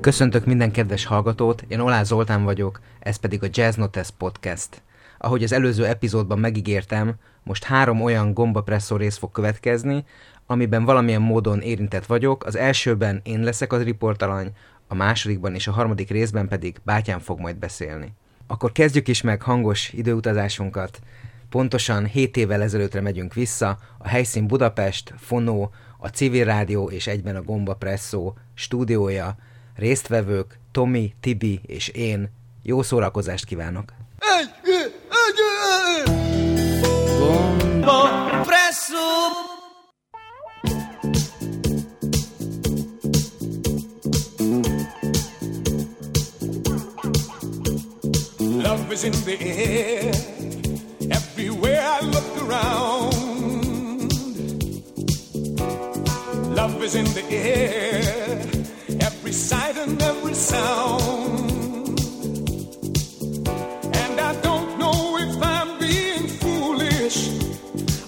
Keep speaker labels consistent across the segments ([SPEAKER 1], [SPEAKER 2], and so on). [SPEAKER 1] Köszöntök minden kedves hallgatót, én Olá Zoltán vagyok, ez pedig a Jazz Notes Podcast. Ahogy az előző epizódban megígértem, most három olyan gombapresszó rész fog következni, amiben valamilyen módon érintett vagyok, az elsőben én leszek az riportalany, a másodikban és a harmadik részben pedig bátyám fog majd beszélni. Akkor kezdjük is meg hangos időutazásunkat. Pontosan 7 évvel ezelőttre megyünk vissza, a helyszín Budapest, Fonó, a Civil Rádió és egyben a Gomba Presszó stúdiója, résztvevők Tomi, Tibi és én. Jó szórakozást kívánok!
[SPEAKER 2] Egy, egy, egy, Bomba presszó! Love is in the air Everywhere I look around Love is in the air Every sight and every sound And I don't know if I'm being foolish.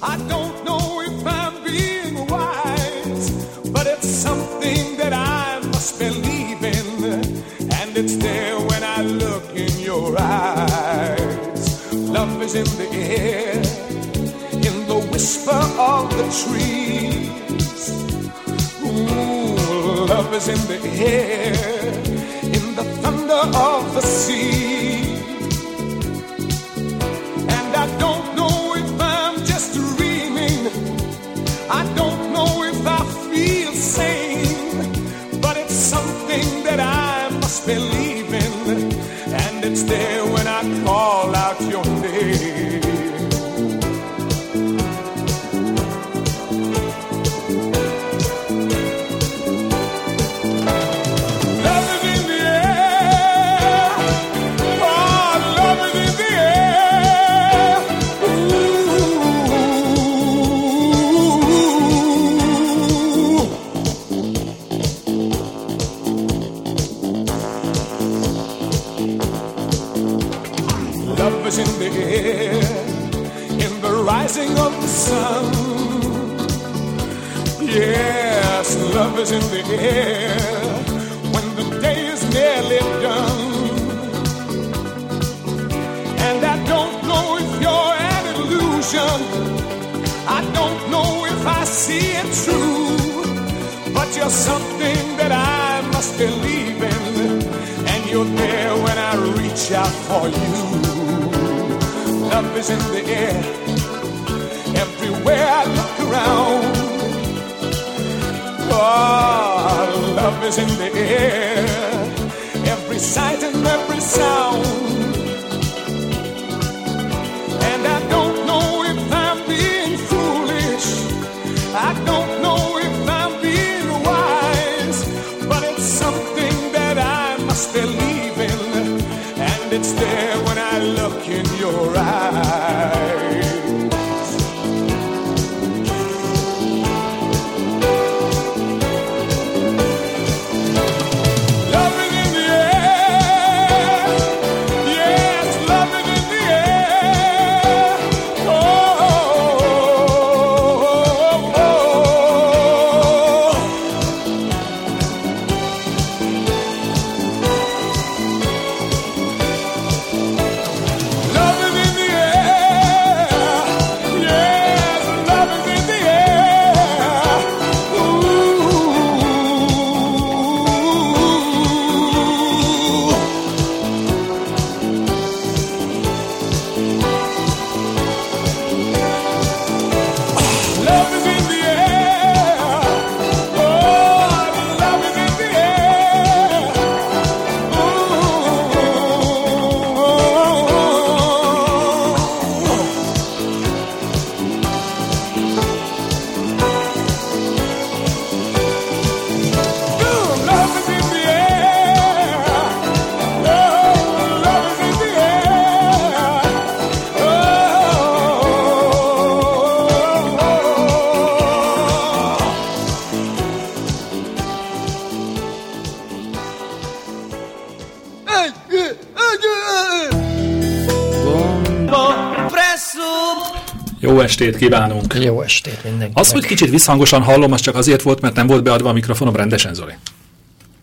[SPEAKER 2] I don't know if I'm being wise. But it's something that I must believe in. And it's there when I look in your eyes. Love is in the air, in the whisper of the trees. Ooh, love is in the air, in the thunder of the sea. And I don't know if I'm just dreaming. I don't know if I feel sane. But it's something that I must believe in. And it's there when I call out your name. Love is in the air. Oh, love is in the air. Ooh. Love is in the air, in the rising of the sun. Yes, love is in the air when the day is nearly done. And I don't know if you're an illusion. I don't know if I see it true. But you're something that I must believe in. And you're there when I reach out for you. Love is in the air. Everywhere I look around. Oh, love is in the air. Every sight and every sound. And I don't know if I'm being foolish. I don't know if I'm being wise. But it's something that I must believe in. And it's there when I look in your eyes. Love is in the air. Yes, love is in the air. Oh, oh, Love is in the air. Yes, love is in the air. Ooh. Love is in the air. Oh, love is in the air. Ooh. Love is in the air. Oh, love is in the air. Oh.
[SPEAKER 3] Bomba presszó!
[SPEAKER 4] Jó estét kívánunk!
[SPEAKER 5] Jó estét mindenkinek.
[SPEAKER 4] Az, hogy kicsit visszhangosan hallom, az csak azért volt, mert nem volt beadva a mikrofonom rendesen, Zoli.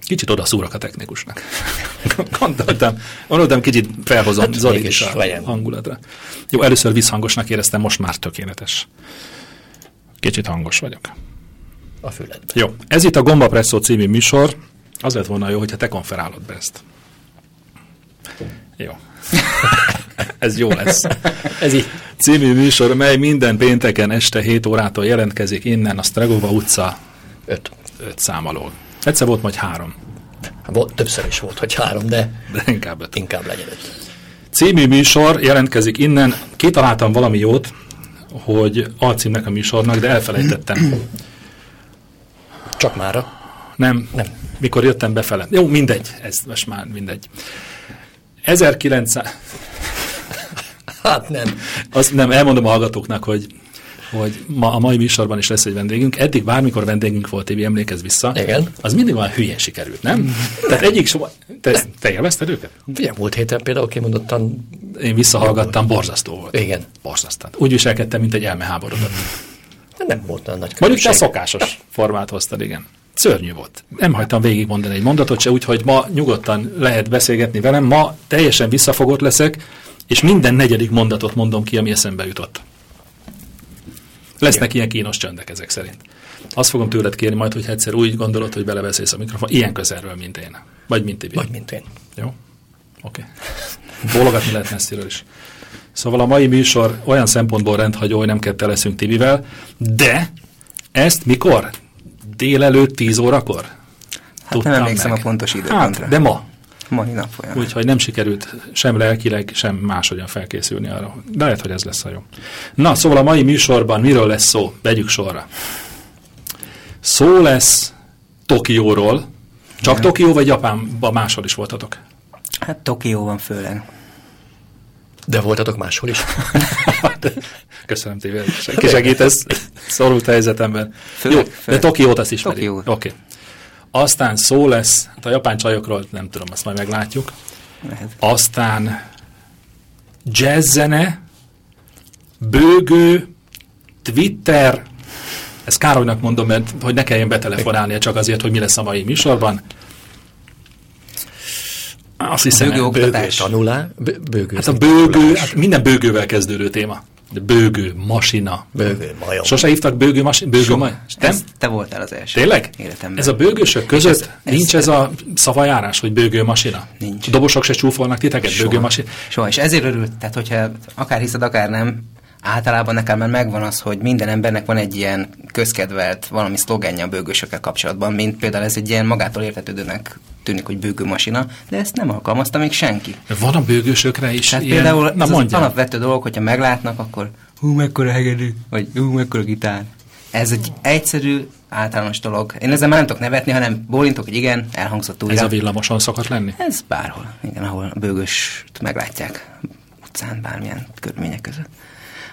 [SPEAKER 4] Kicsit odaszúrok a technikusnak. Gondoltam, gondoltam kicsit felhozom hát, Zolit is a legyen. hangulatra. Jó, először visszhangosnak éreztem, most már tökéletes. Kicsit hangos vagyok.
[SPEAKER 5] A füledben.
[SPEAKER 4] Jó, ez itt a Gomba Presszó című műsor. Az lett volna jó, hogyha te konferálod be ezt. Jó. ez jó lesz.
[SPEAKER 5] Ez így.
[SPEAKER 4] Című műsor, mely minden pénteken este 7 órától jelentkezik innen a Stregova utca
[SPEAKER 5] Öt.
[SPEAKER 4] 5 szám alól. Egyszer volt majd három,
[SPEAKER 5] Volt, többször is volt, hogy három, de
[SPEAKER 4] de inkább öt.
[SPEAKER 5] inkább legyen öt.
[SPEAKER 4] Című műsor jelentkezik innen. Kitaláltam valami jót, hogy alcímnek a műsornak, de elfelejtettem.
[SPEAKER 5] Csak mára.
[SPEAKER 4] Nem.
[SPEAKER 5] Nem.
[SPEAKER 4] Mikor jöttem befele. Hát Jó, mindegy. Ez most már mindegy. 1900...
[SPEAKER 5] Hát nem.
[SPEAKER 4] Azt nem, elmondom a hallgatóknak, hogy hogy ma a mai műsorban is lesz egy vendégünk. Eddig bármikor vendégünk volt, Évi, emlékezz vissza.
[SPEAKER 5] Igen.
[SPEAKER 4] Az mindig olyan hülyén sikerült, nem? Tehát egyik soha... Te, te élvezted őket?
[SPEAKER 5] Figyelj, múlt héten például kimondottan,
[SPEAKER 4] Én visszahallgattam, borzasztó volt.
[SPEAKER 5] igen,
[SPEAKER 4] Borzasztó. Úgy viselkedtem, mint egy elmeháborodott.
[SPEAKER 5] de nem volt olyan nagy
[SPEAKER 4] Mondjuk te
[SPEAKER 5] különbség.
[SPEAKER 4] a szokásos formát hoztad, igen. Szörnyű volt. Nem hagytam végigmondani egy mondatot se, úgyhogy ma nyugodtan lehet beszélgetni velem. Ma teljesen visszafogott leszek, és minden negyedik mondatot mondom ki, ami eszembe jutott. Lesznek ilyen kínos csöndek ezek szerint. Azt fogom tőled kérni majd, hogy egyszer úgy gondolod, hogy belebeszélsz a mikrofon, ilyen közelről, mint én. Vagy mint Tibi.
[SPEAKER 5] Vagy mint én.
[SPEAKER 4] Jó? Oké. Okay. Bólogatni lehet messziről is. Szóval a mai műsor olyan szempontból rendhagyó, hogy nem kettel leszünk Tibivel, de ezt mikor? Délelőtt 10 órakor?
[SPEAKER 1] Hát nem emlékszem a pontos időpontra.
[SPEAKER 4] Hát, de ma.
[SPEAKER 1] Mai nap folyamán.
[SPEAKER 4] Úgyhogy nem sikerült sem lelkileg, sem máshogyan felkészülni arra. De lehet, hogy ez lesz a jó. Na, szóval a mai műsorban miről lesz szó? Vegyük sorra. Szó lesz Tokióról. Csak Tokió vagy Japánban máshol is voltatok?
[SPEAKER 1] Hát Tokióban főleg.
[SPEAKER 5] De voltatok máshol is.
[SPEAKER 4] Köszönöm, Tibi, kisegítesz szorult helyzetemben.
[SPEAKER 1] Főleg,
[SPEAKER 4] Jó, de
[SPEAKER 1] főleg.
[SPEAKER 4] Tokiót azt ismeri.
[SPEAKER 1] Tokiót.
[SPEAKER 4] Oké. Okay. Aztán szó lesz, hát a japán csajokról nem tudom, azt majd meglátjuk.
[SPEAKER 1] Lehet.
[SPEAKER 4] Aztán jazzzene, bőgő, Twitter, ezt Károlynak mondom, mert hogy ne kelljen betelefonálnia csak azért, hogy mi lesz a mai műsorban. Azt hiszem,
[SPEAKER 1] Bőgő
[SPEAKER 5] Bőgő
[SPEAKER 1] oktatás.
[SPEAKER 5] tanulá, bő- bőgő.
[SPEAKER 4] Hát a bőgő, hát minden bőgővel kezdődő téma. De bőgő, masina.
[SPEAKER 5] Bőgő, majom.
[SPEAKER 4] Sose hívtak bőgő masina? Bőgő ma... Nem?
[SPEAKER 1] Ez, te voltál az első.
[SPEAKER 4] Tényleg?
[SPEAKER 1] Életemben.
[SPEAKER 4] Ez a bőgősök között ez,
[SPEAKER 1] ez-
[SPEAKER 4] nincs ez, a szavajárás, hogy bőgő masina?
[SPEAKER 1] Nincs.
[SPEAKER 4] A dobosok se csúfolnak titeket,
[SPEAKER 1] Soha.
[SPEAKER 4] bőgő masina?
[SPEAKER 1] Soha, és ezért örült, tehát hogyha akár hiszed, akár nem, általában nekem már megvan az, hogy minden embernek van egy ilyen közkedvelt valami szlogenje a bőgősökkel kapcsolatban, mint például ez egy ilyen magától értetődőnek tűnik, hogy bőgőmasina, de ezt nem alkalmazta még senki.
[SPEAKER 4] Van a bőgősökre is
[SPEAKER 1] Tehát
[SPEAKER 4] ilyen...
[SPEAKER 1] például
[SPEAKER 4] Na
[SPEAKER 1] ez az
[SPEAKER 4] mondja.
[SPEAKER 1] alapvető dolog, hogyha meglátnak, akkor hú, mekkora hegedű, vagy hú, mekkora gitár. Ez egy egyszerű, általános dolog. Én ezzel már nem tudok nevetni, hanem bólintok, hogy igen, elhangzott újra.
[SPEAKER 4] Ez a villamoson szokott lenni?
[SPEAKER 1] Ez bárhol, igen, ahol a bőgöst meglátják utcán, bármilyen körülmények között.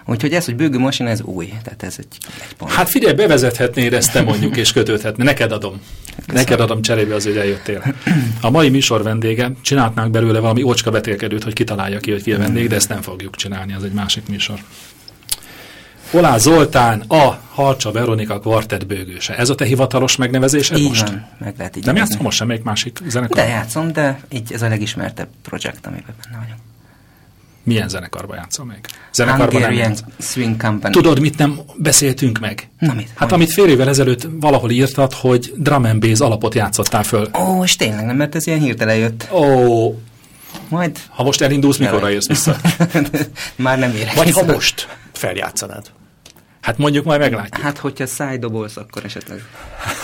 [SPEAKER 1] Úgyhogy ez, hogy bőgő masina, ez új, tehát ez egy, egy pont.
[SPEAKER 4] Hát figyelj, bevezethetnéd ezt te mondjuk, és kötődhetne. Neked adom.
[SPEAKER 1] Hát
[SPEAKER 4] Neked adom cserébe az, hogy eljöttél. A mai műsor vendége, csináltnánk belőle valami ócska betélkedőt, hogy kitalálja ki, hogy ki a vendég, de ezt nem fogjuk csinálni, az egy másik műsor. Olá Zoltán, a Harcsa Veronika kvartett bőgőse. Ez a te hivatalos megnevezésed
[SPEAKER 1] így
[SPEAKER 4] most?
[SPEAKER 1] van, meg lehet így
[SPEAKER 4] Nem
[SPEAKER 1] nevezni.
[SPEAKER 4] játszom most semmelyik másik zenekar?
[SPEAKER 1] De játszom, de így ez a legismertebb projekt, amiben benne vagyok.
[SPEAKER 4] Milyen zenekarban játszol még? Zenekarban nem
[SPEAKER 1] Hungarian
[SPEAKER 4] játsz.
[SPEAKER 1] Swing Company.
[SPEAKER 4] Tudod, mit nem beszéltünk meg?
[SPEAKER 1] Na mit?
[SPEAKER 4] Hát
[SPEAKER 1] Mondj.
[SPEAKER 4] amit fél évvel ezelőtt valahol írtad, hogy drum and bass alapot játszottál föl.
[SPEAKER 1] Ó, és tényleg nem, mert ez ilyen hirtelen jött.
[SPEAKER 4] Ó, oh,
[SPEAKER 1] Majd...
[SPEAKER 4] Ha most elindulsz, mikorra érsz vissza?
[SPEAKER 1] Már nem érek
[SPEAKER 5] Vagy ha
[SPEAKER 1] vissza.
[SPEAKER 5] most feljátszanád.
[SPEAKER 4] Hát mondjuk majd meglátjuk.
[SPEAKER 1] Hát, hogyha szájdobolsz, akkor esetleg.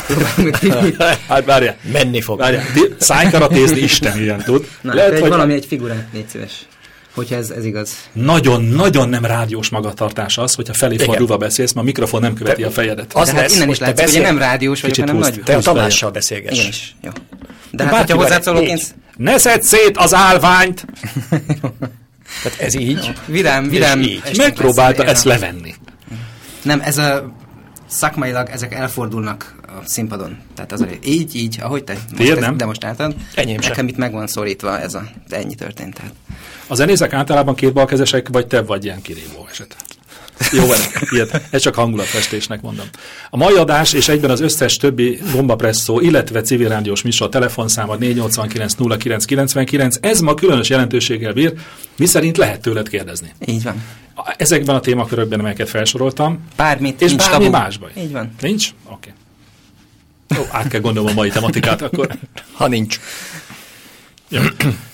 [SPEAKER 1] Próbáljuk ki.
[SPEAKER 4] Hát várjál.
[SPEAKER 5] Menni fog.
[SPEAKER 4] Várjál. Ti- Szájkaratézni Isten ilyen tud.
[SPEAKER 1] Na, Lehet, egy, hogy... valami egy figurát, légy szíves. Hogyha ez, ez igaz.
[SPEAKER 4] Nagyon-nagyon nem rádiós magatartás az, hogyha felé
[SPEAKER 5] Igen.
[SPEAKER 4] fordulva beszélsz, mert a mikrofon nem követi
[SPEAKER 5] Te-
[SPEAKER 4] a fejedet.
[SPEAKER 5] Az
[SPEAKER 1] De hát
[SPEAKER 5] lesz,
[SPEAKER 1] innen is
[SPEAKER 5] hogy te
[SPEAKER 1] látszik, hogy én
[SPEAKER 5] beszél-
[SPEAKER 1] nem rádiós vagyok,
[SPEAKER 4] Kicsit
[SPEAKER 1] hanem
[SPEAKER 4] húzd.
[SPEAKER 1] nagy.
[SPEAKER 5] Te a
[SPEAKER 4] Húzd fel.
[SPEAKER 5] Tamással beszélgess.
[SPEAKER 1] Igen is, jó. De hát,
[SPEAKER 5] Bárkivel
[SPEAKER 1] hogyha hozzászólok, én
[SPEAKER 5] egy-
[SPEAKER 1] sz-
[SPEAKER 4] Ne szedd szét az állványt! Hát
[SPEAKER 5] Tehát ez így.
[SPEAKER 1] vidám, vidám.
[SPEAKER 5] így.
[SPEAKER 1] estünk
[SPEAKER 4] Megpróbálta
[SPEAKER 1] lesz,
[SPEAKER 4] ezt levenni.
[SPEAKER 1] Nem, ez a szakmailag ezek elfordulnak a színpadon. Tehát az, hogy így, így, ahogy te. Most
[SPEAKER 4] Tiéd
[SPEAKER 1] ezt-
[SPEAKER 4] nem?
[SPEAKER 1] De most általad.
[SPEAKER 5] Enyém sem.
[SPEAKER 1] Nekem itt meg van szorítva ez a, de ennyi történt. Tehát.
[SPEAKER 4] A zenészek általában két balkezesek, vagy te vagy ilyen kirívó eset. Jó van, ilyet. Ez csak hangulatfestésnek mondom. A mai adás és egyben az összes többi gombapresszó, illetve civil rádiós műsor telefonszáma 489 0999, ez ma különös jelentőséggel bír, miszerint lehet tőled kérdezni.
[SPEAKER 1] Így van.
[SPEAKER 4] A- Ezekben a témakörökben, amelyeket felsoroltam,
[SPEAKER 1] Bármit,
[SPEAKER 4] és
[SPEAKER 1] nincs
[SPEAKER 4] bármi
[SPEAKER 1] tabu.
[SPEAKER 4] másban.
[SPEAKER 1] Így van.
[SPEAKER 4] Nincs? Oké. Jó, át kell gondolnom a mai tematikát akkor.
[SPEAKER 5] Ha nincs.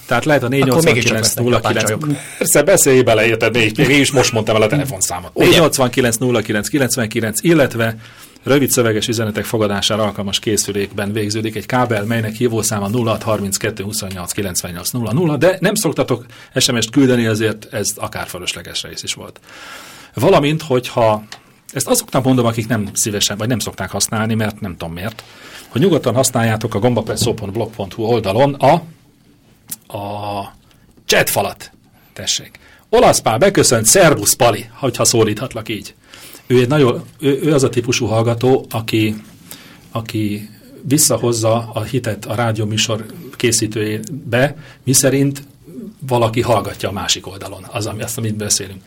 [SPEAKER 4] Tehát lehet a
[SPEAKER 5] Akkor mégiscsak
[SPEAKER 4] 489
[SPEAKER 5] lesznek japán
[SPEAKER 4] 09
[SPEAKER 5] csajok.
[SPEAKER 4] Persze, beszélj bele, érted, még, még én is most mondtam el a telefonszámot. 489 09 99, illetve rövid szöveges üzenetek fogadására alkalmas készülékben végződik egy kábel, melynek hívószáma 0632 28 98 00, de nem szoktatok SMS-t küldeni, ezért ez akár fölösleges rész is volt. Valamint, hogyha ezt azoknak mondom, akik nem szívesen, vagy nem szokták használni, mert nem tudom miért, hogy nyugodtan használjátok a gombapresszó.blog.hu oldalon a a csetfalat. Tessék. Olasz Pál beköszönt, szervusz Pali, hogyha szólíthatlak így. Ő, egy nagyon, ő, ő az a típusú hallgató, aki, aki visszahozza a hitet a rádióműsor készítőjébe, miszerint valaki hallgatja a másik oldalon, az, ami, azt, amit beszélünk.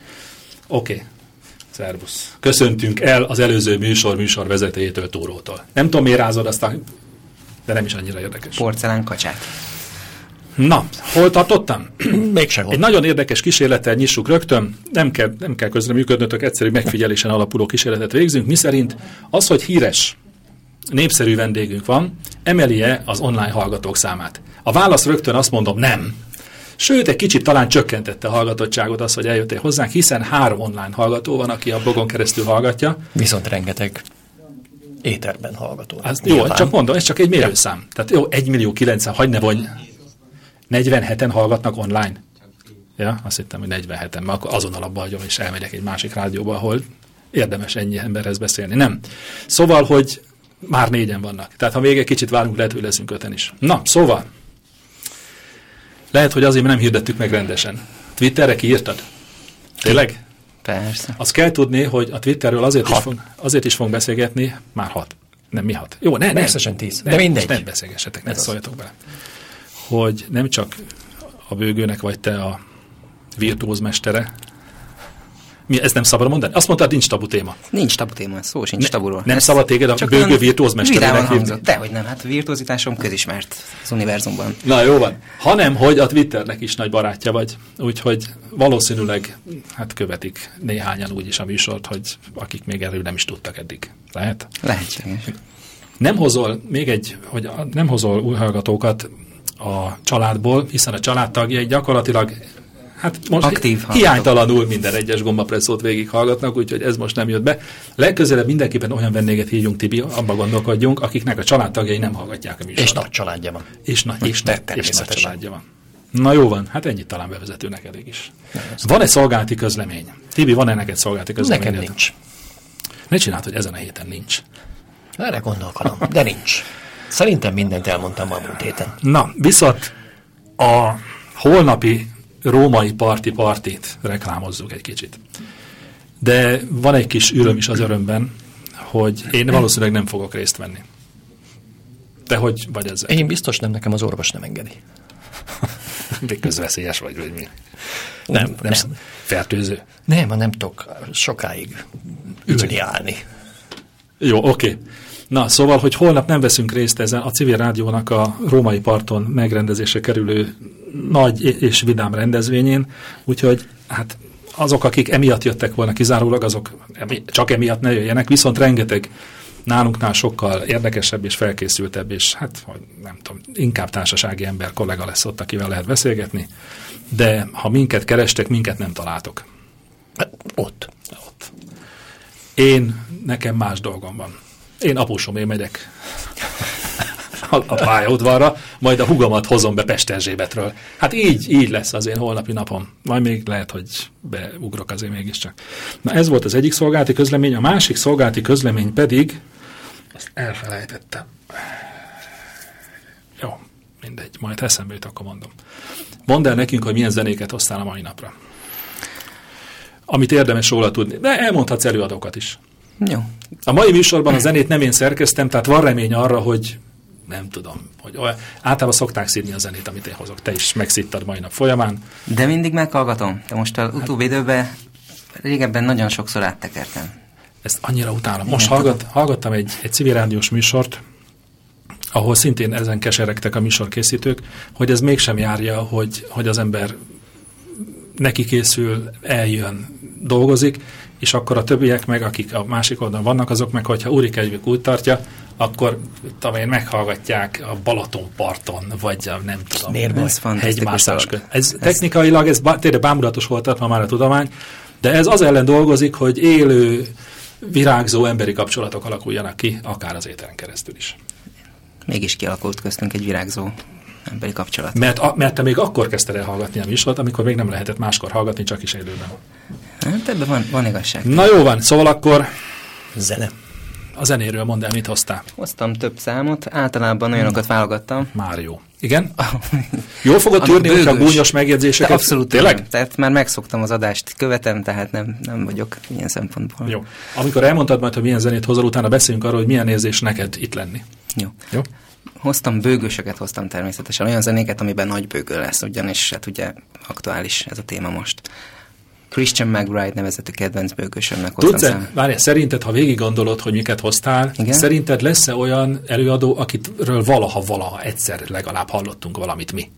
[SPEAKER 4] Oké, okay. szervusz. Köszöntünk el az előző műsor műsor vezetőjétől, Tórótól. Nem tudom, miért rázod azt a... De nem is annyira érdekes.
[SPEAKER 1] Porcelán kacsát.
[SPEAKER 4] Na, hol tartottam?
[SPEAKER 5] Még sehol.
[SPEAKER 4] Egy nagyon érdekes kísérlettel nyissuk rögtön, nem kell, nem kell közreműködnötök, egyszerű megfigyelésen alapuló kísérletet végzünk, miszerint az, hogy híres, népszerű vendégünk van, emelje az online hallgatók számát. A válasz rögtön azt mondom, nem. Sőt, egy kicsit talán csökkentette a hallgatottságot az, hogy eljöttél hozzánk, hiszen három online hallgató van, aki a blogon keresztül hallgatja.
[SPEAKER 5] Viszont rengeteg éterben hallgató.
[SPEAKER 4] Az,
[SPEAKER 5] van.
[SPEAKER 4] Hát jó,
[SPEAKER 5] Nyilván.
[SPEAKER 4] csak mondom, ez csak egy mérőszám. Tehát jó, 1 millió 90, hagyd ne vonj. 47-en hallgatnak online. Ja, azt hittem, hogy 47-en, mert akkor azonnal abba hagyom, és elmegyek egy másik rádióba, ahol érdemes ennyi emberhez beszélni. Nem. Szóval, hogy már négyen vannak. Tehát, ha még egy kicsit várunk, lehet, hogy leszünk öten is. Na, szóval. Lehet, hogy azért mert nem hirdettük meg rendesen. Twitterre kiírtad? Tényleg?
[SPEAKER 1] Persze.
[SPEAKER 4] Azt kell tudni, hogy a Twitterről azért, is
[SPEAKER 5] Hat.
[SPEAKER 4] fog, azért is fogunk beszélgetni, már hat. Nem, mi hat? Jó, ne, nem.
[SPEAKER 5] összesen tíz.
[SPEAKER 4] Nem,
[SPEAKER 5] De mindegy.
[SPEAKER 4] Nem beszélgessetek, ne szóljatok bele. Hogy nem csak a bőgőnek vagy te a virtuóz mestere. Mi, ezt nem szabad mondani? Azt mondtad, nincs tabu téma.
[SPEAKER 1] Nincs tabu téma, szó sincs taburól.
[SPEAKER 4] nem szabad téged a bőgő
[SPEAKER 1] olyan
[SPEAKER 4] virtuóz mesterének
[SPEAKER 1] vidáman
[SPEAKER 4] hívni.
[SPEAKER 1] hangzott. Dehogy nem, hát a virtuózitásom közismert az univerzumban.
[SPEAKER 4] Na, jó van. Hanem, hogy a Twitternek is nagy barátja vagy. Úgyhogy valószínűleg hát követik néhányan úgy is a műsort, hogy akik még erről nem is tudtak eddig. Lehet?
[SPEAKER 1] Lehetséges.
[SPEAKER 4] Nem hozol, még egy, hogy a- nem hozol új hallgatókat a családból, hiszen a családtagjai gyakorlatilag hát most
[SPEAKER 1] Aktív hallgatók.
[SPEAKER 4] hiánytalanul minden egyes gombapresszót végig hallgatnak, úgyhogy ez most nem jött be. Legközelebb mindenképpen olyan vendéget hívjunk, Tibi, abba gondolkodjunk, akiknek a családtagjai nem hallgatják a műsort.
[SPEAKER 5] És nagy családja van.
[SPEAKER 4] És
[SPEAKER 5] te-
[SPEAKER 4] nagy, és, nagy, és nagy
[SPEAKER 5] természetesen.
[SPEAKER 4] családja van. Na jó van, hát ennyit talán bevezetőnek elég is. Van-e szolgálati közlemény? Tibi, van-e neked szolgálati közlemény?
[SPEAKER 5] Nekem nincs.
[SPEAKER 4] Ne csináld, hogy ezen a héten nincs.
[SPEAKER 5] Erre gondolkodom, de nincs. Szerintem mindent elmondtam a múlt héten.
[SPEAKER 4] Na, viszont a holnapi római parti partit reklámozzuk egy kicsit. De van egy kis üröm is az örömben, hogy én valószínűleg nem fogok részt venni. Te hogy vagy ezzel?
[SPEAKER 5] Én biztos nem, nekem az orvos nem engedi.
[SPEAKER 4] Te közveszélyes vagy, vagy mi?
[SPEAKER 5] Nem, nem.
[SPEAKER 4] sz- Fertőző.
[SPEAKER 5] Nem, ha nem tudok sokáig ülni, állni.
[SPEAKER 4] Jó, oké. Na, szóval, hogy holnap nem veszünk részt ezen a civil rádiónak a római parton megrendezésre kerülő nagy és vidám rendezvényén, úgyhogy hát azok, akik emiatt jöttek volna kizárólag, azok emi- csak emiatt ne jöjjenek, viszont rengeteg nálunknál sokkal érdekesebb és felkészültebb, és hát hogy nem tudom, inkább társasági ember kollega lesz ott, akivel lehet beszélgetni, de ha minket kerestek, minket nem találtok.
[SPEAKER 5] Hát, Ott.
[SPEAKER 4] Ott. Én, nekem más dolgom van. Én apusom, én megyek a, a pályaudvarra, majd a hugamat hozom be Pesterzsébetről. Hát így, így lesz az én holnapi napom. Majd még lehet, hogy beugrok azért mégiscsak. Na ez volt az egyik szolgálati közlemény, a másik szolgálati közlemény pedig, ezt elfelejtettem. Jó, mindegy, majd eszembe jut, akkor mondom. Mondd el nekünk, hogy milyen zenéket hoztál a mai napra amit érdemes róla tudni. De elmondhatsz előadókat is.
[SPEAKER 1] Jó.
[SPEAKER 4] A mai műsorban a zenét nem én szerkeztem, tehát van remény arra, hogy nem tudom, hogy olyan, általában szokták szídni a zenét, amit én hozok. Te is megszittad mai nap folyamán. Hát-
[SPEAKER 1] De mindig meghallgatom. De most az utóbbi időben régebben nagyon sokszor áttekertem.
[SPEAKER 4] Ezt annyira utálom. Most hallgat, hallgattam egy, egy civil rádiós műsort, ahol szintén ezen keseregtek a műsorkészítők, hogy ez mégsem járja, hogy, hogy az ember neki készül, eljön, dolgozik, és akkor a többiek meg, akik a másik oldalon vannak, azok meg, hogyha Uri Kegyvük úgy tartja, akkor mit tudom én, meghallgatják a Balatonparton, vagy a nem tudom.
[SPEAKER 5] Miért baj?
[SPEAKER 1] Ez fantasztikus
[SPEAKER 4] Hegymászás
[SPEAKER 1] dolog.
[SPEAKER 4] köz. Ez technikailag, ez bá, tényleg bámulatos volt tart ma már a tudomány, de ez az ellen dolgozik, hogy élő, virágzó emberi kapcsolatok alakuljanak ki, akár az éteren keresztül is.
[SPEAKER 1] Mégis kialakult köztünk egy virágzó emberi kapcsolat.
[SPEAKER 4] Mert, a, mert te még akkor kezdted el hallgatni a műsort, amikor még nem lehetett máskor hallgatni, csak is élőben.
[SPEAKER 1] Hát ebben van, van igazság.
[SPEAKER 4] Na jó van, szóval akkor
[SPEAKER 5] Zene.
[SPEAKER 4] a zenéről mondd el, mit hoztál. Hmm.
[SPEAKER 1] Hoztam több számot, általában olyanokat válogattam.
[SPEAKER 4] Már jó. Igen? Jól fogod tűrni,
[SPEAKER 1] Ami
[SPEAKER 4] hogyha
[SPEAKER 1] bőgős.
[SPEAKER 4] gúnyos
[SPEAKER 1] De
[SPEAKER 4] megjegyzéseket?
[SPEAKER 1] abszolút
[SPEAKER 4] Tényleg?
[SPEAKER 1] nem. Tehát már megszoktam az adást, követem, tehát nem, nem vagyok ilyen szempontból.
[SPEAKER 4] Jó. Amikor elmondtad majd, hogy milyen zenét hozol, utána beszéljünk arról, hogy milyen érzés neked itt lenni.
[SPEAKER 1] Jó.
[SPEAKER 4] Jó?
[SPEAKER 1] Hoztam bőgősöket, hoztam természetesen olyan zenéket, amiben nagy bőgő lesz, ugyanis hát ugye aktuális ez a téma most. Christian McBride nevezetű kedvenc bőgősömnek hoztam
[SPEAKER 4] Tudsz-e,
[SPEAKER 1] számot.
[SPEAKER 4] várjál, szerinted, ha végig gondolod, hogy miket hoztál, Igen?
[SPEAKER 1] Igen?
[SPEAKER 4] szerinted lesz-e olyan előadó, akitről valaha-valaha egyszer legalább hallottunk valamit mi?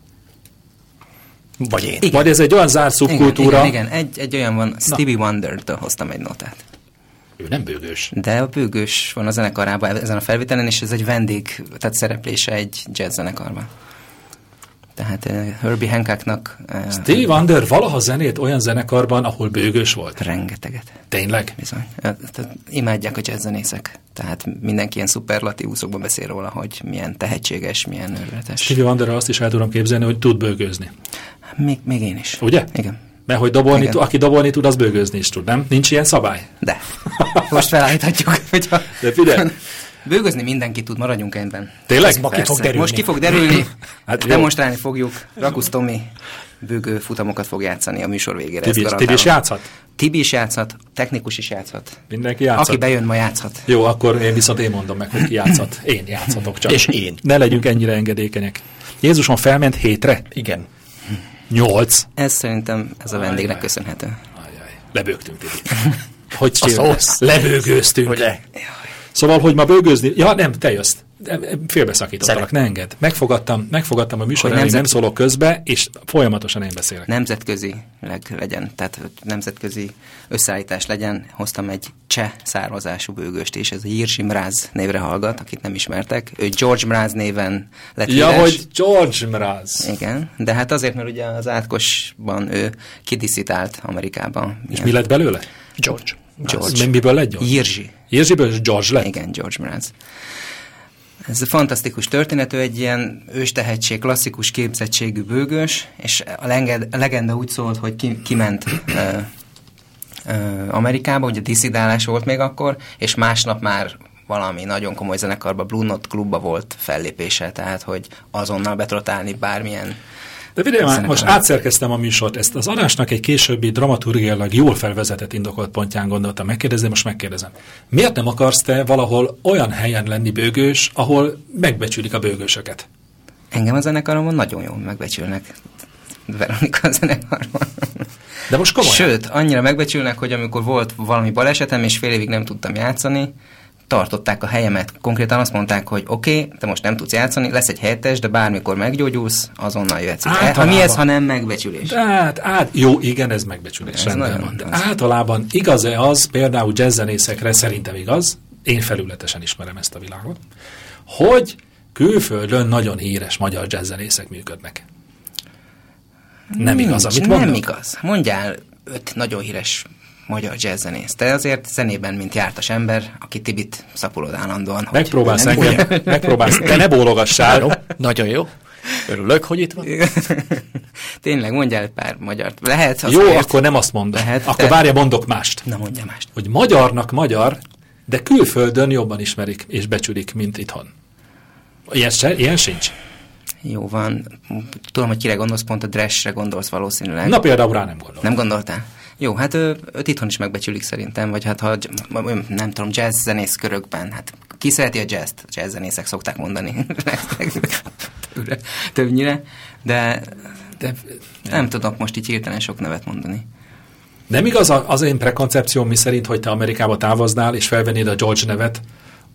[SPEAKER 5] Vagy én.
[SPEAKER 4] Igen. Vagy ez egy olyan zárt
[SPEAKER 1] Igen,
[SPEAKER 4] szubkultúra,
[SPEAKER 1] igen, igen, egy, egy olyan van, Stevie Wonder-től hoztam egy notát.
[SPEAKER 4] ő nem bőgős.
[SPEAKER 1] De a bőgős van a zenekarában e- ezen a felvételen, és ez egy vendég, tehát szereplése egy jazz zenekarban. Tehát eh, Herbie Hancocknak eh,
[SPEAKER 4] Stevie Wonder valaha zenét olyan zenekarban, ahol bőgős volt.
[SPEAKER 1] rengeteget.
[SPEAKER 4] Tényleg?
[SPEAKER 1] Bizony. Eh, tehát Imádják a jazzzenészek. Tehát mindenki ilyen szuperlatívuszokban beszél róla, hogy milyen tehetséges, milyen örületes.
[SPEAKER 4] Stevie Wonder azt is el tudom képzelni, hogy tud bőgőzni.
[SPEAKER 1] Még, még én is.
[SPEAKER 4] Ugye?
[SPEAKER 1] Igen.
[SPEAKER 4] Mert hogy dobolni,
[SPEAKER 1] Igen.
[SPEAKER 4] tud, aki dobolni tud, az bőgőzni is tud, nem? Nincs ilyen szabály?
[SPEAKER 1] De. Most felállíthatjuk, hogyha...
[SPEAKER 4] De figyelj!
[SPEAKER 1] Bőgözni mindenki tud, maradjunk ebben.
[SPEAKER 4] Tényleg?
[SPEAKER 5] ma ki fog derülni.
[SPEAKER 1] Most ki fog derülni,
[SPEAKER 4] Hát
[SPEAKER 1] hát
[SPEAKER 4] jó.
[SPEAKER 1] demonstrálni fogjuk. Rakusz Tomi bőgő futamokat fog játszani a műsor végére. ezt
[SPEAKER 4] Tibi is- Tibi
[SPEAKER 1] garantálom.
[SPEAKER 4] is játszhat?
[SPEAKER 1] Tibi is játszhat, technikus is játszhat.
[SPEAKER 4] Mindenki játszhat.
[SPEAKER 1] Aki bejön, ma játszhat.
[SPEAKER 4] Jó, akkor én viszont én mondom meg, hogy ki játszhat. Én játszhatok csak.
[SPEAKER 5] És én.
[SPEAKER 4] Ne legyünk ennyire engedékenyek. Jézuson felment hétre.
[SPEAKER 5] Igen.
[SPEAKER 4] Nyolc.
[SPEAKER 1] Ez szerintem ez a vendégnek
[SPEAKER 4] Ajaj.
[SPEAKER 1] köszönhető.
[SPEAKER 4] Ajaj, lebőgtünk, Tibi. Hogy
[SPEAKER 5] A
[SPEAKER 4] csinálsz?
[SPEAKER 5] szósz.
[SPEAKER 4] Lebőgőztünk.
[SPEAKER 5] Hogy le?
[SPEAKER 4] Szóval, hogy ma bőgőzni... Ja, nem, te jössz. De- Félbeszakítottalak,
[SPEAKER 5] Szeret.
[SPEAKER 4] ne engedd. Megfogadtam, megfogadtam a műsor
[SPEAKER 1] Hogy
[SPEAKER 4] elején, nem
[SPEAKER 1] nemzeti-
[SPEAKER 4] szólok közbe, és folyamatosan én beszélek.
[SPEAKER 1] Nemzetközileg legyen, tehát hogy nemzetközi összeállítás legyen. Hoztam egy cseh származású bőgőst is, ez a Jirzsi Mráz névre hallgat, akit nem ismertek. Ő George Mráz néven lett
[SPEAKER 4] Ja,
[SPEAKER 1] híres.
[SPEAKER 4] hogy George Mraz.
[SPEAKER 1] Igen, de hát azért, mert ugye az átkosban ő kidiszitált Amerikában.
[SPEAKER 4] És mi lett belőle?
[SPEAKER 5] George.
[SPEAKER 4] Az mi- Miből lett George?
[SPEAKER 1] Jirzsi.
[SPEAKER 4] Jézsiből is George lett?
[SPEAKER 1] Igen, George Mraz. Ez a fantasztikus történet, ő egy ilyen őstehetség, klasszikus képzettségű bőgős, és a, lenged, a legenda úgy szólt, hogy ki, kiment ö, ö, Amerikába, ugye diszidálás volt még akkor, és másnap már valami nagyon komoly zenekarba, Blue Note klubba volt fellépése, tehát hogy azonnal be tudott állni bármilyen
[SPEAKER 4] De figyelj már,
[SPEAKER 1] Szerintem.
[SPEAKER 4] most átszerkeztem a műsort, ezt az adásnak egy későbbi dramaturgiailag jól felvezetett indokolt pontján gondoltam megkérdezni, most megkérdezem. Miért nem akarsz te valahol olyan helyen lenni bőgős, ahol megbecsülik a bőgősöket?
[SPEAKER 1] Engem a zenekaromban nagyon jól megbecsülnek. Veronika a zenekarban.
[SPEAKER 4] De most komolyan.
[SPEAKER 1] Sőt, annyira megbecsülnek, hogy amikor volt valami balesetem, és fél évig nem tudtam játszani, tartották a helyemet. Konkrétan azt mondták, hogy oké, okay, te most nem tudsz játszani, lesz egy helyettes, de bármikor meggyógyulsz, azonnal jöhetsz. ide. Ha
[SPEAKER 4] Általában.
[SPEAKER 1] mi ez, ha nem megbecsülés?
[SPEAKER 4] De hát, át, jó, igen, ez megbecsülés.
[SPEAKER 1] Ez
[SPEAKER 4] rendben
[SPEAKER 1] nagyon
[SPEAKER 4] van. De
[SPEAKER 1] igaz.
[SPEAKER 4] általában igaz-e az, például jazzzenészekre szerintem igaz, én felületesen ismerem ezt a világot, hogy külföldön nagyon híres magyar jazzzenészek működnek. Nem igaz, amit mondok?
[SPEAKER 1] Nem igaz. Mondjál öt nagyon híres magyar jazzzenész. Te azért zenében, mint jártas ember, aki Tibit szapulod állandóan. hogy
[SPEAKER 4] Megpróbálsz
[SPEAKER 1] nem-
[SPEAKER 4] engem, megpróbálsz, te ne
[SPEAKER 5] Jó,
[SPEAKER 4] bólogassál.
[SPEAKER 5] nagyon jó. Örülök, hogy itt van.
[SPEAKER 1] Tényleg, mondjál egy pár magyart. Lehet,
[SPEAKER 4] Jó,
[SPEAKER 1] azért.
[SPEAKER 4] akkor nem azt mondom.
[SPEAKER 1] Lehet,
[SPEAKER 4] akkor
[SPEAKER 1] de-
[SPEAKER 4] várja, mondok mást.
[SPEAKER 1] Na mondja mást.
[SPEAKER 4] Hogy magyarnak magyar, de külföldön jobban ismerik és becsülik, mint itthon. Ilyen, se, ilyen sincs.
[SPEAKER 1] Jó van. Tudom, hogy kire gondolsz, pont a Dressre gondolsz valószínűleg.
[SPEAKER 4] Na például rá nem gondolom.
[SPEAKER 1] Nem gondoltál? Jó, hát ő, őt itthon is megbecsülik szerintem, vagy hát ha nem tudom, jazz zenész körökben, hát ki szereti a jazz Jazz zenészek szokták mondani. Többnyire, de, de nem tudok most így hirtelen sok nevet mondani.
[SPEAKER 4] Nem igaz a- az én prekoncepcióm, mi szerint, hogy te Amerikába távoznál, és felvennéd a George nevet,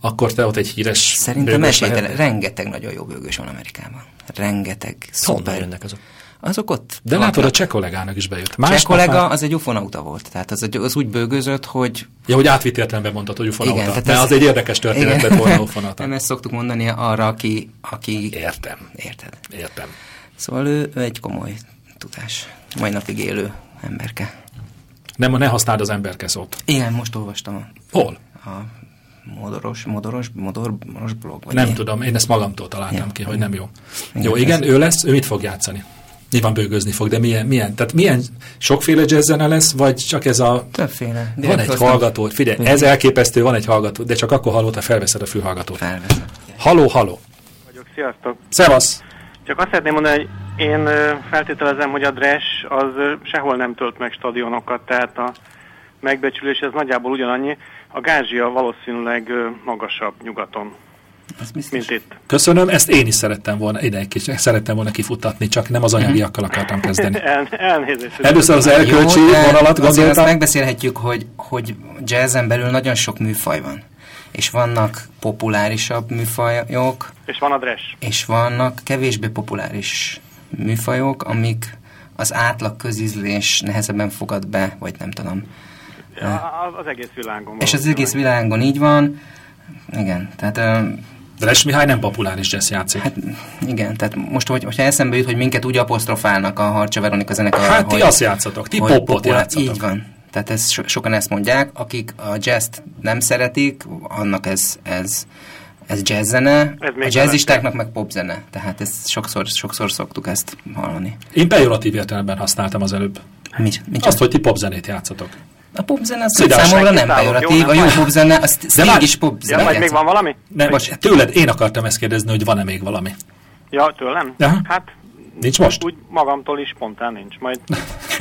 [SPEAKER 4] akkor te ott egy híres
[SPEAKER 1] Szerintem
[SPEAKER 4] bőgös
[SPEAKER 1] esélytelen.
[SPEAKER 4] lehetnél.
[SPEAKER 1] Rengeteg nagyon jó bőgős van Amerikában. Rengeteg.
[SPEAKER 5] Honnan
[SPEAKER 1] Szuper.
[SPEAKER 5] jönnek azok?
[SPEAKER 1] Azok ott.
[SPEAKER 4] De látod, a
[SPEAKER 1] laknak.
[SPEAKER 4] cseh kollégának is bejött.
[SPEAKER 1] Cseh
[SPEAKER 4] Másnak
[SPEAKER 1] kollega
[SPEAKER 4] már-
[SPEAKER 1] az egy ufonauta volt. Tehát az, egy- az úgy bőgőzött, hogy
[SPEAKER 4] Ja, hogy átvitt értelemben mondtad, hogy ufonauta.
[SPEAKER 1] Igen,
[SPEAKER 4] Igen, tehát az egy érdekes történet
[SPEAKER 1] igen.
[SPEAKER 4] lett volna ufonauta.
[SPEAKER 1] Nem ezt szoktuk mondani arra, aki... aki
[SPEAKER 4] Értem.
[SPEAKER 1] Érted.
[SPEAKER 4] Értem.
[SPEAKER 1] Szóval ő, ő egy komoly tudás. Mai napig élő emberke.
[SPEAKER 4] Nem, ne használd az emberke szót.
[SPEAKER 1] Igen, most olvastam a,
[SPEAKER 4] Hol?
[SPEAKER 1] a modoros, modoros, modoros blog. Vagy
[SPEAKER 4] Nem
[SPEAKER 1] ilyen.
[SPEAKER 4] tudom, én ezt magamtól találtam
[SPEAKER 1] Igen.
[SPEAKER 4] ki, hogy nem jó.
[SPEAKER 1] Igen,
[SPEAKER 4] jó, igen,
[SPEAKER 1] ez-
[SPEAKER 4] ő lesz, ő mit fog játszani? Nyilván bőgőzni fog, de milyen, milyen? Tehát milyen sokféle jazzzene lesz, vagy csak ez a...
[SPEAKER 1] Többféle. Direkt
[SPEAKER 4] Van egy
[SPEAKER 1] hoztam.
[SPEAKER 4] hallgató, figyelj, ez elképesztő, van egy hallgató, de csak akkor hallod, ha felveszed a fülhallgatót.
[SPEAKER 1] Felveszem.
[SPEAKER 4] Haló, haló.
[SPEAKER 6] vagyok, sziasztok!
[SPEAKER 4] Szevasz.
[SPEAKER 6] Csak azt szeretném mondani, hogy én ö, feltételezem, hogy a Dress az ö, sehol nem tölt meg stadionokat, tehát a megbecsülés ez nagyjából ugyanannyi. A gázsia valószínűleg ö, magasabb nyugaton,
[SPEAKER 1] Ez biztos.
[SPEAKER 6] mint itt.
[SPEAKER 4] Köszönöm, ezt én is szerettem volna ide egy kicsit, szerettem volna kifutatni, csak nem az anyagiakkal akartam kezdeni.
[SPEAKER 6] El, elnézést!
[SPEAKER 4] Először az erkölcsi
[SPEAKER 1] de
[SPEAKER 4] vonalat
[SPEAKER 1] azért azt
[SPEAKER 4] gondoltam.
[SPEAKER 1] megbeszélhetjük, hogy, hogy jazzen belül nagyon sok műfaj van. És vannak populárisabb műfajok,
[SPEAKER 6] És van a Dress.
[SPEAKER 1] és vannak kevésbé populáris műfajok, amik az átlag közízlés nehezebben fogad be, vagy nem tudom.
[SPEAKER 6] A- a- Az egész világon.
[SPEAKER 1] És az
[SPEAKER 6] valószínűleg.
[SPEAKER 1] egész világon így van. Igen, tehát ö,
[SPEAKER 4] Dres Mihály nem populáris jazz játszik.
[SPEAKER 1] hát igen, tehát most, hogy, hogyha eszembe jut, hogy minket úgy apostrofálnak a Harcsa Veronika zenekar.
[SPEAKER 4] Hát ti azt játszatok, ti popot játszatok.
[SPEAKER 1] Így van. Tehát ez so, sokan ezt mondják, akik a jazz nem szeretik, annak ez, ez, ez jazz zene,
[SPEAKER 6] Ez még
[SPEAKER 1] a jazzistáknak meg pop zene. Tehát ezt sokszor, sokszor szoktuk ezt hallani. Hát
[SPEAKER 4] Én pejoratív értelemben használtam az előbb.
[SPEAKER 1] Mi, mi
[SPEAKER 4] Azt, hogy ti popzenét játszatok.
[SPEAKER 1] A popzene az
[SPEAKER 4] Szidás,
[SPEAKER 1] Szóval számomra nem
[SPEAKER 6] megkiszállok, jó,
[SPEAKER 1] pejoratív,
[SPEAKER 6] nem
[SPEAKER 1] a jó
[SPEAKER 6] baj.
[SPEAKER 1] popzene, az
[SPEAKER 4] már-
[SPEAKER 1] stig is
[SPEAKER 6] Ja, vagy még
[SPEAKER 1] popzene.
[SPEAKER 6] van valami?
[SPEAKER 4] Nem,
[SPEAKER 1] Bocs.
[SPEAKER 4] tőled én akartam ezt kérdezni, hogy van-e még valami.
[SPEAKER 6] Ja, tőlem?
[SPEAKER 4] Aha.
[SPEAKER 6] Hát
[SPEAKER 4] Nincs most?
[SPEAKER 6] úgy magamtól is spontán nincs. Majd,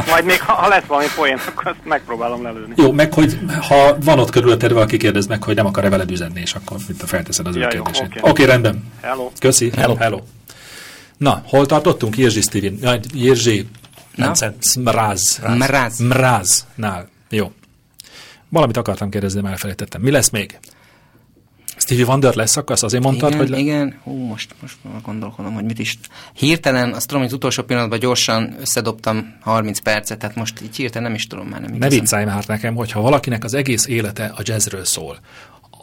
[SPEAKER 6] majd még ha, ha lesz valami poén, akkor azt megpróbálom lelőni.
[SPEAKER 4] Jó, meg hogy ha van ott körülötted valaki kérdez meg, hogy nem akar-e veled üzenni, és akkor mint a felteszed az ő
[SPEAKER 6] Ja, jó,
[SPEAKER 4] kérdését. Oké,
[SPEAKER 6] oké.
[SPEAKER 4] okay. okay, rendben.
[SPEAKER 6] Hello!
[SPEAKER 4] Köszi. Hello. Hello. Na, hol tartottunk? Jerzy Stivin. Ja, Jerzy
[SPEAKER 1] Na,
[SPEAKER 4] Mráz.
[SPEAKER 1] Mráz.
[SPEAKER 4] Mráznál. Jó. Valamit akartam kérdezni, de már elfelejtettem. Mi lesz még? Stevie Wonder lesz, akarsz? Azért mondtad,
[SPEAKER 1] igen,
[SPEAKER 4] hogy... Le...
[SPEAKER 1] igen, hú, most, most már gondolkodom, hogy mit is. Hirtelen, azt tudom, hogy az utolsó pillanatban gyorsan összedobtam 30 percet, tehát most így hirtelen nem is tudom már, nem
[SPEAKER 4] Ne
[SPEAKER 1] igazán.
[SPEAKER 4] viccelj már nekem, hogyha valakinek az egész élete a jazzről szól.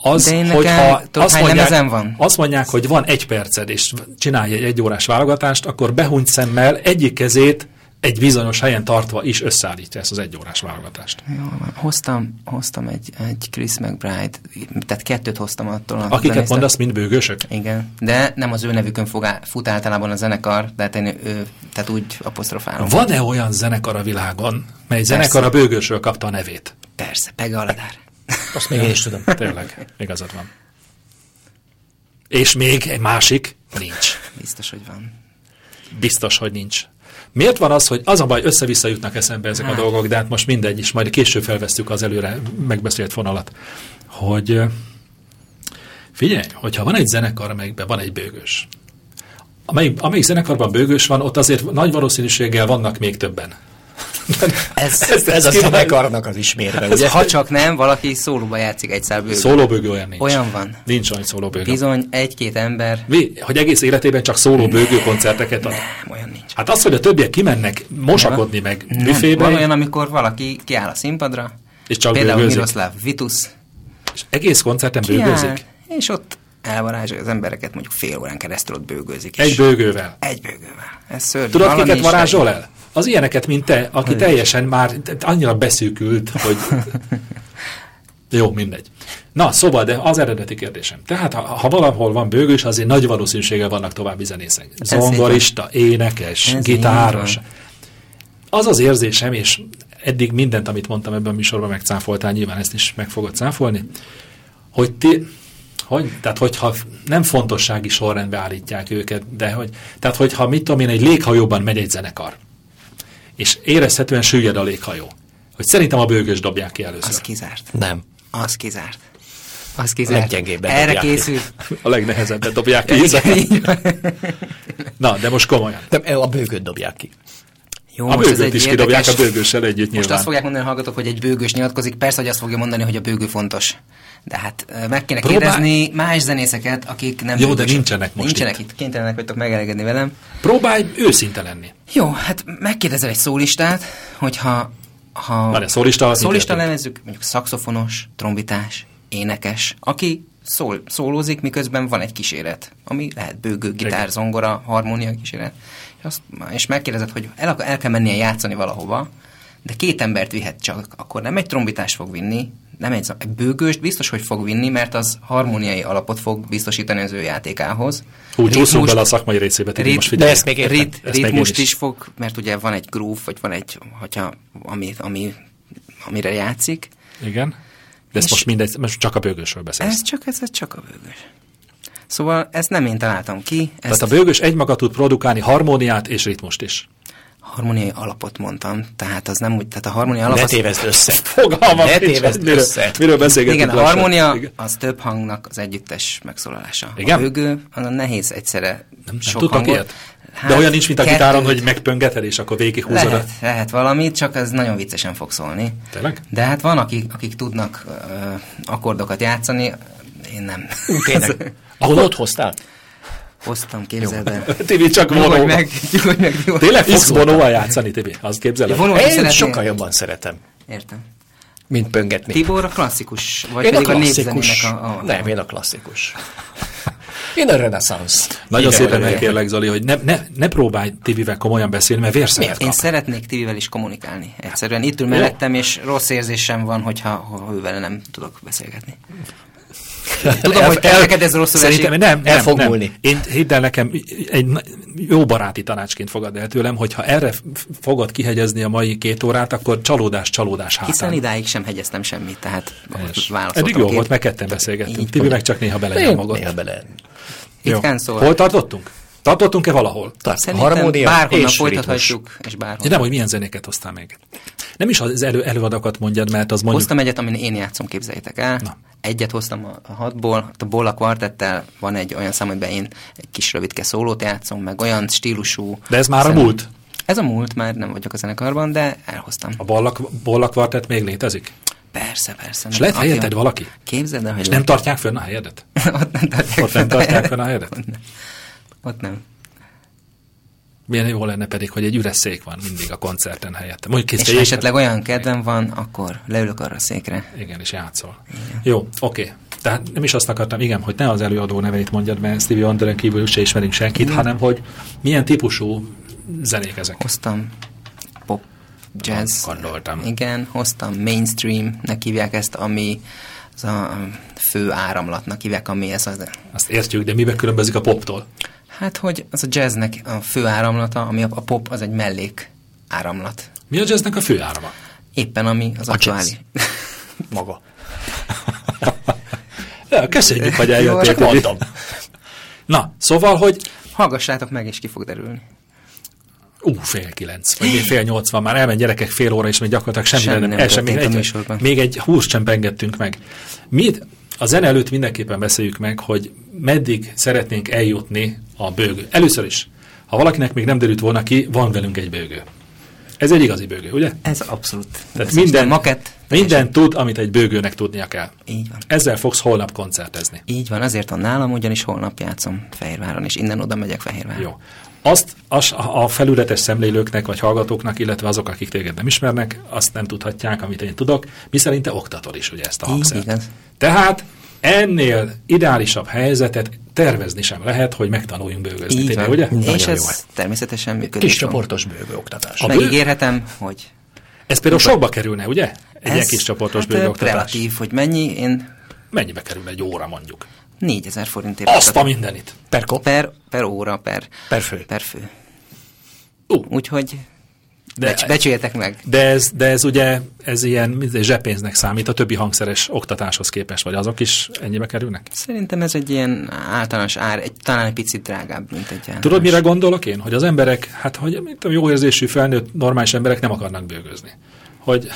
[SPEAKER 4] Az,
[SPEAKER 1] De én nekem-
[SPEAKER 4] hogyha
[SPEAKER 1] tudod,
[SPEAKER 4] azt
[SPEAKER 1] hány
[SPEAKER 4] mondják,
[SPEAKER 1] lemezen van?
[SPEAKER 4] azt mondják, hogy van egy perced, és csinálj egy egyórás válogatást, akkor behunyt szemmel egyik kezét egy bizonyos helyen tartva is összeállítja ezt az egyórás válogatást.
[SPEAKER 1] Jól van. Hoztam, hoztam egy, egy Chris McBride, tehát kettőt hoztam attól. a
[SPEAKER 4] Akiket
[SPEAKER 1] zenésztől.
[SPEAKER 4] mondasz, mind bőgősök?
[SPEAKER 1] Igen, de nem az ő nevükön fog á, fut általában a zenekar, tehát én ő, tehát úgy apostrofálom.
[SPEAKER 4] Van-e olyan zenekar a világon, mely zenekar a bőgősről kapta a nevét?
[SPEAKER 1] Persze, Pega Aladár.
[SPEAKER 5] Azt még én is tudom.
[SPEAKER 4] Tényleg, igazad van. És még egy másik? Nincs.
[SPEAKER 1] Biztos, hogy van.
[SPEAKER 4] Biztos, hogy nincs. Miért van az, hogy az a baj, össze-vissza jutnak eszembe ezek a dolgok, de hát most mindegy, és majd később felvesztük az előre megbeszélt fonalat, hogy ö, figyelj, hogyha van egy zenekar, amelyikben van egy bőgős, amelyik, amelyik zenekarban bőgős van, ott azért nagy valószínűséggel vannak még többen.
[SPEAKER 1] Ez,
[SPEAKER 5] Ez, ez az zenekarnak az
[SPEAKER 4] Hát,
[SPEAKER 5] ismérve, ugye?
[SPEAKER 1] ha csak nem, valaki szólóba játszik egyszer bőven.
[SPEAKER 4] Szólóbőgő olyan nincs.
[SPEAKER 1] Olyan van.
[SPEAKER 4] Nincs olyan szólóbőgő.
[SPEAKER 1] Bizony, egy-két ember,
[SPEAKER 4] Mi? Hogy egész életében csak szólóbőgő koncerteket ad?
[SPEAKER 1] nem, olyan nincs.
[SPEAKER 4] Hát az, hogy a többiek kimennek mosakodni meg
[SPEAKER 1] Nem,
[SPEAKER 4] büfébe,
[SPEAKER 1] van olyan, amikor valaki kiáll a színpadra,
[SPEAKER 4] És csak
[SPEAKER 1] például
[SPEAKER 4] bőgőzik.
[SPEAKER 1] Miroslav Vitus,
[SPEAKER 4] és egész koncerten
[SPEAKER 1] kiáll,
[SPEAKER 4] bőgőzik.
[SPEAKER 1] és ott elvarázsolja az embereket, mondjuk fél órán keresztül ott bőgőzik. és-
[SPEAKER 4] Egy bőgővel.
[SPEAKER 1] Egy bőgővel. Ez szörnyű.
[SPEAKER 4] Tudod,
[SPEAKER 1] Valami
[SPEAKER 4] kiket
[SPEAKER 1] is
[SPEAKER 4] varázsol el? Az ilyeneket, mint te, aki teljesen már te- annyira beszűkült, hogy... Jó, mindegy. Na, szóval, de az eredeti kérdésem. Tehát, ha, ha valahol van bőgős, azért nagy valószínűséggel vannak további zenészek.
[SPEAKER 1] így van.
[SPEAKER 4] Zongorista, énekes,
[SPEAKER 1] Ez így
[SPEAKER 4] gitáros.
[SPEAKER 1] van.
[SPEAKER 4] Az az érzésem, és eddig mindent, amit mondtam ebben a műsorban megcáfoltál, nyilván ezt is meg fogod cáfolni, hogy ti, hogy, tehát hogyha nem fontossági sorrendbe állítják őket, de hogy, tehát hogyha mit tudom én, egy léghajóban megy egy zenekar, és érezhetően süllyed a léghajó, hogy szerintem a bőgős dobják ki
[SPEAKER 1] Az
[SPEAKER 4] először.
[SPEAKER 1] kizárt.
[SPEAKER 5] Nem.
[SPEAKER 1] Az kizárt. Az kizárt.
[SPEAKER 5] leggyengébben
[SPEAKER 1] Erre
[SPEAKER 5] dobják ki.
[SPEAKER 1] készül.
[SPEAKER 4] A legnehezebbet dobják ki.
[SPEAKER 1] Igen, így van.
[SPEAKER 4] Na, de most komolyan.
[SPEAKER 5] Nem, a bőgőt dobják ki.
[SPEAKER 1] Jó,
[SPEAKER 4] a
[SPEAKER 1] most ez
[SPEAKER 4] bőgőt
[SPEAKER 1] egy
[SPEAKER 4] is kidobják a
[SPEAKER 1] érdekes-
[SPEAKER 4] bőgőssel együtt
[SPEAKER 1] Most
[SPEAKER 4] nyilván.
[SPEAKER 1] azt fogják mondani, hallgatok, hogy egy bőgős nyilatkozik, persze, hogy azt fogja mondani, hogy a bőgő fontos. De hát ö, meg kéne
[SPEAKER 4] Próbál-
[SPEAKER 1] Próbál... kérdezni más zenészeket, akik nem
[SPEAKER 4] Jó, de
[SPEAKER 1] bőgősök.
[SPEAKER 4] nincsenek most
[SPEAKER 1] Nincsenek
[SPEAKER 4] itt.
[SPEAKER 1] itt. Kénytelenek vagytok megelégedni velem.
[SPEAKER 4] Próbálj őszinte lenni.
[SPEAKER 1] Jó, hát megkérdezel egy szólistát, hogyha... Ha
[SPEAKER 4] Várj, a szólista az mit
[SPEAKER 1] szólista
[SPEAKER 4] értünk?
[SPEAKER 1] lemezzük, mondjuk szakszofonos, trombitás, énekes, aki szól, szólózik, miközben van egy kíséret, ami lehet bőgő, gitár,
[SPEAKER 4] Igen.
[SPEAKER 1] zongora, harmónia kíséret. És, azt, és megkérdezed, hogy el, ak- el kell mennie játszani valahova, de két embert vihet csak, akkor nem egy trombitás fog vinni, nem egy, zo- egy bőgőst biztos, hogy fog vinni, mert az harmóniai alapot fog biztosítani az ő játékához.
[SPEAKER 4] Úgy csúszunk
[SPEAKER 1] Ritmust-
[SPEAKER 4] bele a szakmai részébe, Tibi,
[SPEAKER 1] Rit-
[SPEAKER 4] most
[SPEAKER 5] De
[SPEAKER 4] figyelj.
[SPEAKER 5] ezt még értem.
[SPEAKER 1] Rit,
[SPEAKER 4] Ezt meg én
[SPEAKER 1] ritmust
[SPEAKER 4] is.
[SPEAKER 1] is. fog, mert ugye van egy groove, vagy van egy, hogyha, ami, ami, amire játszik.
[SPEAKER 4] Igen. De ezt
[SPEAKER 1] És-
[SPEAKER 4] most mindegy, most csak a bőgősről beszélsz.
[SPEAKER 1] Ez csak, ez, ez csak a bőgös. Szóval ezt nem én találtam ki, ezt
[SPEAKER 4] Tehát a bőgős egymaga tud produkálni harmóniát és ritmust is.
[SPEAKER 1] harmóniai alapot mondtam, tehát az nem úgy, tehát a harmónia alap
[SPEAKER 5] Ne
[SPEAKER 1] az,
[SPEAKER 5] tévezd össze.
[SPEAKER 4] Fogalmam
[SPEAKER 5] Ne
[SPEAKER 4] nincs,
[SPEAKER 5] tévezd
[SPEAKER 4] miről,
[SPEAKER 5] össze.
[SPEAKER 4] miről beszélgetünk.
[SPEAKER 1] igen, a
[SPEAKER 4] lassan.
[SPEAKER 1] harmónia
[SPEAKER 4] Igen.
[SPEAKER 1] az több hangnak az együttes megszólalása.
[SPEAKER 4] Igen?
[SPEAKER 1] A bőgő, annak nehéz egyszerre nem,
[SPEAKER 4] Nem
[SPEAKER 1] sok
[SPEAKER 4] tudtak
[SPEAKER 1] hangot.
[SPEAKER 4] ilyet? De olyan nincs, mint a
[SPEAKER 1] kettőt.
[SPEAKER 4] gitáron, hogy megpöngeted, és akkor végighúzod. a-
[SPEAKER 1] Lehet, lehet valamit, csak ez nagyon viccesen fog szólni.
[SPEAKER 4] Tényleg?
[SPEAKER 1] De hát van, akik, akik tudnak ö, akkordokat játszani, én nem.
[SPEAKER 5] Tényleg. Ahol ott hoztál?
[SPEAKER 1] Hoztam, képzeld el.
[SPEAKER 4] Tibi csak vonó.
[SPEAKER 1] Nyugodj meg, nyugodj meg, nyugodj.
[SPEAKER 4] Tényleg fogsz vonóval játszani, Tibi? Azt képzeled?
[SPEAKER 1] Vonót is
[SPEAKER 5] Én
[SPEAKER 1] szeretnél?
[SPEAKER 5] sokkal jobban szeretem,
[SPEAKER 1] Értem.
[SPEAKER 5] mint pöngetni.
[SPEAKER 1] Tibor a klasszikus, vagy
[SPEAKER 5] Én a
[SPEAKER 1] pedig a,
[SPEAKER 5] klasszikus.
[SPEAKER 1] népzenének a... a...
[SPEAKER 5] Nem, én a klasszikus. Én a reneszánsz.
[SPEAKER 4] Nagyon
[SPEAKER 5] Igen,
[SPEAKER 4] szépen
[SPEAKER 5] vagyok.
[SPEAKER 4] megkérlek, Zoli, hogy ne, ne, ne próbálj Tibivel komolyan beszélni, mert vérszemet
[SPEAKER 1] Én
[SPEAKER 4] kap.
[SPEAKER 1] szeretnék Tibivel is kommunikálni egyszerűen. Itt ül mellettem, és rossz érzésem van, hogyha ha ővel nem tudok beszélgetni. Tudom,
[SPEAKER 5] El-
[SPEAKER 1] hogy te
[SPEAKER 5] el-
[SPEAKER 1] neked ez rosszul
[SPEAKER 4] Hát, Szerintem
[SPEAKER 1] esik.
[SPEAKER 4] nem, nem,
[SPEAKER 5] El fog
[SPEAKER 4] nem.
[SPEAKER 5] múlni.
[SPEAKER 4] Én hidd el nekem, egy na- jó baráti tanácsként fogad el tőlem, hogy ha erre f- fogod kihegyezni a mai két órát, akkor csalódás, csalódás hátán.
[SPEAKER 1] Hiszen idáig sem hegyeztem semmit, tehát válaszoltam.
[SPEAKER 4] Eddig jó
[SPEAKER 1] két-
[SPEAKER 4] volt, meg ketten beszélgettünk.
[SPEAKER 1] Így
[SPEAKER 4] Tibi
[SPEAKER 1] van.
[SPEAKER 4] meg csak néha
[SPEAKER 5] De én
[SPEAKER 4] bele magad.
[SPEAKER 5] néha bele.
[SPEAKER 1] Ritkán szól.
[SPEAKER 4] Hol tartottunk? Tartottunk-e valahol?
[SPEAKER 5] Tart,
[SPEAKER 1] Szerintem
[SPEAKER 5] harmónia
[SPEAKER 1] bárhonnan
[SPEAKER 5] és ritmus.
[SPEAKER 1] folytathatjuk, és
[SPEAKER 4] Ja,
[SPEAKER 1] bárhol.
[SPEAKER 4] nem, hogy milyen zenéket hoztál még. Nem is az elő, előadakat mondjad, mert az mondjuk...
[SPEAKER 1] Hoztam egyet, amin én játszom, képzeljétek el.
[SPEAKER 4] Na.
[SPEAKER 1] Na. Egyet hoztam a- a hatból, a Bolla kvartettel van egy olyan szám, amiben én egy kis rövidke szólót játszom, meg olyan stílusú...
[SPEAKER 4] De ez már a
[SPEAKER 1] zene-
[SPEAKER 4] múlt?
[SPEAKER 1] Ez a múlt, már nem vagyok a zenekarban, de elhoztam.
[SPEAKER 4] A ballak, ballak kvartett még létezik?
[SPEAKER 1] Persze, persze.
[SPEAKER 4] És lehet helyetted valaki?
[SPEAKER 1] Képzeld el, hogy
[SPEAKER 4] És nem tartják fönn a helyedet?
[SPEAKER 1] ott nem tartják
[SPEAKER 4] Ott nem
[SPEAKER 1] fent a
[SPEAKER 4] tartják
[SPEAKER 1] helyet.
[SPEAKER 4] fönn a helyedet?
[SPEAKER 1] Ott nem.
[SPEAKER 4] Milyen jó lenne pedig, hogy egy üres szék van mindig a koncerten helyette. Mondjuk
[SPEAKER 1] És
[SPEAKER 4] készítés.
[SPEAKER 1] ha esetleg olyan kedvem van, akkor leülök arra a székre.
[SPEAKER 4] Igen, és játszol. Igen. Jó, oké. Okay. Tehát nem is azt akartam, igen, hogy ne az előadó neveit mondjad, mert Stevie Wonderen kívül se ismerünk senkit, igen. hanem hogy milyen típusú zenék ezek.
[SPEAKER 1] Hoztam pop, jazz.
[SPEAKER 4] Gondoltam.
[SPEAKER 1] Igen, hoztam mainstreamnek hívják ezt, ami az a fő áramlatnak hívják, ami ez az.
[SPEAKER 4] Azt értjük, de miben különbözik a poptól?
[SPEAKER 1] Hát, hogy az a jazznek a fő áramlata, ami a, a pop, az egy mellék áramlat.
[SPEAKER 4] Mi a jazznek a fő árama?
[SPEAKER 1] Éppen ami az a aktuális.
[SPEAKER 5] Maga.
[SPEAKER 4] Ja, Köszönjük, hogy
[SPEAKER 1] Jó,
[SPEAKER 4] eljöttél.
[SPEAKER 1] csak
[SPEAKER 4] Tibi. Na, szóval, hogy
[SPEAKER 1] Hallgassátok meg, és ki fog derülni.
[SPEAKER 4] ú, fél kilenc, vagy még Szóval fél nyolc van, már elment gyerekek fél óra, és még gyakorlatilag semmi
[SPEAKER 1] Semmi
[SPEAKER 4] nem,
[SPEAKER 1] nem
[SPEAKER 4] el sem, még,
[SPEAKER 1] történt a
[SPEAKER 4] egy,
[SPEAKER 1] műsorban.
[SPEAKER 4] még egy húst sem pengettünk meg. Mit, a zene előtt mindenképpen beszéljük meg, hogy meddig szeretnénk eljutni a bőgő. Először is, ha valakinek még nem derült volna ki, van velünk egy bőgő. Ez egy igazi bőgő, ugye?
[SPEAKER 1] Ez abszolút.
[SPEAKER 4] Tehát
[SPEAKER 1] Ez
[SPEAKER 4] minden,
[SPEAKER 1] most a makett.
[SPEAKER 4] minden tud, amit egy bőgőnek tudnia kell.
[SPEAKER 1] Így van.
[SPEAKER 4] Ezzel fogsz holnap koncertezni.
[SPEAKER 1] Így van, azért van nálam, ugyanis holnap játszom Fehérváron, és innen oda megyek Fehérváron.
[SPEAKER 4] Jó. Azt az, a felületes szemlélőknek, vagy hallgatóknak, illetve azok, akik téged nem ismernek, azt nem tudhatják, amit én tudok. Mi szerint te oktatod is ugye ezt a
[SPEAKER 1] Így
[SPEAKER 4] hangszert.
[SPEAKER 1] igaz.
[SPEAKER 4] Tehát ennél ideálisabb helyzetet tervezni sem lehet, hogy megtanuljunk bőgözni.
[SPEAKER 1] Így
[SPEAKER 4] Tényleg,
[SPEAKER 1] van.
[SPEAKER 4] ugye?
[SPEAKER 1] És
[SPEAKER 4] Nagyon
[SPEAKER 1] ez
[SPEAKER 4] jó.
[SPEAKER 1] természetesen működik.
[SPEAKER 5] Kis csoportos bővő oktatás.
[SPEAKER 4] A bő-
[SPEAKER 1] Megígérhetem, hogy
[SPEAKER 4] Ez például sokba kerülne, ugye? Egy ilyen
[SPEAKER 1] ez-
[SPEAKER 4] kis csoportos
[SPEAKER 1] hát,
[SPEAKER 4] bőgoktatás.
[SPEAKER 1] Relatív, hogy mennyi, én
[SPEAKER 4] Mennyibe kerül egy óra mondjuk?
[SPEAKER 1] 4000 forintért
[SPEAKER 4] Azt a
[SPEAKER 1] oktatom.
[SPEAKER 4] mindenit!
[SPEAKER 5] Per kop.
[SPEAKER 1] per, per óra, per,
[SPEAKER 5] Per fő.
[SPEAKER 1] per fő.
[SPEAKER 4] Ú.
[SPEAKER 1] Úgyhogy
[SPEAKER 4] De-
[SPEAKER 1] de, becs, becsüljetek meg.
[SPEAKER 4] De ez, de ez ugye, ez ilyen mint egy zsebpénznek számít a többi hangszeres oktatáshoz képest, vagy azok is ennyibe kerülnek?
[SPEAKER 1] Szerintem ez egy ilyen általános ár, egy, talán egy picit drágább, mint egy általános.
[SPEAKER 4] Tudod, mire gondolok én? Hogy az emberek, hát hogy mit tudom, jó érzésű, felnőtt, normális emberek nem akarnak bőgözni. Hogy,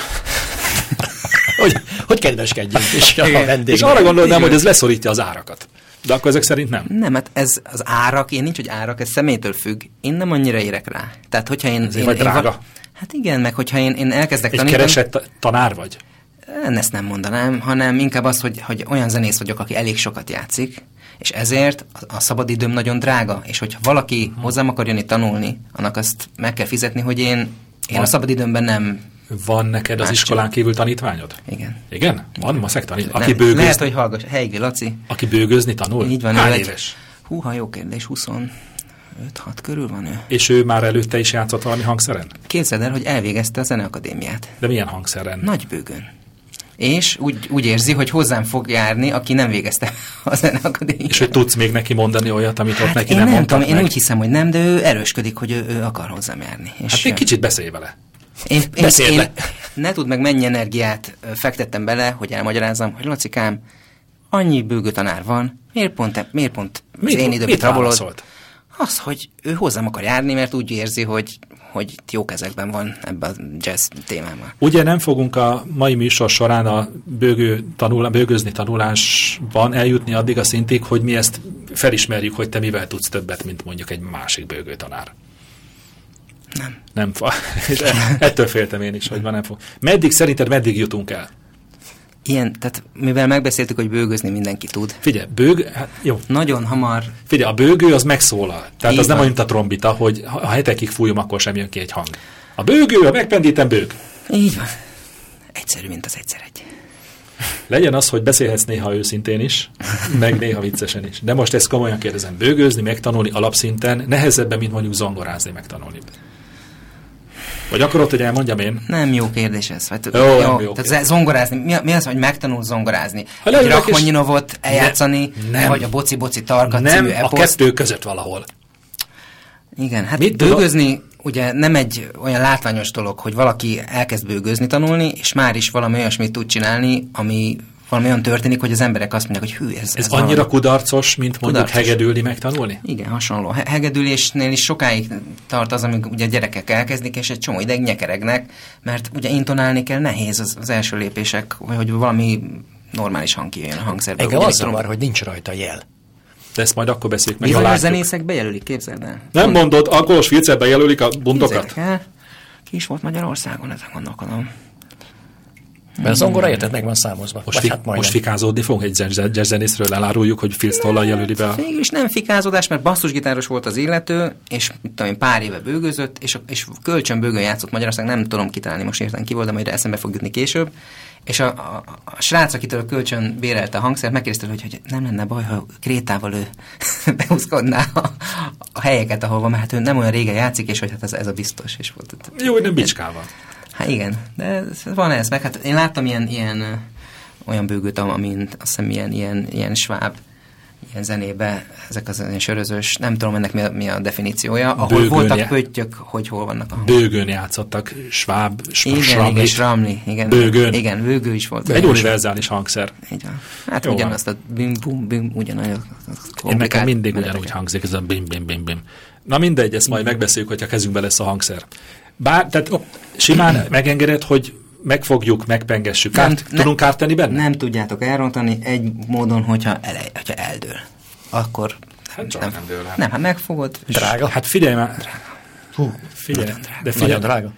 [SPEAKER 5] Hogy, hogy kedveskedjünk is a vendég.
[SPEAKER 4] és arra gondolnám, hogy ez leszorítja az árakat. De akkor ezek szerint nem.
[SPEAKER 1] Nem, hát ez az árak, én nincs, hogy árak, ez személytől függ. Én nem annyira érek rá. Tehát, hogyha én...
[SPEAKER 4] Ezért
[SPEAKER 1] én,
[SPEAKER 4] vagy
[SPEAKER 1] én
[SPEAKER 4] drága.
[SPEAKER 1] val- Hát igen, meg hogyha én, én elkezdek
[SPEAKER 4] Egy
[SPEAKER 1] tanítani...
[SPEAKER 4] keresett ta- tanár vagy?
[SPEAKER 1] Én ezt nem mondanám, hanem inkább az, hogy, hogy olyan zenész vagyok, aki elég sokat játszik, és ezért a- a szabadidőm nagyon drága, és hogyha valaki hozzám akar jönni tanulni, annak azt meg kell fizetni, hogy én, én a szabadidőmben nem...
[SPEAKER 4] Van neked az
[SPEAKER 1] Más
[SPEAKER 4] iskolán kívül tanítványod?
[SPEAKER 1] Igen.
[SPEAKER 4] Igen? Van maszek tanít? Aki
[SPEAKER 1] nem, lehet,
[SPEAKER 4] bőgőzni,
[SPEAKER 1] hogy hallgass. Helyi Laci.
[SPEAKER 4] aki bőgőzni tanul?
[SPEAKER 1] Így van,
[SPEAKER 4] Hány
[SPEAKER 1] ő egy-
[SPEAKER 4] éves?
[SPEAKER 1] Húha, jó kérdés, 25-6 körül van ő.
[SPEAKER 4] És ő már előtte is játszott valami hangszeren?
[SPEAKER 1] Képzeld el, hogy elvégezte a zeneakadémiát.
[SPEAKER 4] De milyen hangszeren?
[SPEAKER 1] Nagybőgön. És úgy, úgy érzi, hogy hozzám fog járni, aki nem végezte a zeneakadémiát.
[SPEAKER 4] És hogy tudsz még neki mondani olyat, amit ott
[SPEAKER 1] Hát
[SPEAKER 4] neki
[SPEAKER 1] én
[SPEAKER 4] nem,
[SPEAKER 1] nem
[SPEAKER 4] mondtak
[SPEAKER 1] tudom, én
[SPEAKER 4] meg?
[SPEAKER 1] úgy hiszem, hogy nem, de ő erősködik, hogy ő, ő akar hozzám járni. És
[SPEAKER 4] Hát még kicsit beszélj vele.
[SPEAKER 1] én, én,
[SPEAKER 4] beszélj
[SPEAKER 1] én,
[SPEAKER 4] le.
[SPEAKER 1] ne tudd meg, mennyi energiát ö, fektettem bele, hogy elmagyarázzam, hogy Lacikám, annyi bőgő tanár van, miért pont, te- miért pont az
[SPEAKER 4] Mit-
[SPEAKER 1] én időben
[SPEAKER 4] mit
[SPEAKER 1] rabolod?
[SPEAKER 4] válaszolt?
[SPEAKER 1] Az, hogy ő hozzám akar járni, mert úgy érzi, hogy, hogy itt jó kezekben van ebben a jazz témában.
[SPEAKER 4] Ugye nem fogunk a mai műsor során a bőgő tanul, bőgőzni tanulásban eljutni addig a szintig, hogy mi ezt felismerjük, hogy te mivel tudsz többet, mint mondjuk egy másik bőgő tanár. Nem. Nem fa. és e- Ettől féltem én is, hogy van nem fog. Meddig szerinted meddig jutunk el?
[SPEAKER 1] Ilyen, tehát mivel megbeszéltük, hogy bőgözni mindenki tud,
[SPEAKER 4] Figyelj, bőg, hát jó,
[SPEAKER 1] nagyon hamar
[SPEAKER 4] figyelj, a bőgő az megszólal. Tehát
[SPEAKER 1] Így
[SPEAKER 4] az nem olyan,
[SPEAKER 1] van.
[SPEAKER 4] mint a trombita, hogy ha ha hetekig fújom, akkor sem jön ki egy hang. A bőgő, a megpendítem bőg.
[SPEAKER 1] Így van. Egyszerű, mint az egyszer egy.
[SPEAKER 4] Legyen az, hogy beszélhetsz néha őszintén is, meg néha viccesen is. De most ezt komolyan kérdezem, bőgőzni, megtanulni alapszinten nehezebben, mint mondjuk zongorázni, megtanulni. Vagy akarod, hogy elmondjam én?
[SPEAKER 1] Nem jó kérdés ez. Hát,
[SPEAKER 4] Jó, nem jó Hát
[SPEAKER 1] tehát
[SPEAKER 4] kérdés.
[SPEAKER 1] zongorázni. Mi, mi az, hogy megtanul zongorázni?
[SPEAKER 4] Ha
[SPEAKER 1] Egy
[SPEAKER 4] leülök és-
[SPEAKER 1] Rakhonyinovot eljátszani,
[SPEAKER 4] nem.
[SPEAKER 1] vagy a boci-boci tarka
[SPEAKER 4] nem,
[SPEAKER 1] című
[SPEAKER 4] a
[SPEAKER 1] eposzt.
[SPEAKER 4] kettő között valahol.
[SPEAKER 1] Igen, hát
[SPEAKER 4] Mit
[SPEAKER 1] Mit
[SPEAKER 4] tudod?
[SPEAKER 1] bőgözni ugye nem egy olyan látványos dolog, hogy valaki elkezd bőgözni tanulni, és már is valami olyasmit tud csinálni, ami valami olyan történik, hogy az emberek azt mondják, hogy hű, ez,
[SPEAKER 4] Ez annyira
[SPEAKER 1] valami.
[SPEAKER 4] kudarcos, mint mondjuk
[SPEAKER 1] Kudarcos.
[SPEAKER 4] hegedülni, megtanulni?
[SPEAKER 1] Igen, hasonló. He- Hegedülésnél is sokáig tart az, amíg ugye a gyerekek elkezdik, és egy csomó ideig nyekeregnek, mert ugye intonálni kell, nehéz az, az első lépések, vagy hogy valami normális hang kijön a hangszerből.
[SPEAKER 5] Engem
[SPEAKER 1] Ugye
[SPEAKER 5] az
[SPEAKER 1] egy trom-
[SPEAKER 5] zavar, hogy nincs rajta jel.
[SPEAKER 4] De ezt majd akkor beszéljük meg. ha
[SPEAKER 1] Bizonyos
[SPEAKER 4] látjuk.
[SPEAKER 1] zenészek bejelölik, képzeld el.
[SPEAKER 4] Nem mondod, alkoholos viccebben jelölik a bundokat?
[SPEAKER 1] Képzeljétek el. Ki is volt Magyarországon, ezen gondolkodom. Hmm.
[SPEAKER 5] Mert az zongora érted, meg van számozva.
[SPEAKER 4] Most,
[SPEAKER 5] Most
[SPEAKER 4] fi-
[SPEAKER 5] hát majdnem.
[SPEAKER 4] most fikázódni fogunk egy jazz- jazzzenészről, eláruljuk, hogy Phil Stollal jelöli be a...
[SPEAKER 1] Végül is nem fikázódás, mert basszusgitáros volt az illető, és mit tudom én, pár éve bőgözött, és, és kölcsönbőgön játszott Magyarország, nem tudom kitalálni most érten ki volt, de majd eszembe fog jutni később. És a, a, a srác, akitől kölcsön bérelte a hangszert, megkérdezte, hogy, hogy nem lenne baj, ha krétával ő behúzkodná a, a helyeket, ahol mert hát ő nem olyan régen játszik, és hogy hát ez, ez a biztos. És volt,
[SPEAKER 4] Jó, hogy nem bicskával.
[SPEAKER 1] Hát igen, de ez- van ez, meg hát én láttam ilyen, ilyen ö, olyan bőgőt, am- amint azt hiszem ilyen, ilyen, ilyen sváb ilyen zenébe, ezek az ilyen sörözős, nem tudom ennek mi a, mi a definíciója, ahol
[SPEAKER 4] Bőgőn já-
[SPEAKER 1] voltak pöttyök, hogy hol vannak a hangok.
[SPEAKER 4] Bőgőn játszottak, sváb,
[SPEAKER 1] Igen, igen, és
[SPEAKER 4] sváb,
[SPEAKER 1] ramli, igen.
[SPEAKER 4] Bőgőn.
[SPEAKER 1] Igen, bőgő is volt.
[SPEAKER 4] egy univerzális hangszer.
[SPEAKER 1] Így van. Hát
[SPEAKER 4] Jó van.
[SPEAKER 1] ugyanazt a bim bum bim ugyanaz.
[SPEAKER 4] Én nekem mindig ugyanúgy hangzik, ez a bim, bim, bim, bim. Na mindegy, ezt majd megbeszéljük, hogyha kezünkbe lesz a hangszer. Bár, tehát simán megengedett, hogy megfogjuk, megpengessük. Kárt,
[SPEAKER 1] Nem,
[SPEAKER 4] tudunk
[SPEAKER 1] nem.
[SPEAKER 4] kárt tenni benne?
[SPEAKER 1] Nem tudjátok elrontani egy módon, hogyha, elej, hogyha eldől. Akkor nem,
[SPEAKER 4] csak nem dől el.
[SPEAKER 1] nem, hát megfogod, és
[SPEAKER 5] Drága.
[SPEAKER 4] Hát figyelj már. Hú, figyelj. De figyelj,
[SPEAKER 5] Nagyon drága.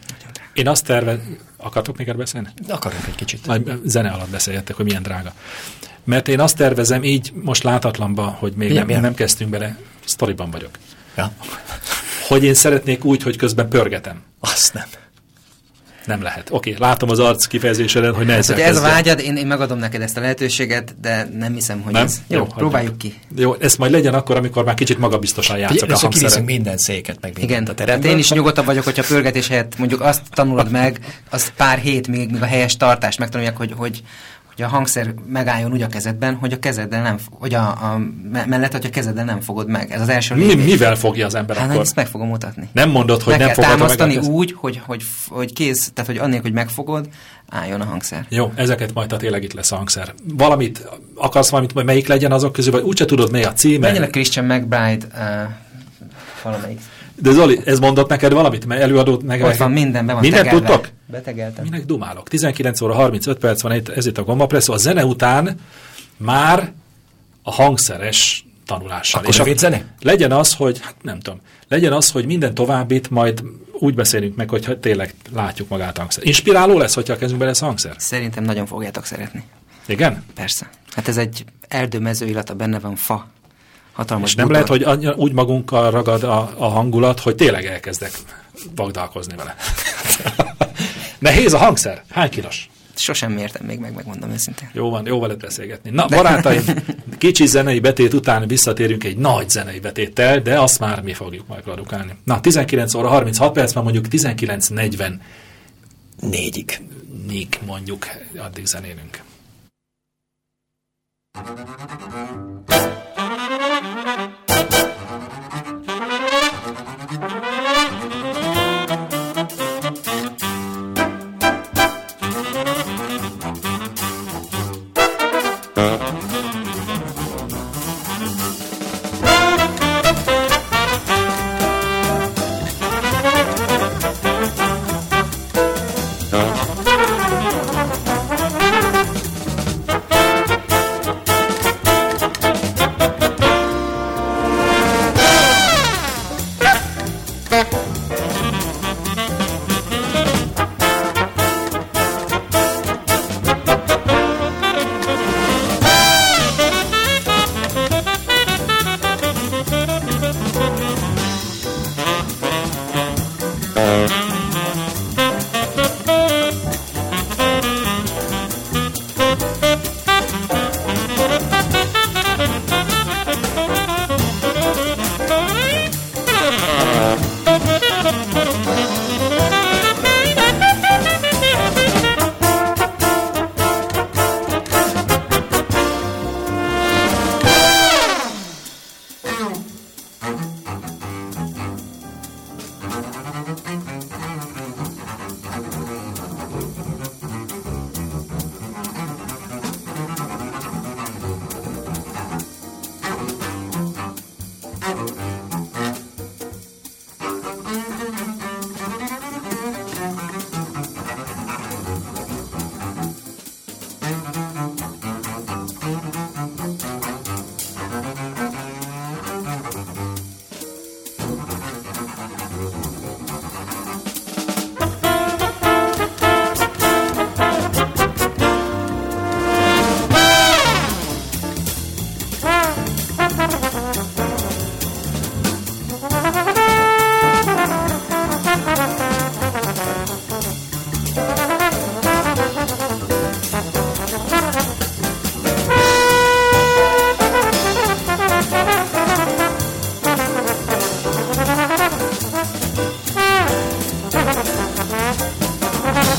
[SPEAKER 4] én azt terve... Akartok még erre beszélni?
[SPEAKER 5] Akarunk egy kicsit.
[SPEAKER 4] Majd zene alatt beszélgettek, hogy milyen drága. Mert én azt tervezem így most látatlanban, hogy még
[SPEAKER 5] Milyen,
[SPEAKER 4] nem,
[SPEAKER 5] milyen?
[SPEAKER 4] nem kezdtünk bele, sztoriban vagyok.
[SPEAKER 5] Ja.
[SPEAKER 4] Hogy én szeretnék úgy, hogy közben pörgetem.
[SPEAKER 5] Azt nem.
[SPEAKER 4] Nem lehet. Oké, látom az arc kifejezéseden, hogy ne ezzel
[SPEAKER 5] Hát,
[SPEAKER 1] Hogyha ez a
[SPEAKER 4] kezdjem.
[SPEAKER 1] vágyad, én, én megadom neked ezt a lehetőséget, de nem hiszem, hogy
[SPEAKER 4] Nem?
[SPEAKER 1] ez... Jó,
[SPEAKER 4] hagyjuk.
[SPEAKER 1] próbáljuk ki.
[SPEAKER 4] Jó, ezt majd legyen akkor, amikor már kicsit magabiztosan játszok
[SPEAKER 5] Figyelj,
[SPEAKER 4] a
[SPEAKER 5] össze kiviszünk
[SPEAKER 4] hangszeren.
[SPEAKER 5] minden széket, meg mindent
[SPEAKER 1] Igen,
[SPEAKER 5] a
[SPEAKER 1] tehát
[SPEAKER 5] teremből.
[SPEAKER 1] én is nyugodtabb vagyok, hogyha pörgetés helyett mondjuk azt tanulod meg, azt pár hét még, még a helyes tartást megtanulják, hogy, hogy, hogy a hangszer megálljon úgy a kezedben, hogy a kezeddel nem, f- hogy a, a me- mellett, hogy a kezeddel nem fogod meg. Ez az első
[SPEAKER 4] Mi,
[SPEAKER 1] lépés.
[SPEAKER 4] mivel fogja az ember
[SPEAKER 1] Hát
[SPEAKER 4] akkor?
[SPEAKER 1] ezt meg fogom mutatni.
[SPEAKER 4] Nem mondod, hogy
[SPEAKER 1] meg
[SPEAKER 4] nem
[SPEAKER 1] kell
[SPEAKER 4] foghatod meg a
[SPEAKER 1] támasztani
[SPEAKER 4] kezed?
[SPEAKER 1] úgy, hogy, hogy, f- hogy kész, tehát hogy annélkül, hogy megfogod, álljon a hangszer.
[SPEAKER 4] Jó, ezeket majd, tehát tényleg itt lesz a hangszer. Valamit akarsz valamit, hogy melyik legyen azok közül, vagy úgyse tudod, mely a címe.
[SPEAKER 1] Menjen a Christian McBride uh, valamelyik
[SPEAKER 4] De Zoli, ez mondott neked valamit, mert előadót meg...
[SPEAKER 1] Ott van minden, be van
[SPEAKER 4] Mindent
[SPEAKER 1] tegelve.
[SPEAKER 4] tudtok?
[SPEAKER 1] Betegeltem.
[SPEAKER 4] Minek dumálok? szóval 19 óra 35 perc van itt, ez itt a Gombapresszó. A zene után már a hangszeres tanulással.
[SPEAKER 5] Akkor rövid zene?
[SPEAKER 4] Legyen az, hogy, hát nem tudom, legyen az, hogy minden továbbit majd úgy beszélünk meg, hogy tényleg látjuk magát a hangszer. Inspiráló lesz, hogyha a kezünkben lesz hangszer?
[SPEAKER 1] Szerintem nagyon fogjátok szeretni.
[SPEAKER 4] Igen?
[SPEAKER 1] Persze. Hát ez egy erdőmező illata, benne van fa. Hatalmas
[SPEAKER 4] És nem
[SPEAKER 1] butor.
[SPEAKER 4] lehet, hogy annyira úgy magunkkal ragad a, a hangulat, hogy tényleg elkezdek vagdalkozni vele. Nehéz a hangszer? Hány kilos?
[SPEAKER 1] Sosem mértem még meg, megmondom őszintén.
[SPEAKER 4] Jó van, jó veled beszélgetni. Na, barátaim, kicsi zenei betét után visszatérünk egy nagy zenei betéttel, de azt már mi fogjuk majd produkálni. Na, 19 óra 36 perc, már mondjuk 19.40
[SPEAKER 5] Négyig.
[SPEAKER 4] még mondjuk addig zenélünk.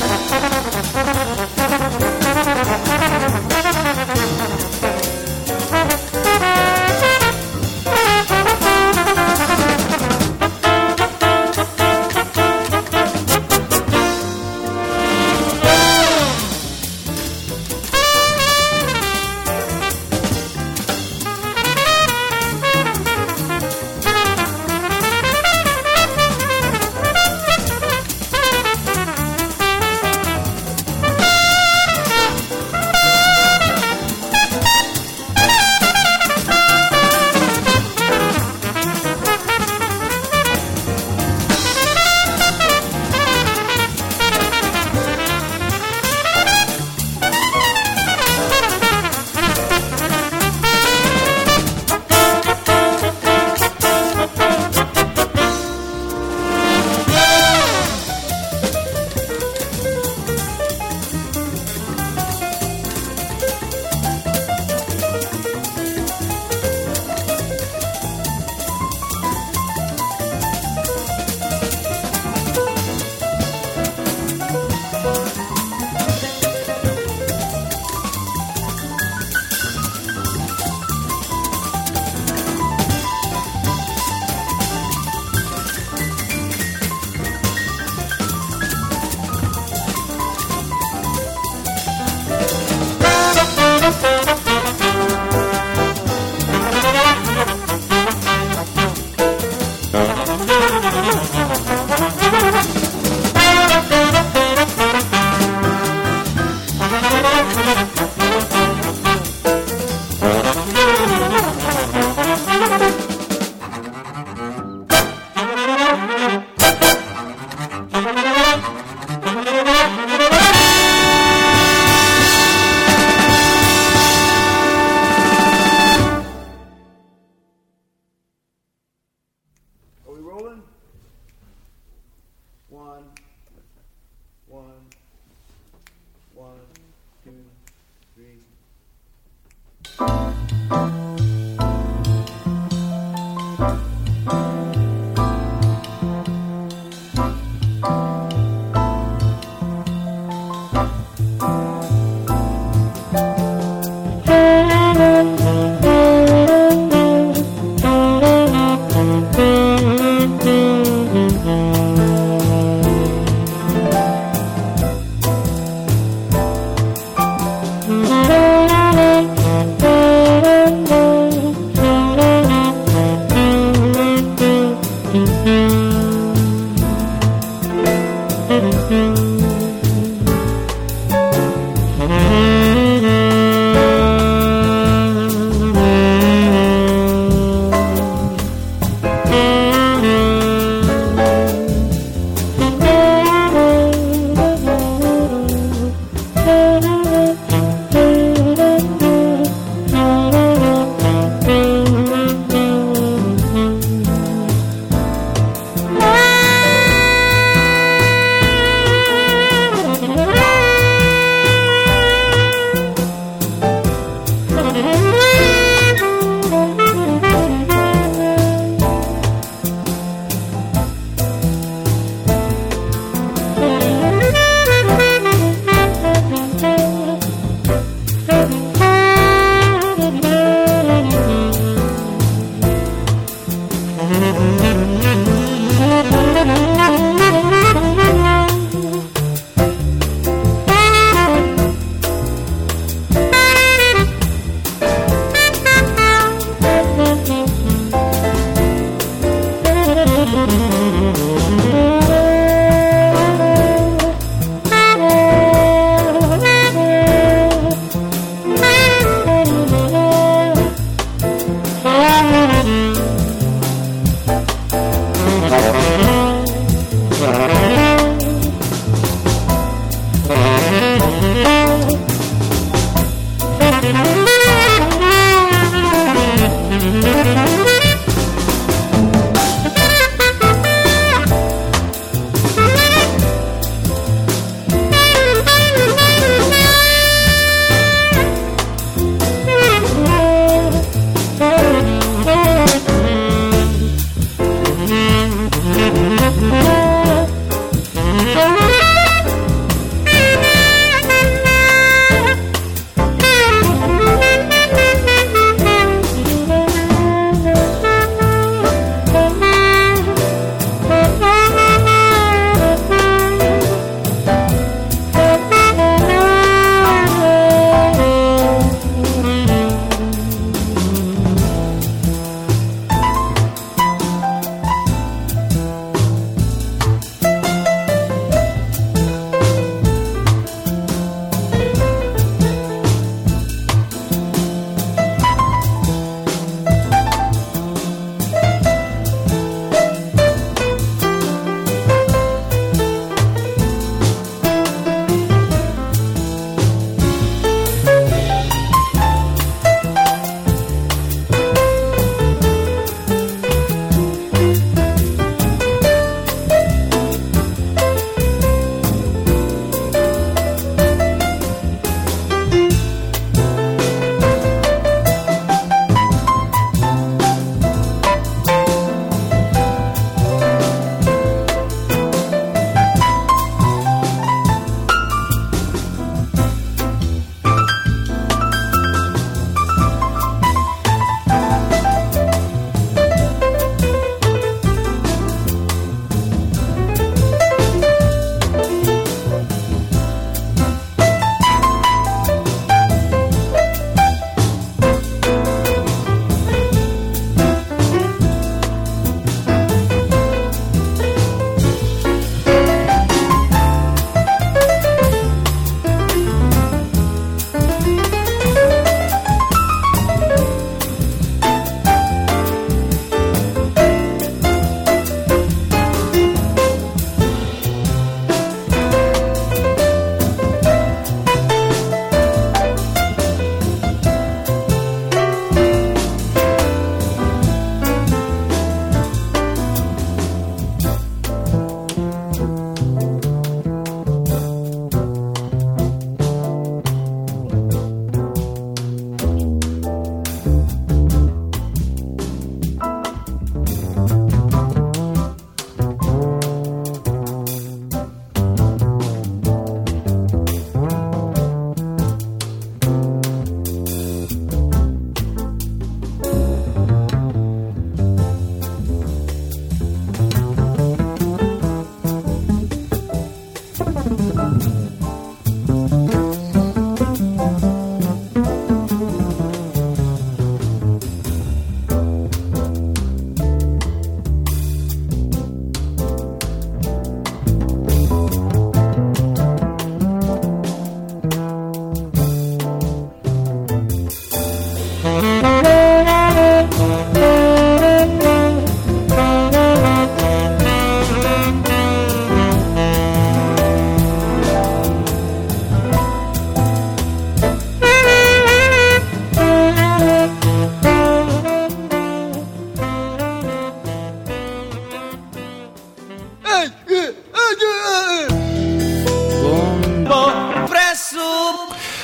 [SPEAKER 3] Thank you.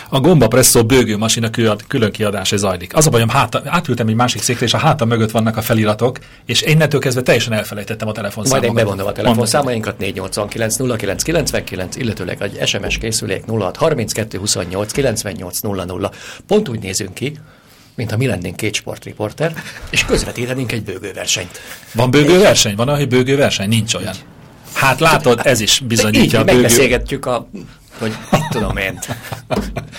[SPEAKER 4] A gomba presszó bőgő masina külön- külön kiadása zajlik. Az a bajom, háta, átültem egy másik székre, és a hátam mögött vannak a feliratok, és innentől kezdve teljesen elfelejtettem a
[SPEAKER 5] Majd én
[SPEAKER 4] telefonszámokat.
[SPEAKER 5] bemondom a
[SPEAKER 4] Mondd.
[SPEAKER 5] telefonszámainkat 489 0999, illetőleg egy SMS készülék 06 32 28 98 00. Pont úgy nézünk ki, mintha mi lennénk két sportriporter, és közvetítenénk egy bőgőversenyt.
[SPEAKER 4] Van bőgőverseny? Van olyan, hogy bőgőverseny? Nincs olyan. Hát látod, ez is
[SPEAKER 5] Így
[SPEAKER 4] bizonyítja a
[SPEAKER 5] hogy
[SPEAKER 4] bőgő.
[SPEAKER 5] megbeszélgetjük a... hogy mit tudom én.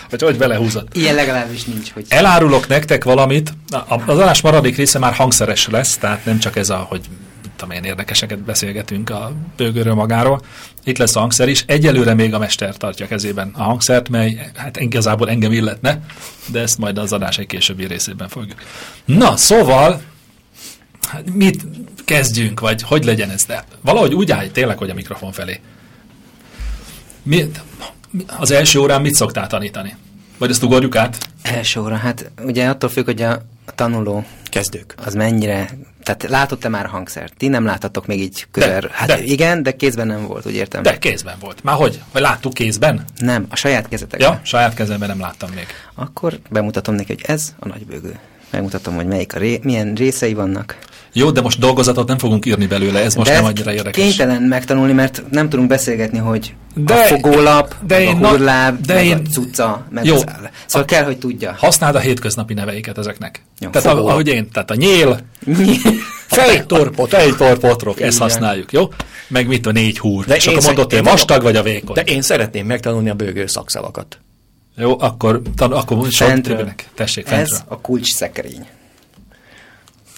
[SPEAKER 4] Hogy hogy belehúzod.
[SPEAKER 1] Ilyen legalábbis nincs, hogy
[SPEAKER 4] Elárulok nektek valamit, A- a- az adás maradék része már hangszeres lesz, tehát nem csak ez a, hogy mit tudom én érdekeseket beszélgetünk a bőgőről magáról. Itt lesz a hangszer is. Egyelőre még a mester tartja kezében a hangszert, mely hát igazából engem illetne, de ezt majd az adás egy későbbi részében fogjuk. Na, szóval hát mit kezdjünk, vagy hogy legyen ez? De valahogy úgy állj tényleg, hogy a mikrofon felé. Mi, mi- az első órán mit szoktál tanítani? Vagy ezt ugorjuk át?
[SPEAKER 1] első óra. Hát ugye attól függ, hogy a, a tanuló
[SPEAKER 5] Kezdők.
[SPEAKER 1] az mennyire... Tehát látott-e már a hangszert? Ti nem láttatok még így közel.
[SPEAKER 4] De,
[SPEAKER 1] hát
[SPEAKER 4] de.
[SPEAKER 1] igen, de kézben nem volt, úgy értem.
[SPEAKER 4] De kézben volt. Már hogy? Vagy láttuk kézben?
[SPEAKER 1] Nem, a saját kezetekben.
[SPEAKER 4] Ja, saját kezemben nem láttam még.
[SPEAKER 1] Akkor bemutatom neki, hogy ez a nagybőgő. Megmutatom, hogy melyik a ré... milyen részei vannak.
[SPEAKER 4] Jó, de most dolgozatot nem fogunk írni belőle, ez most
[SPEAKER 1] de
[SPEAKER 4] nem
[SPEAKER 1] ezt
[SPEAKER 4] annyira érdekes.
[SPEAKER 1] Kénytelen megtanulni, mert nem tudunk beszélgetni, hogy de,
[SPEAKER 4] De-
[SPEAKER 1] a fogólap,
[SPEAKER 4] de
[SPEAKER 1] de meg
[SPEAKER 4] én
[SPEAKER 1] a
[SPEAKER 4] na-
[SPEAKER 1] hurláb,
[SPEAKER 4] de
[SPEAKER 1] de meg én,
[SPEAKER 4] én-
[SPEAKER 1] a cucca, meg
[SPEAKER 4] Jó.
[SPEAKER 1] az áll. Szóval kell, hogy tudja.
[SPEAKER 4] Használd a hétköznapi neveiket ezeknek.
[SPEAKER 1] Jó,
[SPEAKER 4] tehát a,
[SPEAKER 1] fogó.
[SPEAKER 4] ahogy én, tehát a nyél, fejtorpot, fejtorpotrok, ezt használjuk, jó? Meg mit a négy húr.
[SPEAKER 5] De
[SPEAKER 4] De És
[SPEAKER 5] én
[SPEAKER 4] akkor
[SPEAKER 5] szerint-
[SPEAKER 4] mondott, hogy
[SPEAKER 5] én
[SPEAKER 4] vastag
[SPEAKER 5] nagyon-
[SPEAKER 4] vagy a vékony.
[SPEAKER 5] De én szeretném megtanulni a bőgő szakszavakat.
[SPEAKER 4] Jó, akkor, tan, akkor sok
[SPEAKER 1] Fentről.
[SPEAKER 4] tribünek. Tessék,
[SPEAKER 1] Ez
[SPEAKER 4] fentről.
[SPEAKER 1] a kulcs szekrény.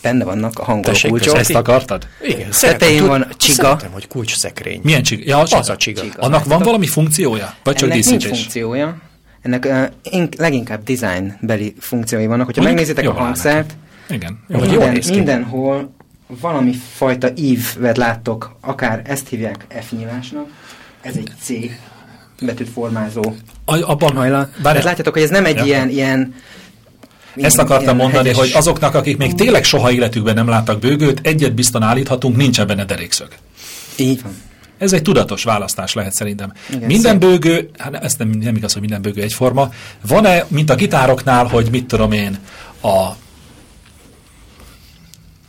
[SPEAKER 1] Benne vannak a hangoló
[SPEAKER 5] Tessék,
[SPEAKER 1] kulcsok.
[SPEAKER 4] Ezt akartad?
[SPEAKER 5] Igen,
[SPEAKER 1] Tetején
[SPEAKER 5] tud-
[SPEAKER 1] van csiga. Hát
[SPEAKER 5] Szeretem, hogy kulcsszekrény.
[SPEAKER 4] Milyen csig? Ja,
[SPEAKER 5] Az a csiga.
[SPEAKER 4] Annak van valami funkciója? Vagy csak
[SPEAKER 1] Ennek nincs
[SPEAKER 4] díszítés?
[SPEAKER 1] funkciója. Ennek uh, ink- leginkább designbeli funkciói vannak. Hogyha
[SPEAKER 4] Mondjuk
[SPEAKER 1] megnézitek a
[SPEAKER 4] jól állnak.
[SPEAKER 1] hangszert,
[SPEAKER 4] Igen. Jó,
[SPEAKER 5] Vagy
[SPEAKER 4] jó.
[SPEAKER 5] jól
[SPEAKER 1] minden,
[SPEAKER 5] néz ki.
[SPEAKER 1] mindenhol valami fajta ívvet láttok, akár ezt hívják F nyílásnak, ez egy C betűt formázó
[SPEAKER 4] A- Abban
[SPEAKER 1] hajla.
[SPEAKER 4] Várjál.
[SPEAKER 1] Tehát látjátok, hogy ez nem egy
[SPEAKER 4] Ja.
[SPEAKER 1] ilyen, ilyen
[SPEAKER 4] Ezt
[SPEAKER 1] ilyen-
[SPEAKER 4] akartam
[SPEAKER 1] ilyen
[SPEAKER 4] mondani,
[SPEAKER 1] hegyes-
[SPEAKER 4] hogy azoknak, akik még tényleg soha életükben nem láttak bőgőt, egyet bizton állíthatunk, nincsen benne derékszög.
[SPEAKER 1] Így van.
[SPEAKER 4] Ez egy tudatos választás lehet szerintem.
[SPEAKER 1] Igen,
[SPEAKER 4] Igen, minden
[SPEAKER 1] szép.
[SPEAKER 4] bőgő, hát ez nem, nem igaz, hogy minden bőgő egyforma. Van-e, mint a gitároknál, hogy mit tudom én, a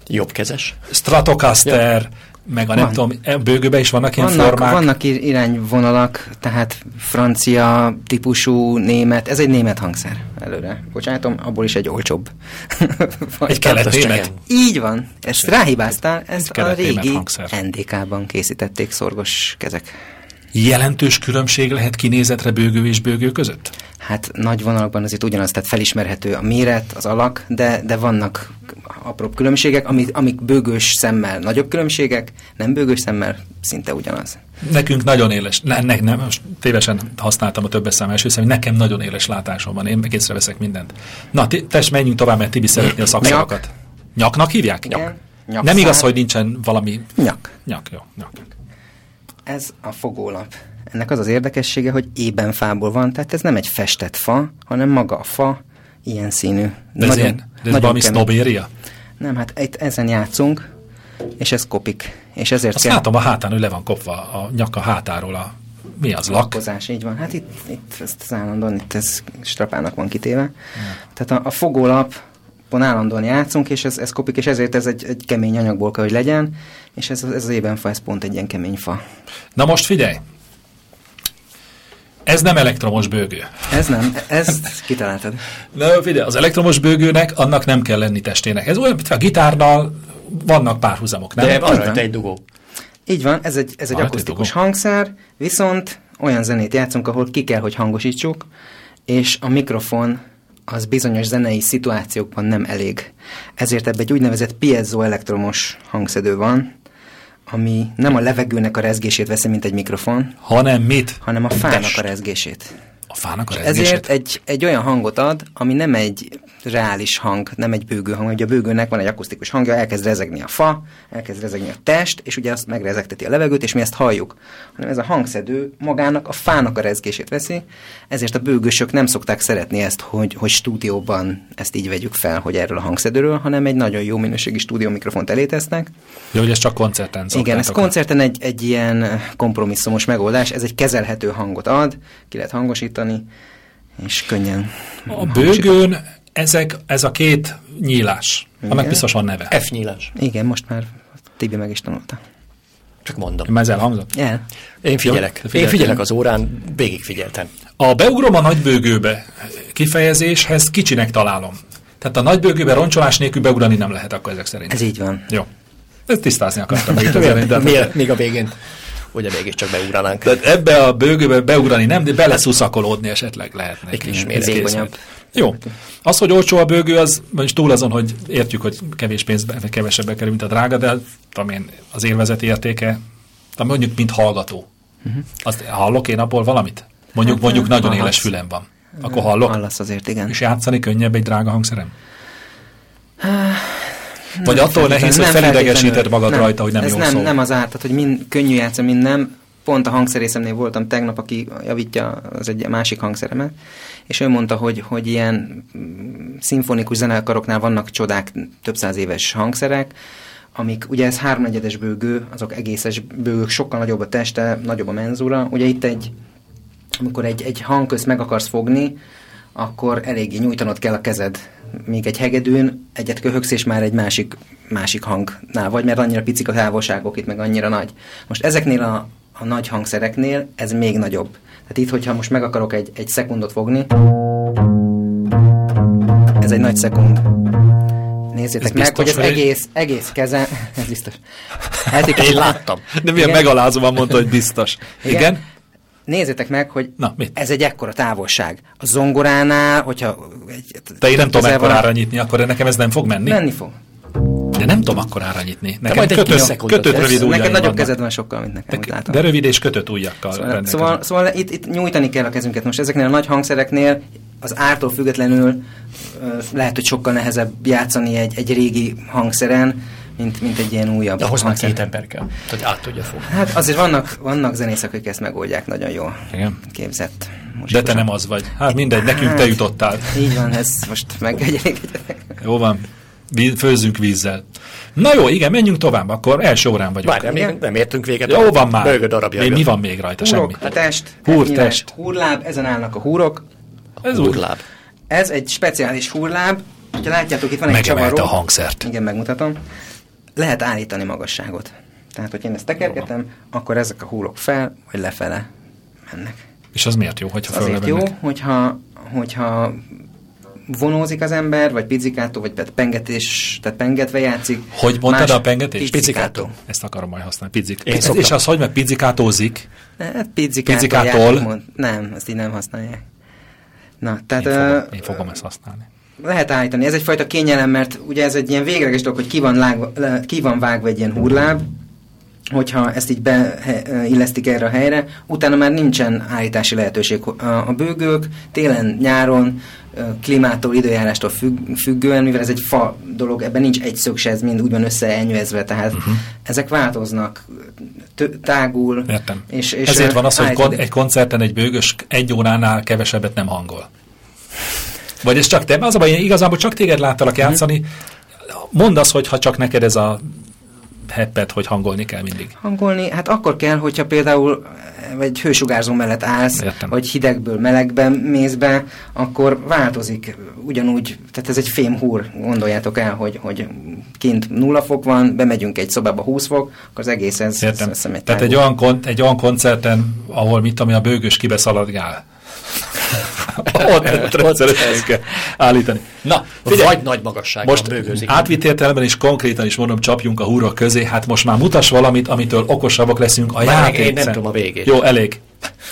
[SPEAKER 5] Jobbkezes.
[SPEAKER 4] Stratocaster, meg a nem
[SPEAKER 1] Van.
[SPEAKER 4] tudom, e bőgőben is vannak ilyen
[SPEAKER 1] Vannak,
[SPEAKER 4] formák.
[SPEAKER 1] vannak ir- irányvonalak, tehát francia típusú, német, ez egy német hangszer előre. Bocsánatom, abból is egy olcsóbb.
[SPEAKER 4] Egy
[SPEAKER 1] Fajta.
[SPEAKER 4] kelet-német.
[SPEAKER 5] Csegen.
[SPEAKER 1] Így van, ezt ráhibáztál, ezt a
[SPEAKER 4] kelet-német
[SPEAKER 1] régi
[SPEAKER 4] hangszer.
[SPEAKER 1] NDK-ban készítették szorgos kezek.
[SPEAKER 4] Jelentős különbség lehet kinézetre bőgő és bőgő között?
[SPEAKER 1] Hát nagy vonalakban azért ugyanaz, tehát felismerhető a méret, az alak, de, de vannak apróbb különbségek, amik, amik bőgős szemmel nagyobb különbségek, nem bőgős szemmel szinte ugyanaz.
[SPEAKER 4] Nekünk nagyon éles, ne, ne, nem, most tévesen használtam a többes szám első szám, nekem nagyon éles látásom van, én meg észreveszek mindent. Na, ti- tess, menjünk tovább, mert Tibi szeretné a szakszavakat. Nyaknak hívják?
[SPEAKER 1] Igen. Nyakszár.
[SPEAKER 4] Nem igaz, hogy nincsen valami...
[SPEAKER 1] Nyak.
[SPEAKER 4] Nyak, jó. Nyak.
[SPEAKER 1] Ez a fogólap. Ennek az az érdekessége, hogy ében fából van, tehát ez nem egy festett fa, hanem maga a fa ilyen színű.
[SPEAKER 4] De ez, ilyen, de ez valami
[SPEAKER 1] kemény.
[SPEAKER 4] sznobéria?
[SPEAKER 1] Nem, hát itt ezen játszunk, és ez kopik. És ezért
[SPEAKER 4] Azt
[SPEAKER 1] kell
[SPEAKER 4] látom a hátán, hogy le van kopva a nyaka hátáról a... Mi az, lak?
[SPEAKER 1] fogozás, így van. Hát itt, itt ezt az állandóan, itt ez strapának van kitéve. Tehát a, a fogólapon állandóan játszunk, és ez, ez kopik, és ezért ez egy, egy kemény anyagból kell, hogy legyen, és ez, ez az ébenfa, ez pont egy ilyen kemény fa.
[SPEAKER 4] Na most figyelj! Ez nem elektromos bőgő.
[SPEAKER 1] Ez nem, ezt kitaláltad.
[SPEAKER 4] Na, figyelj, az elektromos bőgőnek annak nem kell lenni testének. Ez olyan, mint a gitárnal vannak párhuzamok, nem?
[SPEAKER 5] De van
[SPEAKER 1] így
[SPEAKER 5] rajta
[SPEAKER 1] van.
[SPEAKER 5] egy dugó.
[SPEAKER 1] Így van, ez egy, ez egy
[SPEAKER 4] Hát,
[SPEAKER 1] akusztikus
[SPEAKER 4] tudom.
[SPEAKER 1] hangszer, viszont olyan zenét játszunk, ahol ki kell, hogy hangosítsuk, és a mikrofon az bizonyos zenei szituációkban nem elég. Ezért ebbe egy úgynevezett piezoelektromos hangszedő van, ami nem a levegőnek a rezgését veszi, mint egy mikrofon,
[SPEAKER 4] Hanem mit?
[SPEAKER 1] hanem a fának
[SPEAKER 5] Test.
[SPEAKER 1] a rezgését.
[SPEAKER 4] A fának a rezgését.
[SPEAKER 1] Ezért egy, egy olyan hangot ad, ami nem egy reális hang, nem egy bőgő hang. Ugye a bőgőnek van egy akusztikus hangja, elkezd rezegni a fa, elkezd rezegni a test, és ugye azt megrezegteti a levegőt, és mi ezt halljuk. Hanem ez a hangszedő magának a fának a rezgését veszi, ezért a bőgősök nem szokták szeretni ezt, hogy, hogy stúdióban ezt így vegyük fel, hogy erről a hangszedőről, hanem egy nagyon jó minőségi stúdió mikrofont elé tesznek.
[SPEAKER 4] Jó, hogy ez csak koncerten
[SPEAKER 1] Igen, ez
[SPEAKER 4] szoktátok.
[SPEAKER 1] koncerten egy, egy ilyen kompromisszumos megoldás, ez egy kezelhető hangot ad, ki lehet hangosítani, és könnyen.
[SPEAKER 4] A bőgőn ezek, ez a két nyílás, annak biztos van neve.
[SPEAKER 5] F nyílás.
[SPEAKER 1] Igen, most már Tibi meg is tanulta.
[SPEAKER 5] Csak mondom.
[SPEAKER 4] Már ez elhangzott?
[SPEAKER 1] El.
[SPEAKER 5] Én figyelek. Én
[SPEAKER 4] figyeltem.
[SPEAKER 5] figyelek az órán, végigfigyeltem.
[SPEAKER 4] A beugrom a nagybőgőbe kifejezéshez kicsinek találom. Tehát a nagybőgőbe roncsolás nélkül beugrani nem lehet akkor ezek szerint.
[SPEAKER 1] Ez így van.
[SPEAKER 4] Jó. Ezt tisztázni akartam meg itt az elején, de-
[SPEAKER 5] Miért? Miért? Még a végén. Ugye mégiscsak beugranánk.
[SPEAKER 4] Tehát ebbe a bőgőbe beugrani nem, de beleszuszakolódni esetleg lehetne.
[SPEAKER 5] Egy kis
[SPEAKER 4] Kész
[SPEAKER 5] mérgezés.
[SPEAKER 4] vagy. Jó. Az, hogy olcsó a bőgő, az vagyis túl azon, hogy értjük, hogy kevés pénzbe, vagy kevesebbe kerül, mint a drága, de tudom én, az élvezeti értéke, de mondjuk, mint hallgató. Azt hallok én abból valamit? Mondjuk, mondjuk nagyon
[SPEAKER 1] Hát, hallasz.
[SPEAKER 4] éles fülem van. Akkor hallok?
[SPEAKER 1] Hallasz azért, igen.
[SPEAKER 4] És játszani könnyebb egy drága hangszerem? Vagy attól nehéz, hogy
[SPEAKER 1] Nem
[SPEAKER 4] felidegesíted
[SPEAKER 1] feltétlenül.
[SPEAKER 4] magad
[SPEAKER 1] nem,
[SPEAKER 4] rajta, hogy nem
[SPEAKER 1] ez
[SPEAKER 4] jól
[SPEAKER 1] nem,
[SPEAKER 4] szól.
[SPEAKER 1] nem az árt, tehát hogy mind könnyű játszani, mind nem. Pont a hangszerészemnél voltam tegnap, aki javítja az egy másik hangszeremet, és ő mondta, hogy, hogy ilyen mm, szimfonikus zenekaroknál vannak csodák, több száz éves hangszerek, amik, ugye ez háromnegyedes bőgő, azok egészes bőgők, sokkal nagyobb a teste, nagyobb a menzura. Ugye itt egy amikor egy, egy hangközt meg akarsz fogni, akkor eléggé nyújtanod kell a kezed. Még egy hegedűn egyet köhögsz, és már egy másik, másik hangnál vagy, mert annyira picik a távolságok, itt meg annyira nagy. Most ezeknél a, a nagy hangszereknél ez még nagyobb. Tehát itt, hogyha most meg akarok egy, egy szekundot fogni, ez egy nagy szekund. Nézzétek
[SPEAKER 4] Ez
[SPEAKER 1] meg,
[SPEAKER 4] biztos,
[SPEAKER 1] hogy az
[SPEAKER 4] hogy-
[SPEAKER 1] egész, egész kezen, ez biztos. Hát,
[SPEAKER 5] Én láttam.
[SPEAKER 4] De milyen
[SPEAKER 1] Igen.
[SPEAKER 4] megalázóan mondta, hogy biztos. Igen? Igen?
[SPEAKER 1] Nézzétek meg, hogy
[SPEAKER 4] Na, mit?
[SPEAKER 1] ez egy ekkora távolság. A zongoránál, hogyha... Egy,
[SPEAKER 4] Te én nem tudom
[SPEAKER 1] közel van,
[SPEAKER 4] ekkorára nyitni, akkor nekem ez nem fog menni.
[SPEAKER 1] Menni fog.
[SPEAKER 4] De nem tudom akkorára nyitni.
[SPEAKER 5] majd
[SPEAKER 4] Nekem majd
[SPEAKER 5] egy kis
[SPEAKER 4] kötött,
[SPEAKER 5] szekundot
[SPEAKER 4] kötött
[SPEAKER 5] lesz.
[SPEAKER 4] rövid ujjaim
[SPEAKER 1] Neked nagyobb
[SPEAKER 4] vannak.
[SPEAKER 1] kezed van sokkal, mint nekem, de,
[SPEAKER 4] de,
[SPEAKER 1] látom.
[SPEAKER 4] de rövid és kötött ujjakkal
[SPEAKER 1] szóval,
[SPEAKER 4] rendelkezem.
[SPEAKER 1] szóval, szóval itt, itt nyújtani kell a kezünket. Most ezeknél a nagy hangszereknél az ártól függetlenül ö, lehet, hogy sokkal nehezebb játszani egy, egy régi hangszeren, mint, mint egy ilyen újabb
[SPEAKER 5] De ahhoz már
[SPEAKER 1] hangszer.
[SPEAKER 5] két ember kell, hogy át tudja fogni.
[SPEAKER 1] Hát azért vannak, vannak zenészek, akik ezt megoldják nagyon jól.
[SPEAKER 4] Igen.
[SPEAKER 1] Képzett. Most
[SPEAKER 4] De te nem az vagy. Hát mindegy, nekünk te jutottál.
[SPEAKER 1] Így van, ez most megegyedik.
[SPEAKER 4] Jó van. Víz- Főzzünk vízzel. Na jó, igen, menjünk tovább, akkor első órán vagyunk.
[SPEAKER 5] Várjál, még nem értünk véget.
[SPEAKER 4] Jó van már.
[SPEAKER 5] Bőgő darabja.
[SPEAKER 4] Még mi van még rajta? Semmi.
[SPEAKER 1] Húrok, a test,
[SPEAKER 4] Húr,
[SPEAKER 1] hát nyilván
[SPEAKER 4] test.
[SPEAKER 1] húrláb, ezen állnak a húrok.
[SPEAKER 4] Ez úgy.
[SPEAKER 5] Urláb.
[SPEAKER 1] Ez egy speciális húrláb, ha látjátok, itt van egy
[SPEAKER 4] Megemelte
[SPEAKER 1] csavaró.
[SPEAKER 4] a hangszert.
[SPEAKER 1] Igen, megmutatom. Lehet állítani magasságot. Tehát, hogy én ezt tekergetem, akkor ezek a húrok fel vagy lefele mennek.
[SPEAKER 4] És az miért jó, hogyha
[SPEAKER 1] Ez azért jó,
[SPEAKER 4] föllevennek?
[SPEAKER 1] hogyha, hogyha vonózik az ember, vagy pizzikátó, vagy pet- pengetés, tehát pengetve játszik.
[SPEAKER 4] Hogy mondtad a pengetést?
[SPEAKER 1] Pizzikátó.
[SPEAKER 4] Ezt akarom majd használni. Pizzik.
[SPEAKER 5] Én
[SPEAKER 4] Piz-
[SPEAKER 5] szoktam.
[SPEAKER 4] és az, hogy meg pizzikátózik,
[SPEAKER 1] Hát pizzikától.
[SPEAKER 4] Pizzikától?
[SPEAKER 1] játék mond- Nem, ezt így nem használják. Na, tehát...
[SPEAKER 4] én fogom,
[SPEAKER 1] ö,
[SPEAKER 4] én fogom ezt használni.
[SPEAKER 1] lehet állítani. Ez egyfajta kényelem, mert ugye ez egy ilyen végleges dolog, hogy ki van, lágva, le- ki van vágva egy ilyen hurláb, hogyha ezt így beillesztik erre a helyre, utána már nincsen állítási lehetőség. A a bőgők télen, nyáron, ö, klímától, időjárástól függ, függően, mivel ez egy fa dolog, ebben nincs egy szög se, ez mind úgy van összeenyőzve, tehát
[SPEAKER 4] Mhm.
[SPEAKER 1] uh-huh. ezek változnak, tö- tágul.
[SPEAKER 4] Értem.
[SPEAKER 1] És, és
[SPEAKER 4] Ezért
[SPEAKER 1] ö,
[SPEAKER 4] van az, hogy kon-
[SPEAKER 1] állítani-
[SPEAKER 4] egy koncerten egy bőgös egy óránál kevesebbet nem hangol. Vagy ez csak te? Az a baj, én igazából csak téged láttalak játszani. Mondd azt, hogy ha csak neked ez a heppet, hogy hangolni kell mindig.
[SPEAKER 1] Hangolni, hát akkor kell, hogyha például eh, egy hősugárzó mellett állsz,
[SPEAKER 4] Értem.
[SPEAKER 1] vagy hidegből melegben mész be, akkor változik ugyanúgy, tehát ez egy fémhúr, gondoljátok el, hogy, hogy kint nulla fok van, bemegyünk egy szobába 20 fok, akkor az egész ez,
[SPEAKER 4] Értem?
[SPEAKER 1] ez, ez
[SPEAKER 4] Tehát egy olyan, kon- egy olyan koncerten, ahol mit ami a bőgös kibeszaladgál. ott ott rendszeresen kell állítani. Na, figyelj!
[SPEAKER 5] Vagy nagy magasságban
[SPEAKER 4] Most
[SPEAKER 5] Most bőgőzik.
[SPEAKER 4] átvitt értelemben is konkrétan is mondom, csapjunk a húrok közé, hát most már mutas valamit, amitől okosabbak leszünk a
[SPEAKER 5] Már
[SPEAKER 4] játék.
[SPEAKER 5] én nem
[SPEAKER 4] szem-
[SPEAKER 5] tudom a végét.
[SPEAKER 4] Jó, elég.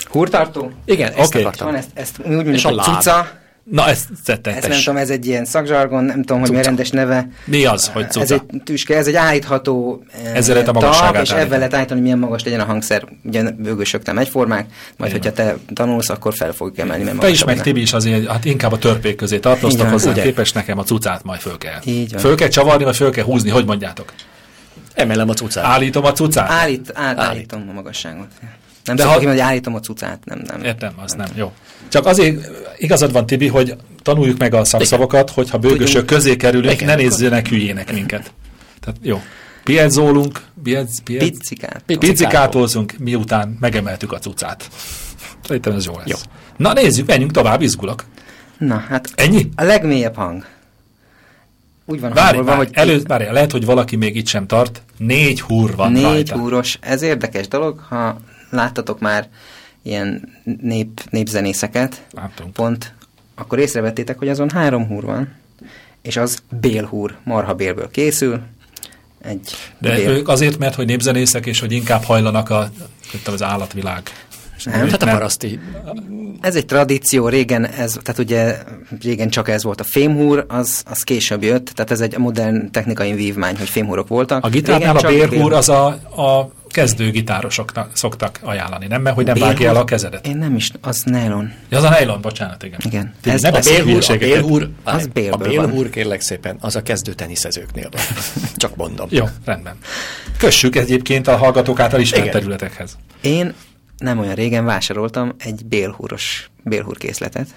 [SPEAKER 1] Húrtartó?
[SPEAKER 5] Igen, ezt
[SPEAKER 4] Oké.
[SPEAKER 5] akartam.
[SPEAKER 1] Van ezt, ezt úgy mondjuk,
[SPEAKER 5] És a
[SPEAKER 1] hogy
[SPEAKER 5] láb.
[SPEAKER 1] cuca,
[SPEAKER 4] Na, ezt tette.
[SPEAKER 1] ezt nem tudom, ez egy ilyen szakzsargon, nem tudom, hogy mi a
[SPEAKER 4] Cuca.
[SPEAKER 1] rendes neve.
[SPEAKER 4] Mi az, hogy
[SPEAKER 1] Ez
[SPEAKER 4] cuca?
[SPEAKER 1] egy tüske, ez egy állítható eh,
[SPEAKER 4] Ezzel lehet a
[SPEAKER 1] tab,
[SPEAKER 4] magasságát
[SPEAKER 1] és
[SPEAKER 4] állítani.
[SPEAKER 1] ebben lehet állítani, hogy milyen magas legyen a hangszer. Ugye bőgősök nem egyformák, majd hogyha te tanulsz, akkor fel fogjuk emelni, mert
[SPEAKER 4] Te is,
[SPEAKER 1] magasabb
[SPEAKER 4] meg
[SPEAKER 1] annál.
[SPEAKER 4] Tibi is azért, hát inkább a törpék közé
[SPEAKER 1] Így
[SPEAKER 4] tartoztak
[SPEAKER 1] van,
[SPEAKER 4] hozzá,
[SPEAKER 1] ugye?
[SPEAKER 4] képes nekem a cucát majd föl kell.
[SPEAKER 1] Így van.
[SPEAKER 4] Föl kell csavarni, vagy föl kell húzni, hogy mondjátok?
[SPEAKER 5] Emelem a cucát.
[SPEAKER 4] Állítom a cucát?
[SPEAKER 1] Állít, át, állítom a magasságot. Nem
[SPEAKER 4] De
[SPEAKER 1] De
[SPEAKER 4] ha-
[SPEAKER 1] szokott ha... hogy állítom a cucát, nem, nem.
[SPEAKER 4] Értem, az nem. Jó. Csak azért igazad van, Tibi, hogy tanuljuk meg a szakszavakat, hogyha bőgösök közé kerülünk, ne nézzenek hülyének minket. Tehát jó. Piedzólunk, piec, piec,
[SPEAKER 1] Pizzikát.
[SPEAKER 4] Picikátolzunk, miután megemeltük a cucát. Szerintem ez jó lesz. Jó. Na nézzük, menjünk tovább, izgulok.
[SPEAKER 1] Na, hát
[SPEAKER 4] Ennyi?
[SPEAKER 1] a legmélyebb hang. Úgy van
[SPEAKER 4] Várj,
[SPEAKER 1] hangolva,
[SPEAKER 4] várj,
[SPEAKER 1] hogy
[SPEAKER 4] elő, várj, lehet, hogy valaki még itt sem tart. Négy húr van
[SPEAKER 1] négy
[SPEAKER 4] rajta.
[SPEAKER 1] húros. Ez érdekes dolog, ha láttatok már ilyen nép, népzenészeket,
[SPEAKER 4] Láttunk.
[SPEAKER 1] pont, akkor észrevettétek, hogy azon három húr van, és az bélhúr, marha bélből készül, egy
[SPEAKER 4] De
[SPEAKER 1] bél.
[SPEAKER 4] ők azért, mert hogy népzenészek, és hogy inkább hajlanak a, nem tudom, az állatvilág.
[SPEAKER 1] Nem?
[SPEAKER 5] Hát a paraszti.
[SPEAKER 1] Ez egy tradíció, régen ez, tehát ugye régen csak ez volt a fémhúr, az, az később jött, tehát ez egy modern technikai vívmány, hogy fémhúrok voltak.
[SPEAKER 4] A gitárnál
[SPEAKER 1] Régen
[SPEAKER 4] a
[SPEAKER 1] csak
[SPEAKER 4] bérhúr az a, a kezdő gitárosoknak szoktak ajánlani, nem? Mert hogy nem
[SPEAKER 1] bélhúr.
[SPEAKER 4] vágja el a kezedet.
[SPEAKER 1] Én nem is, az nylon.
[SPEAKER 4] Ja, az a nylon, bocsánat, igen.
[SPEAKER 1] Igen.
[SPEAKER 4] Ti
[SPEAKER 1] Ez
[SPEAKER 4] ne
[SPEAKER 1] a
[SPEAKER 5] A
[SPEAKER 4] beszélj
[SPEAKER 5] bélhúr, a
[SPEAKER 4] hülyeségeket.
[SPEAKER 5] bélhúr,
[SPEAKER 1] Az
[SPEAKER 5] a
[SPEAKER 1] bélből
[SPEAKER 5] bélhúr kérlek szépen, az a kezdő teniszezőknél van. Csak mondom.
[SPEAKER 4] Jó, rendben. Kössük egyébként a hallgatók által ismert
[SPEAKER 5] Igen.
[SPEAKER 4] területekhez.
[SPEAKER 1] Én nem olyan régen vásároltam egy bélhúros, bélhúrkészletet,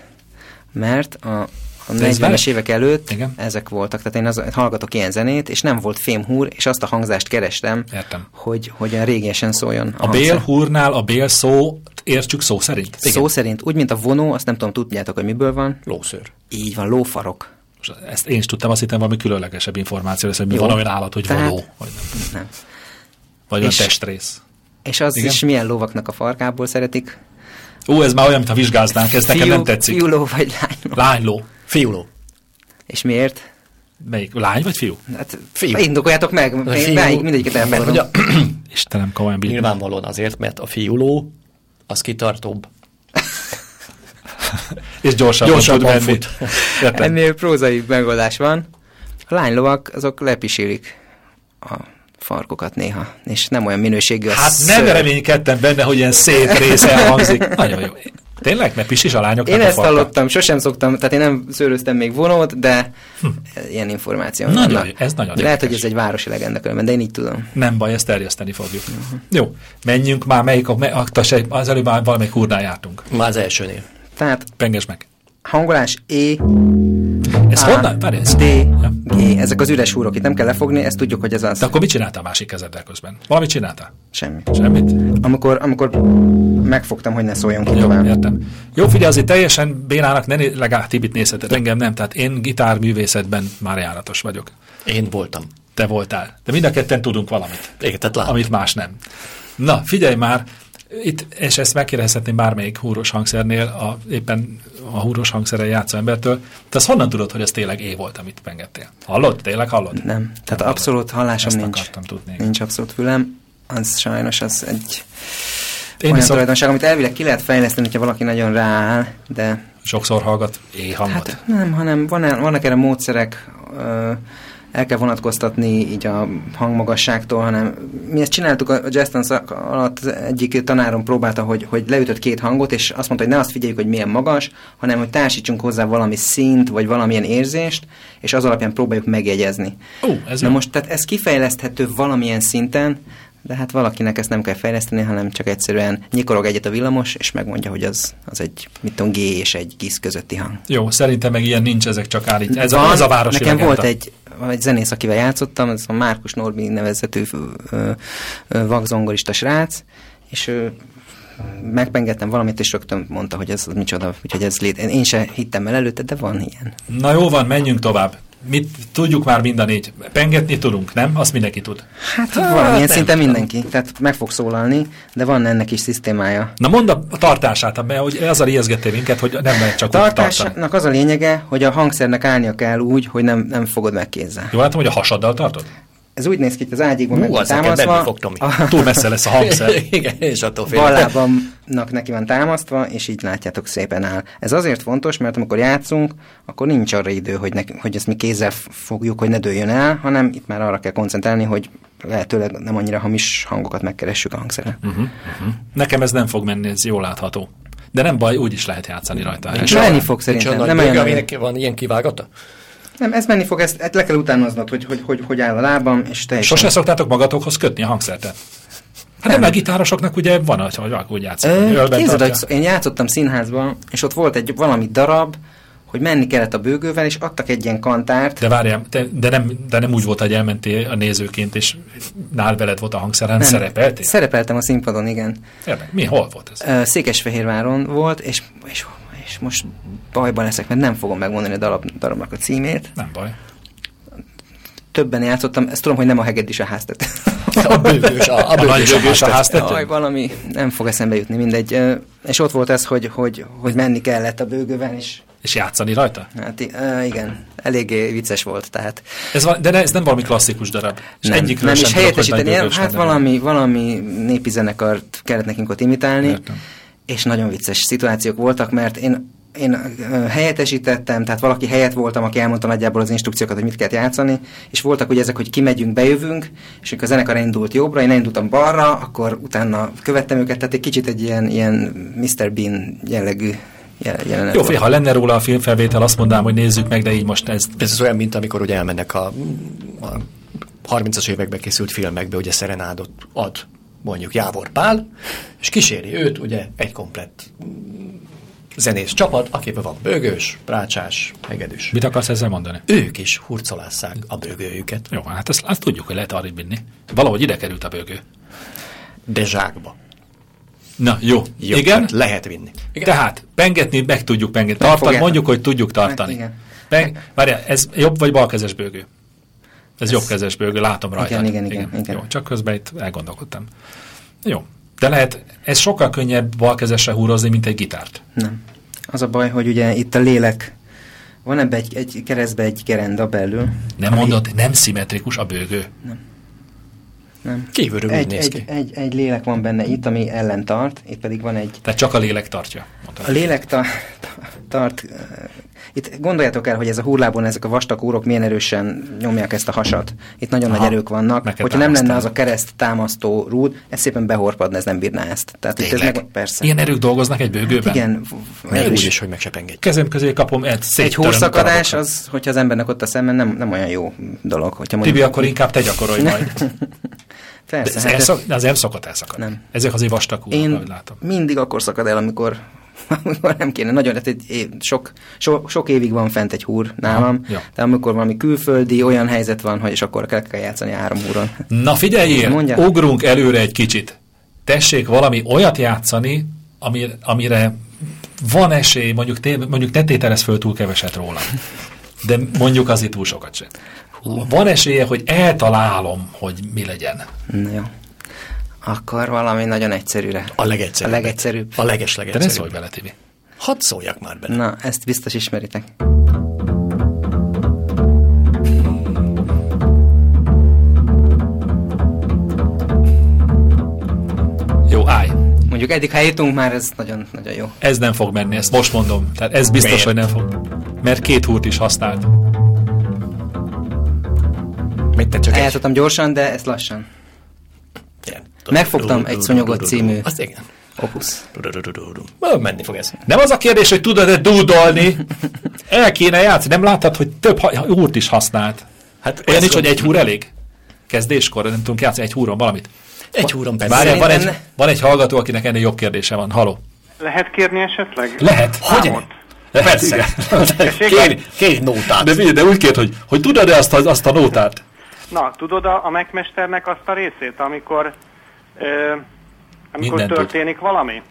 [SPEAKER 1] mert a, a
[SPEAKER 4] ez
[SPEAKER 1] 40-es
[SPEAKER 4] bele-
[SPEAKER 1] évek előtt
[SPEAKER 4] Igen.
[SPEAKER 1] Igen. ezek voltak, tehát én az, hallgatok ilyen zenét, és nem volt fémhúr, és azt a hangzást kerestem,
[SPEAKER 4] Értem.
[SPEAKER 1] hogy, hogy a régiesen szóljon.
[SPEAKER 4] A
[SPEAKER 1] hangszer.
[SPEAKER 4] bélhúrnál a bél szó értsük szó szerint.
[SPEAKER 1] Szó szerint, úgy, mint a vonó, azt nem tudom, tudjátok, hogy miből van.
[SPEAKER 5] Lószőr.
[SPEAKER 1] Így van, lófarok.
[SPEAKER 4] Most ezt én is tudtam, azt hittem valami különlegesebb információ lesz, hogy mi
[SPEAKER 1] Jó.
[SPEAKER 4] van olyan állat, hogy
[SPEAKER 1] Tehát-
[SPEAKER 4] való, vagy, nem.
[SPEAKER 1] Nem.
[SPEAKER 4] vagy olyan
[SPEAKER 1] És-
[SPEAKER 4] testrész.
[SPEAKER 1] És az
[SPEAKER 4] Igen.
[SPEAKER 1] Igen? is milyen lovaknak a farkából szeretik.
[SPEAKER 4] Ú, ez már olyan, mint a vizsgáznánk, ez nekem nem tetszik.
[SPEAKER 1] Fiú ló vagy lányló.
[SPEAKER 4] Lányló.
[SPEAKER 5] Fiúló.
[SPEAKER 1] És miért?
[SPEAKER 4] Melyik? Lány vagy fiú?
[SPEAKER 1] Hát,
[SPEAKER 5] Fiú.
[SPEAKER 1] Indokoljátok meg,
[SPEAKER 5] fiú-
[SPEAKER 1] melyik mindegyiket
[SPEAKER 5] Hogy
[SPEAKER 1] elmondom.
[SPEAKER 5] a-
[SPEAKER 4] Istenem, komolyan bírom.
[SPEAKER 5] Nyilvánvalóan azért, mert a fiúló az kitartóbb.
[SPEAKER 4] És gyorsabban,
[SPEAKER 5] Gyorsabban
[SPEAKER 4] tud menni.
[SPEAKER 5] fut.
[SPEAKER 4] Értem.
[SPEAKER 1] Ennél prózai megoldás van. A lánylovak azok lepisílik a farkokat néha, és nem olyan minőségű a
[SPEAKER 4] Hát nem
[SPEAKER 1] szőr.
[SPEAKER 4] reménykedtem benne, hogy ilyen szép rész elhangzik. Nagyon jó. Tényleg? Mert pisis a lányok
[SPEAKER 1] Én ezt hallottam, sosem szoktam, tehát én nem szőröztem még vonót, de ilyen információ.
[SPEAKER 4] Hm. Nagyon
[SPEAKER 1] vannak.
[SPEAKER 4] jó, ez nagyon
[SPEAKER 1] Lehet, hogy
[SPEAKER 4] érdekes.
[SPEAKER 1] ez egy városi legenda különben, de én így tudom.
[SPEAKER 4] Nem baj, ezt terjeszteni fogjuk. Jó, menjünk már, melyik a, me- a tase- az előbb már valamelyik urnál jártunk.
[SPEAKER 5] Már az elsőnél.
[SPEAKER 1] Tehát
[SPEAKER 4] Penges meg.
[SPEAKER 1] hangolás E,
[SPEAKER 4] Ez
[SPEAKER 1] A,
[SPEAKER 4] honnan? Várj, ez.
[SPEAKER 1] D,
[SPEAKER 4] Ja.
[SPEAKER 1] G. Ezek az üres húrok, itt nem kell lefogni, ezt tudjuk, hogy ez az.
[SPEAKER 4] De akkor mit csináltál a másik kezeddel közben? Valamit csináltál?
[SPEAKER 1] Semmi.
[SPEAKER 4] Semmit?
[SPEAKER 1] Amikor, amikor megfogtam, hogy ne szóljon ki
[SPEAKER 4] Jó,
[SPEAKER 1] tovább.
[SPEAKER 4] értem. Jó, figyelj, azért teljesen Bélának, ne, né- legalább Tibit nézheted, engem nem, tehát én gitárművészetben már járatos vagyok.
[SPEAKER 5] Én voltam.
[SPEAKER 4] Te voltál. De mind a ketten tudunk valamit.
[SPEAKER 5] Igen, tehát látom.
[SPEAKER 4] amit más nem. Na, figyelj már, itt, és ezt megkérdezhetném bármelyik húros hangszernél, a, éppen a húros hangszeren játszó embertől, te azt honnan tudod, hogy ez tényleg é volt, amit pengettél? Hallod? Tényleg hallod?
[SPEAKER 1] Nem. Tehát abszolút hallásom
[SPEAKER 4] Ezt
[SPEAKER 1] nincs.
[SPEAKER 4] akartam tudni.
[SPEAKER 1] Nincs abszolút fülem. Az sajnos az egy
[SPEAKER 4] Én
[SPEAKER 1] olyan
[SPEAKER 4] viszont
[SPEAKER 1] tulajdonság, amit elvileg ki lehet fejleszteni, hogyha valaki nagyon rááll, de
[SPEAKER 4] sokszor hallgat é hangot.
[SPEAKER 1] Hát nem, hanem van, vannak erre módszerek, ö, el kell vonatkoztatni így a hangmagasságtól, hanem mi ezt csináltuk a a jazz dance alatt, az egyik tanárom próbálta, hogy, hogy leütött két hangot, és azt mondta, hogy ne azt figyeljük, hogy milyen magas, hanem hogy társítsunk hozzá valami szint, vagy valamilyen érzést, és az alapján próbáljuk megjegyezni.
[SPEAKER 4] Ó, ez
[SPEAKER 1] Na
[SPEAKER 4] jó.
[SPEAKER 1] most, tehát ez kifejleszthető valamilyen szinten, de hát valakinek ezt nem kell fejleszteni, hanem csak egyszerűen nyikorog egyet a villamos, és megmondja, hogy az, az egy, mit tudom, G és egy GISZ közötti hang.
[SPEAKER 4] Jó, szerintem meg ilyen nincs, ezek csak állít. Ez, a,
[SPEAKER 1] Van,
[SPEAKER 4] ez a városi
[SPEAKER 1] Nekem
[SPEAKER 4] legenda.
[SPEAKER 1] volt egy, egy zenész, akivel játszottam, ez a Márkus Norbi nevezetű ö, ö, vakzongorista srác, és ő megpengettem valamit, és rögtön mondta, hogy ez micsoda, úgyhogy ez lét. Én se hittem el előtte, de van ilyen.
[SPEAKER 4] Na jó van, menjünk tovább. Mit tudjuk már mind a négy? Pengetni tudunk, nem? Azt mindenki tud.
[SPEAKER 1] Hát, hát valamilyen
[SPEAKER 4] nem
[SPEAKER 1] szinte mindenki, tehát meg fog szólalni, de van ennek is szisztémája.
[SPEAKER 4] Na mondd a a tartását, mert hogy azzal ijeszgettél minket, hogy nem lehet csak úgy tartani.
[SPEAKER 1] Tartásnak az a lényege, hogy a hangszernek állnia kell úgy, hogy nem, nem fogod meg kézzel.
[SPEAKER 4] Jó, látom, hogy a hasaddal tartod?
[SPEAKER 1] Ez úgy néz ki, hogy az ágyékban
[SPEAKER 5] Hú,
[SPEAKER 1] meg van
[SPEAKER 5] az nekem benni
[SPEAKER 1] támasztva,
[SPEAKER 5] fog, Tomi.
[SPEAKER 1] a-
[SPEAKER 4] Túl messze lesz a hangszer.
[SPEAKER 5] Igen, és attól félek.
[SPEAKER 1] ballábamnak neki van támasztva, és így látjátok szépen áll. Ez azért fontos, mert amikor játszunk, akkor nincs arra idő, hogy, nek, hogy ezt mi kézzel f- fogjuk, hogy ne dőljön el, hanem itt már arra kell koncentrálni, hogy lehetőleg nem annyira hamis hangokat megkeressük a hangszeren. Uh-huh.
[SPEAKER 4] Mhm, Nekem ez nem fog menni, ez jól látható. De nem baj, úgy is lehet játszani rajta.
[SPEAKER 1] Nincs menni fog
[SPEAKER 5] Nincs
[SPEAKER 1] szerintem.
[SPEAKER 5] olyan nagy
[SPEAKER 1] Nem,
[SPEAKER 5] bőge,
[SPEAKER 1] olyan
[SPEAKER 5] aminek van ilyen kivágata?
[SPEAKER 1] nem, ez menni fog, ezt, ezt le kell utánoznod, hogy hogy, hogy, hogy áll a lábam, és teljesen.
[SPEAKER 4] Sose szoktátok magatokhoz kötni a hangszerte? Hát nem, mert gitárosoknak ugye van, hogy hogy úgy játszik.
[SPEAKER 1] Ö,
[SPEAKER 4] ölben
[SPEAKER 1] Képzeld,
[SPEAKER 4] tartja.
[SPEAKER 1] hogy szó- én játszottam színházban, és ott volt egy valami darab, hogy menni kellett a bőgővel, és adtak egy ilyen kantárt,
[SPEAKER 4] De várjál, te, de, nem, de nem úgy volt, hogy elmentél a nézőként, és nál veled volt a hangszerán,
[SPEAKER 1] Nem.
[SPEAKER 4] szerepeltél?
[SPEAKER 1] Szerepeltem a színpadon, igen.
[SPEAKER 4] Érdek, mi, hol volt ez?
[SPEAKER 1] Ö, Székesfehérváron volt, és, és, és most bajban leszek, mert nem fogom megmondani a darab, darabnak a címét.
[SPEAKER 4] Nem baj.
[SPEAKER 1] Többen játszottam, ezt tudom, hogy nem a hegedűs a háztető.
[SPEAKER 5] A bőgős, a, a
[SPEAKER 4] A nagy
[SPEAKER 5] bőgős, a
[SPEAKER 4] bőgős a
[SPEAKER 5] háztető.
[SPEAKER 1] Jaj,
[SPEAKER 4] háztető?
[SPEAKER 1] valami, nem fog eszembe jutni, mindegy. Ö, És ott volt ez, hogy, hogy, hogy menni kellett a bőgővel, és
[SPEAKER 4] És játszani rajta?
[SPEAKER 1] hát i- ö, igen, eléggé vicces volt, tehát.
[SPEAKER 4] Ez val- de ne, ez nem valami klasszikus darab. És
[SPEAKER 1] nem,
[SPEAKER 4] egyikről sem
[SPEAKER 1] nem is
[SPEAKER 4] tudok, hogy
[SPEAKER 1] helyettesíteni,
[SPEAKER 4] nagy
[SPEAKER 1] nem,
[SPEAKER 4] bőgős
[SPEAKER 1] hát
[SPEAKER 4] lenne.
[SPEAKER 1] valami, valami népi zenekart kellett nekünk ott imitálni,
[SPEAKER 4] Értem.
[SPEAKER 1] és nagyon vicces szituációk voltak, mert én én ö, helyettesítettem, tehát valaki helyett voltam, aki elmondta nagyjából az instrukciókat, hogy mit kell játszani, és voltak ugye ezek, hogy kimegyünk, bejövünk, és akkor a zenekar indult jobbra, én indultam balra, akkor utána követtem őket, tehát egy kicsit egy ilyen, ilyen Mr. Bean jellegű jel- jelenet
[SPEAKER 4] Jó,
[SPEAKER 1] volt.
[SPEAKER 4] fél, ha lenne róla a filmfelvétel, azt mondanám, hogy nézzük meg, de így most ez...
[SPEAKER 5] Ez az olyan, mint amikor ugye elmennek a, a 30-as években készült filmekbe, ugye szerenádot ad mondjuk Jávor Pál, és kíséri őt ugye egy komplett mm, zenész csapat, akiben van bőgős, prácsás, hegedűs.
[SPEAKER 4] Mit akarsz ezzel mondani?
[SPEAKER 5] Ők is hurcolásszák a bőgőjüket,
[SPEAKER 4] Jó, hát azt, azt tudjuk, hogy lehet arrébb vinni. Valahogy ide került a bőgő.
[SPEAKER 5] de zsákba.
[SPEAKER 4] Na, jó.
[SPEAKER 5] Jó,
[SPEAKER 4] jó Igen?
[SPEAKER 5] hát Lehet vinni.
[SPEAKER 4] Igen. Tehát pengetni meg tudjuk pengetni. Tartani,
[SPEAKER 1] fogják.
[SPEAKER 4] mondjuk, hogy tudjuk tartani.
[SPEAKER 1] igen.
[SPEAKER 4] Peng, várjál, ez jobb vagy balkezes bőgő? Ez, ez jobbkezes bőgő, látom rajta.
[SPEAKER 1] Igen, igen, igen, igen.
[SPEAKER 4] Jó, csak közben itt elgondolkodtam. Jó, de lehet, ez sokkal könnyebb balkezesre húrozni, mint egy gitárt.
[SPEAKER 1] Nem. Az a baj, hogy ugye itt a lélek, van ebbe egy, egy keresztbe egy gerenda belül.
[SPEAKER 4] Nem mondod, nem szimmetrikus a bőgő.
[SPEAKER 1] Nem.
[SPEAKER 5] Kívülről úgy
[SPEAKER 1] Egy,
[SPEAKER 5] néz
[SPEAKER 1] egy,
[SPEAKER 5] ki.
[SPEAKER 1] egy, egy lélek van benne itt, ami ellen tart, itt pedig van egy...
[SPEAKER 4] Tehát csak a lélek tartja. Mondtad.
[SPEAKER 1] A lélek ta, ta, tart... ö, Itt gondoljátok el, hogy ez a hurlábon ezek a vastag úrok milyen erősen nyomják ezt a hasat. Itt nagyon Aha,
[SPEAKER 4] Aha.
[SPEAKER 1] nagy erők vannak.
[SPEAKER 4] Neked
[SPEAKER 1] Hogyha nem
[SPEAKER 4] támasztál.
[SPEAKER 1] lenne az a kereszt támasztó rúd, ez szépen behorpadna, ez nem bírná ezt. Tehát itt ez
[SPEAKER 5] Tényleg?
[SPEAKER 1] meg, persze. Hát
[SPEAKER 4] Ilyen erők dolgoznak egy bőgőben?
[SPEAKER 1] Igen, f-
[SPEAKER 5] Még
[SPEAKER 1] erős.
[SPEAKER 5] úgy is, hogy megsepengedj.
[SPEAKER 4] Kezem közé kapom, egy,
[SPEAKER 1] Egy
[SPEAKER 4] széttöröm a
[SPEAKER 1] húrszakadás,
[SPEAKER 4] darabokra.
[SPEAKER 1] az, hogyha az embernek ott a szemben, nem, nem olyan jó dolog. Hogyha
[SPEAKER 4] Tibi, akkor inkább te gyakorolj majd. De
[SPEAKER 1] Persze,
[SPEAKER 4] ez,
[SPEAKER 1] hát ez-
[SPEAKER 4] elszak, de az nem szokott elszakadni.
[SPEAKER 1] Nem.
[SPEAKER 4] Ezek azért vastag úrak,
[SPEAKER 1] Én
[SPEAKER 4] ahogy látom.
[SPEAKER 1] mindig akkor szakad el, amikor, amikor nem kéne. Nagyon, tehát egy, év- sok, so, sok évig van fent egy húr nálam,
[SPEAKER 4] ja.
[SPEAKER 1] de amikor valami külföldi olyan helyzet van, hogy és akkor kell, kell játszani három húron.
[SPEAKER 4] Na figyeljél,
[SPEAKER 1] Mondja.
[SPEAKER 4] ugrunk előre egy kicsit. Tessék valami olyat játszani, amire, amire van esély, mondjuk, té, mondjuk ne tételez föl túl keveset róla. De mondjuk azért túl sokat sem. Van esélye, hogy eltalálom, hogy mi legyen.
[SPEAKER 1] Na jó. Akkor valami nagyon egyszerűre.
[SPEAKER 5] A legegyszerűbb.
[SPEAKER 1] A legegyszerűbb.
[SPEAKER 5] A leges
[SPEAKER 4] Te ne
[SPEAKER 5] legegyszerűbb.
[SPEAKER 4] szólj bele, Tibi.
[SPEAKER 5] Hadd szóljak már bele.
[SPEAKER 1] Na, ezt biztos ismeritek.
[SPEAKER 4] Jó, állj.
[SPEAKER 1] Mondjuk eddig, ha jutunk már, ez nagyon-nagyon jó.
[SPEAKER 4] Ez nem fog menni, ezt most mondom. Tehát ez
[SPEAKER 5] Miért?
[SPEAKER 4] biztos, hogy nem fog. Mert két húrt is használt.
[SPEAKER 5] Mit te csak egy...
[SPEAKER 1] Eljátszottam gyorsan, de ezt lassan.
[SPEAKER 5] Ilyen.
[SPEAKER 1] Megfogtam egy szonyogot című
[SPEAKER 5] Azt igen.
[SPEAKER 1] opusz.
[SPEAKER 5] Ö, Menni fog ez.
[SPEAKER 4] Nem az a kérdés, hogy tudod-e dúdolni. El kéne játszani. Nem láttad, hogy több ha- húrt is használt.
[SPEAKER 5] Hát
[SPEAKER 4] Olyan
[SPEAKER 5] ez
[SPEAKER 4] nincs,
[SPEAKER 5] gond-
[SPEAKER 4] hogy egy húr elég? Kezdéskor nem tudunk játszani egy húron valamit.
[SPEAKER 5] Egy húron persze.
[SPEAKER 4] Várjál, van egy,
[SPEAKER 1] Szerintem
[SPEAKER 4] van egy hallgató, akinek ennél jobb kérdése van. Haló.
[SPEAKER 6] Lehet kérni esetleg?
[SPEAKER 4] Lehet. Hogy?
[SPEAKER 6] Számot?
[SPEAKER 4] Lehet, Persze.
[SPEAKER 5] Kérj, kérj nótát.
[SPEAKER 4] Hát De figyelj, de úgy kért, hogy, hogy tudod-e azt a, azt a nótát?
[SPEAKER 6] Na, tudod a, a megmesternek azt a részét, amikor, ö, amikor
[SPEAKER 4] Mindent tud.
[SPEAKER 6] történik valami?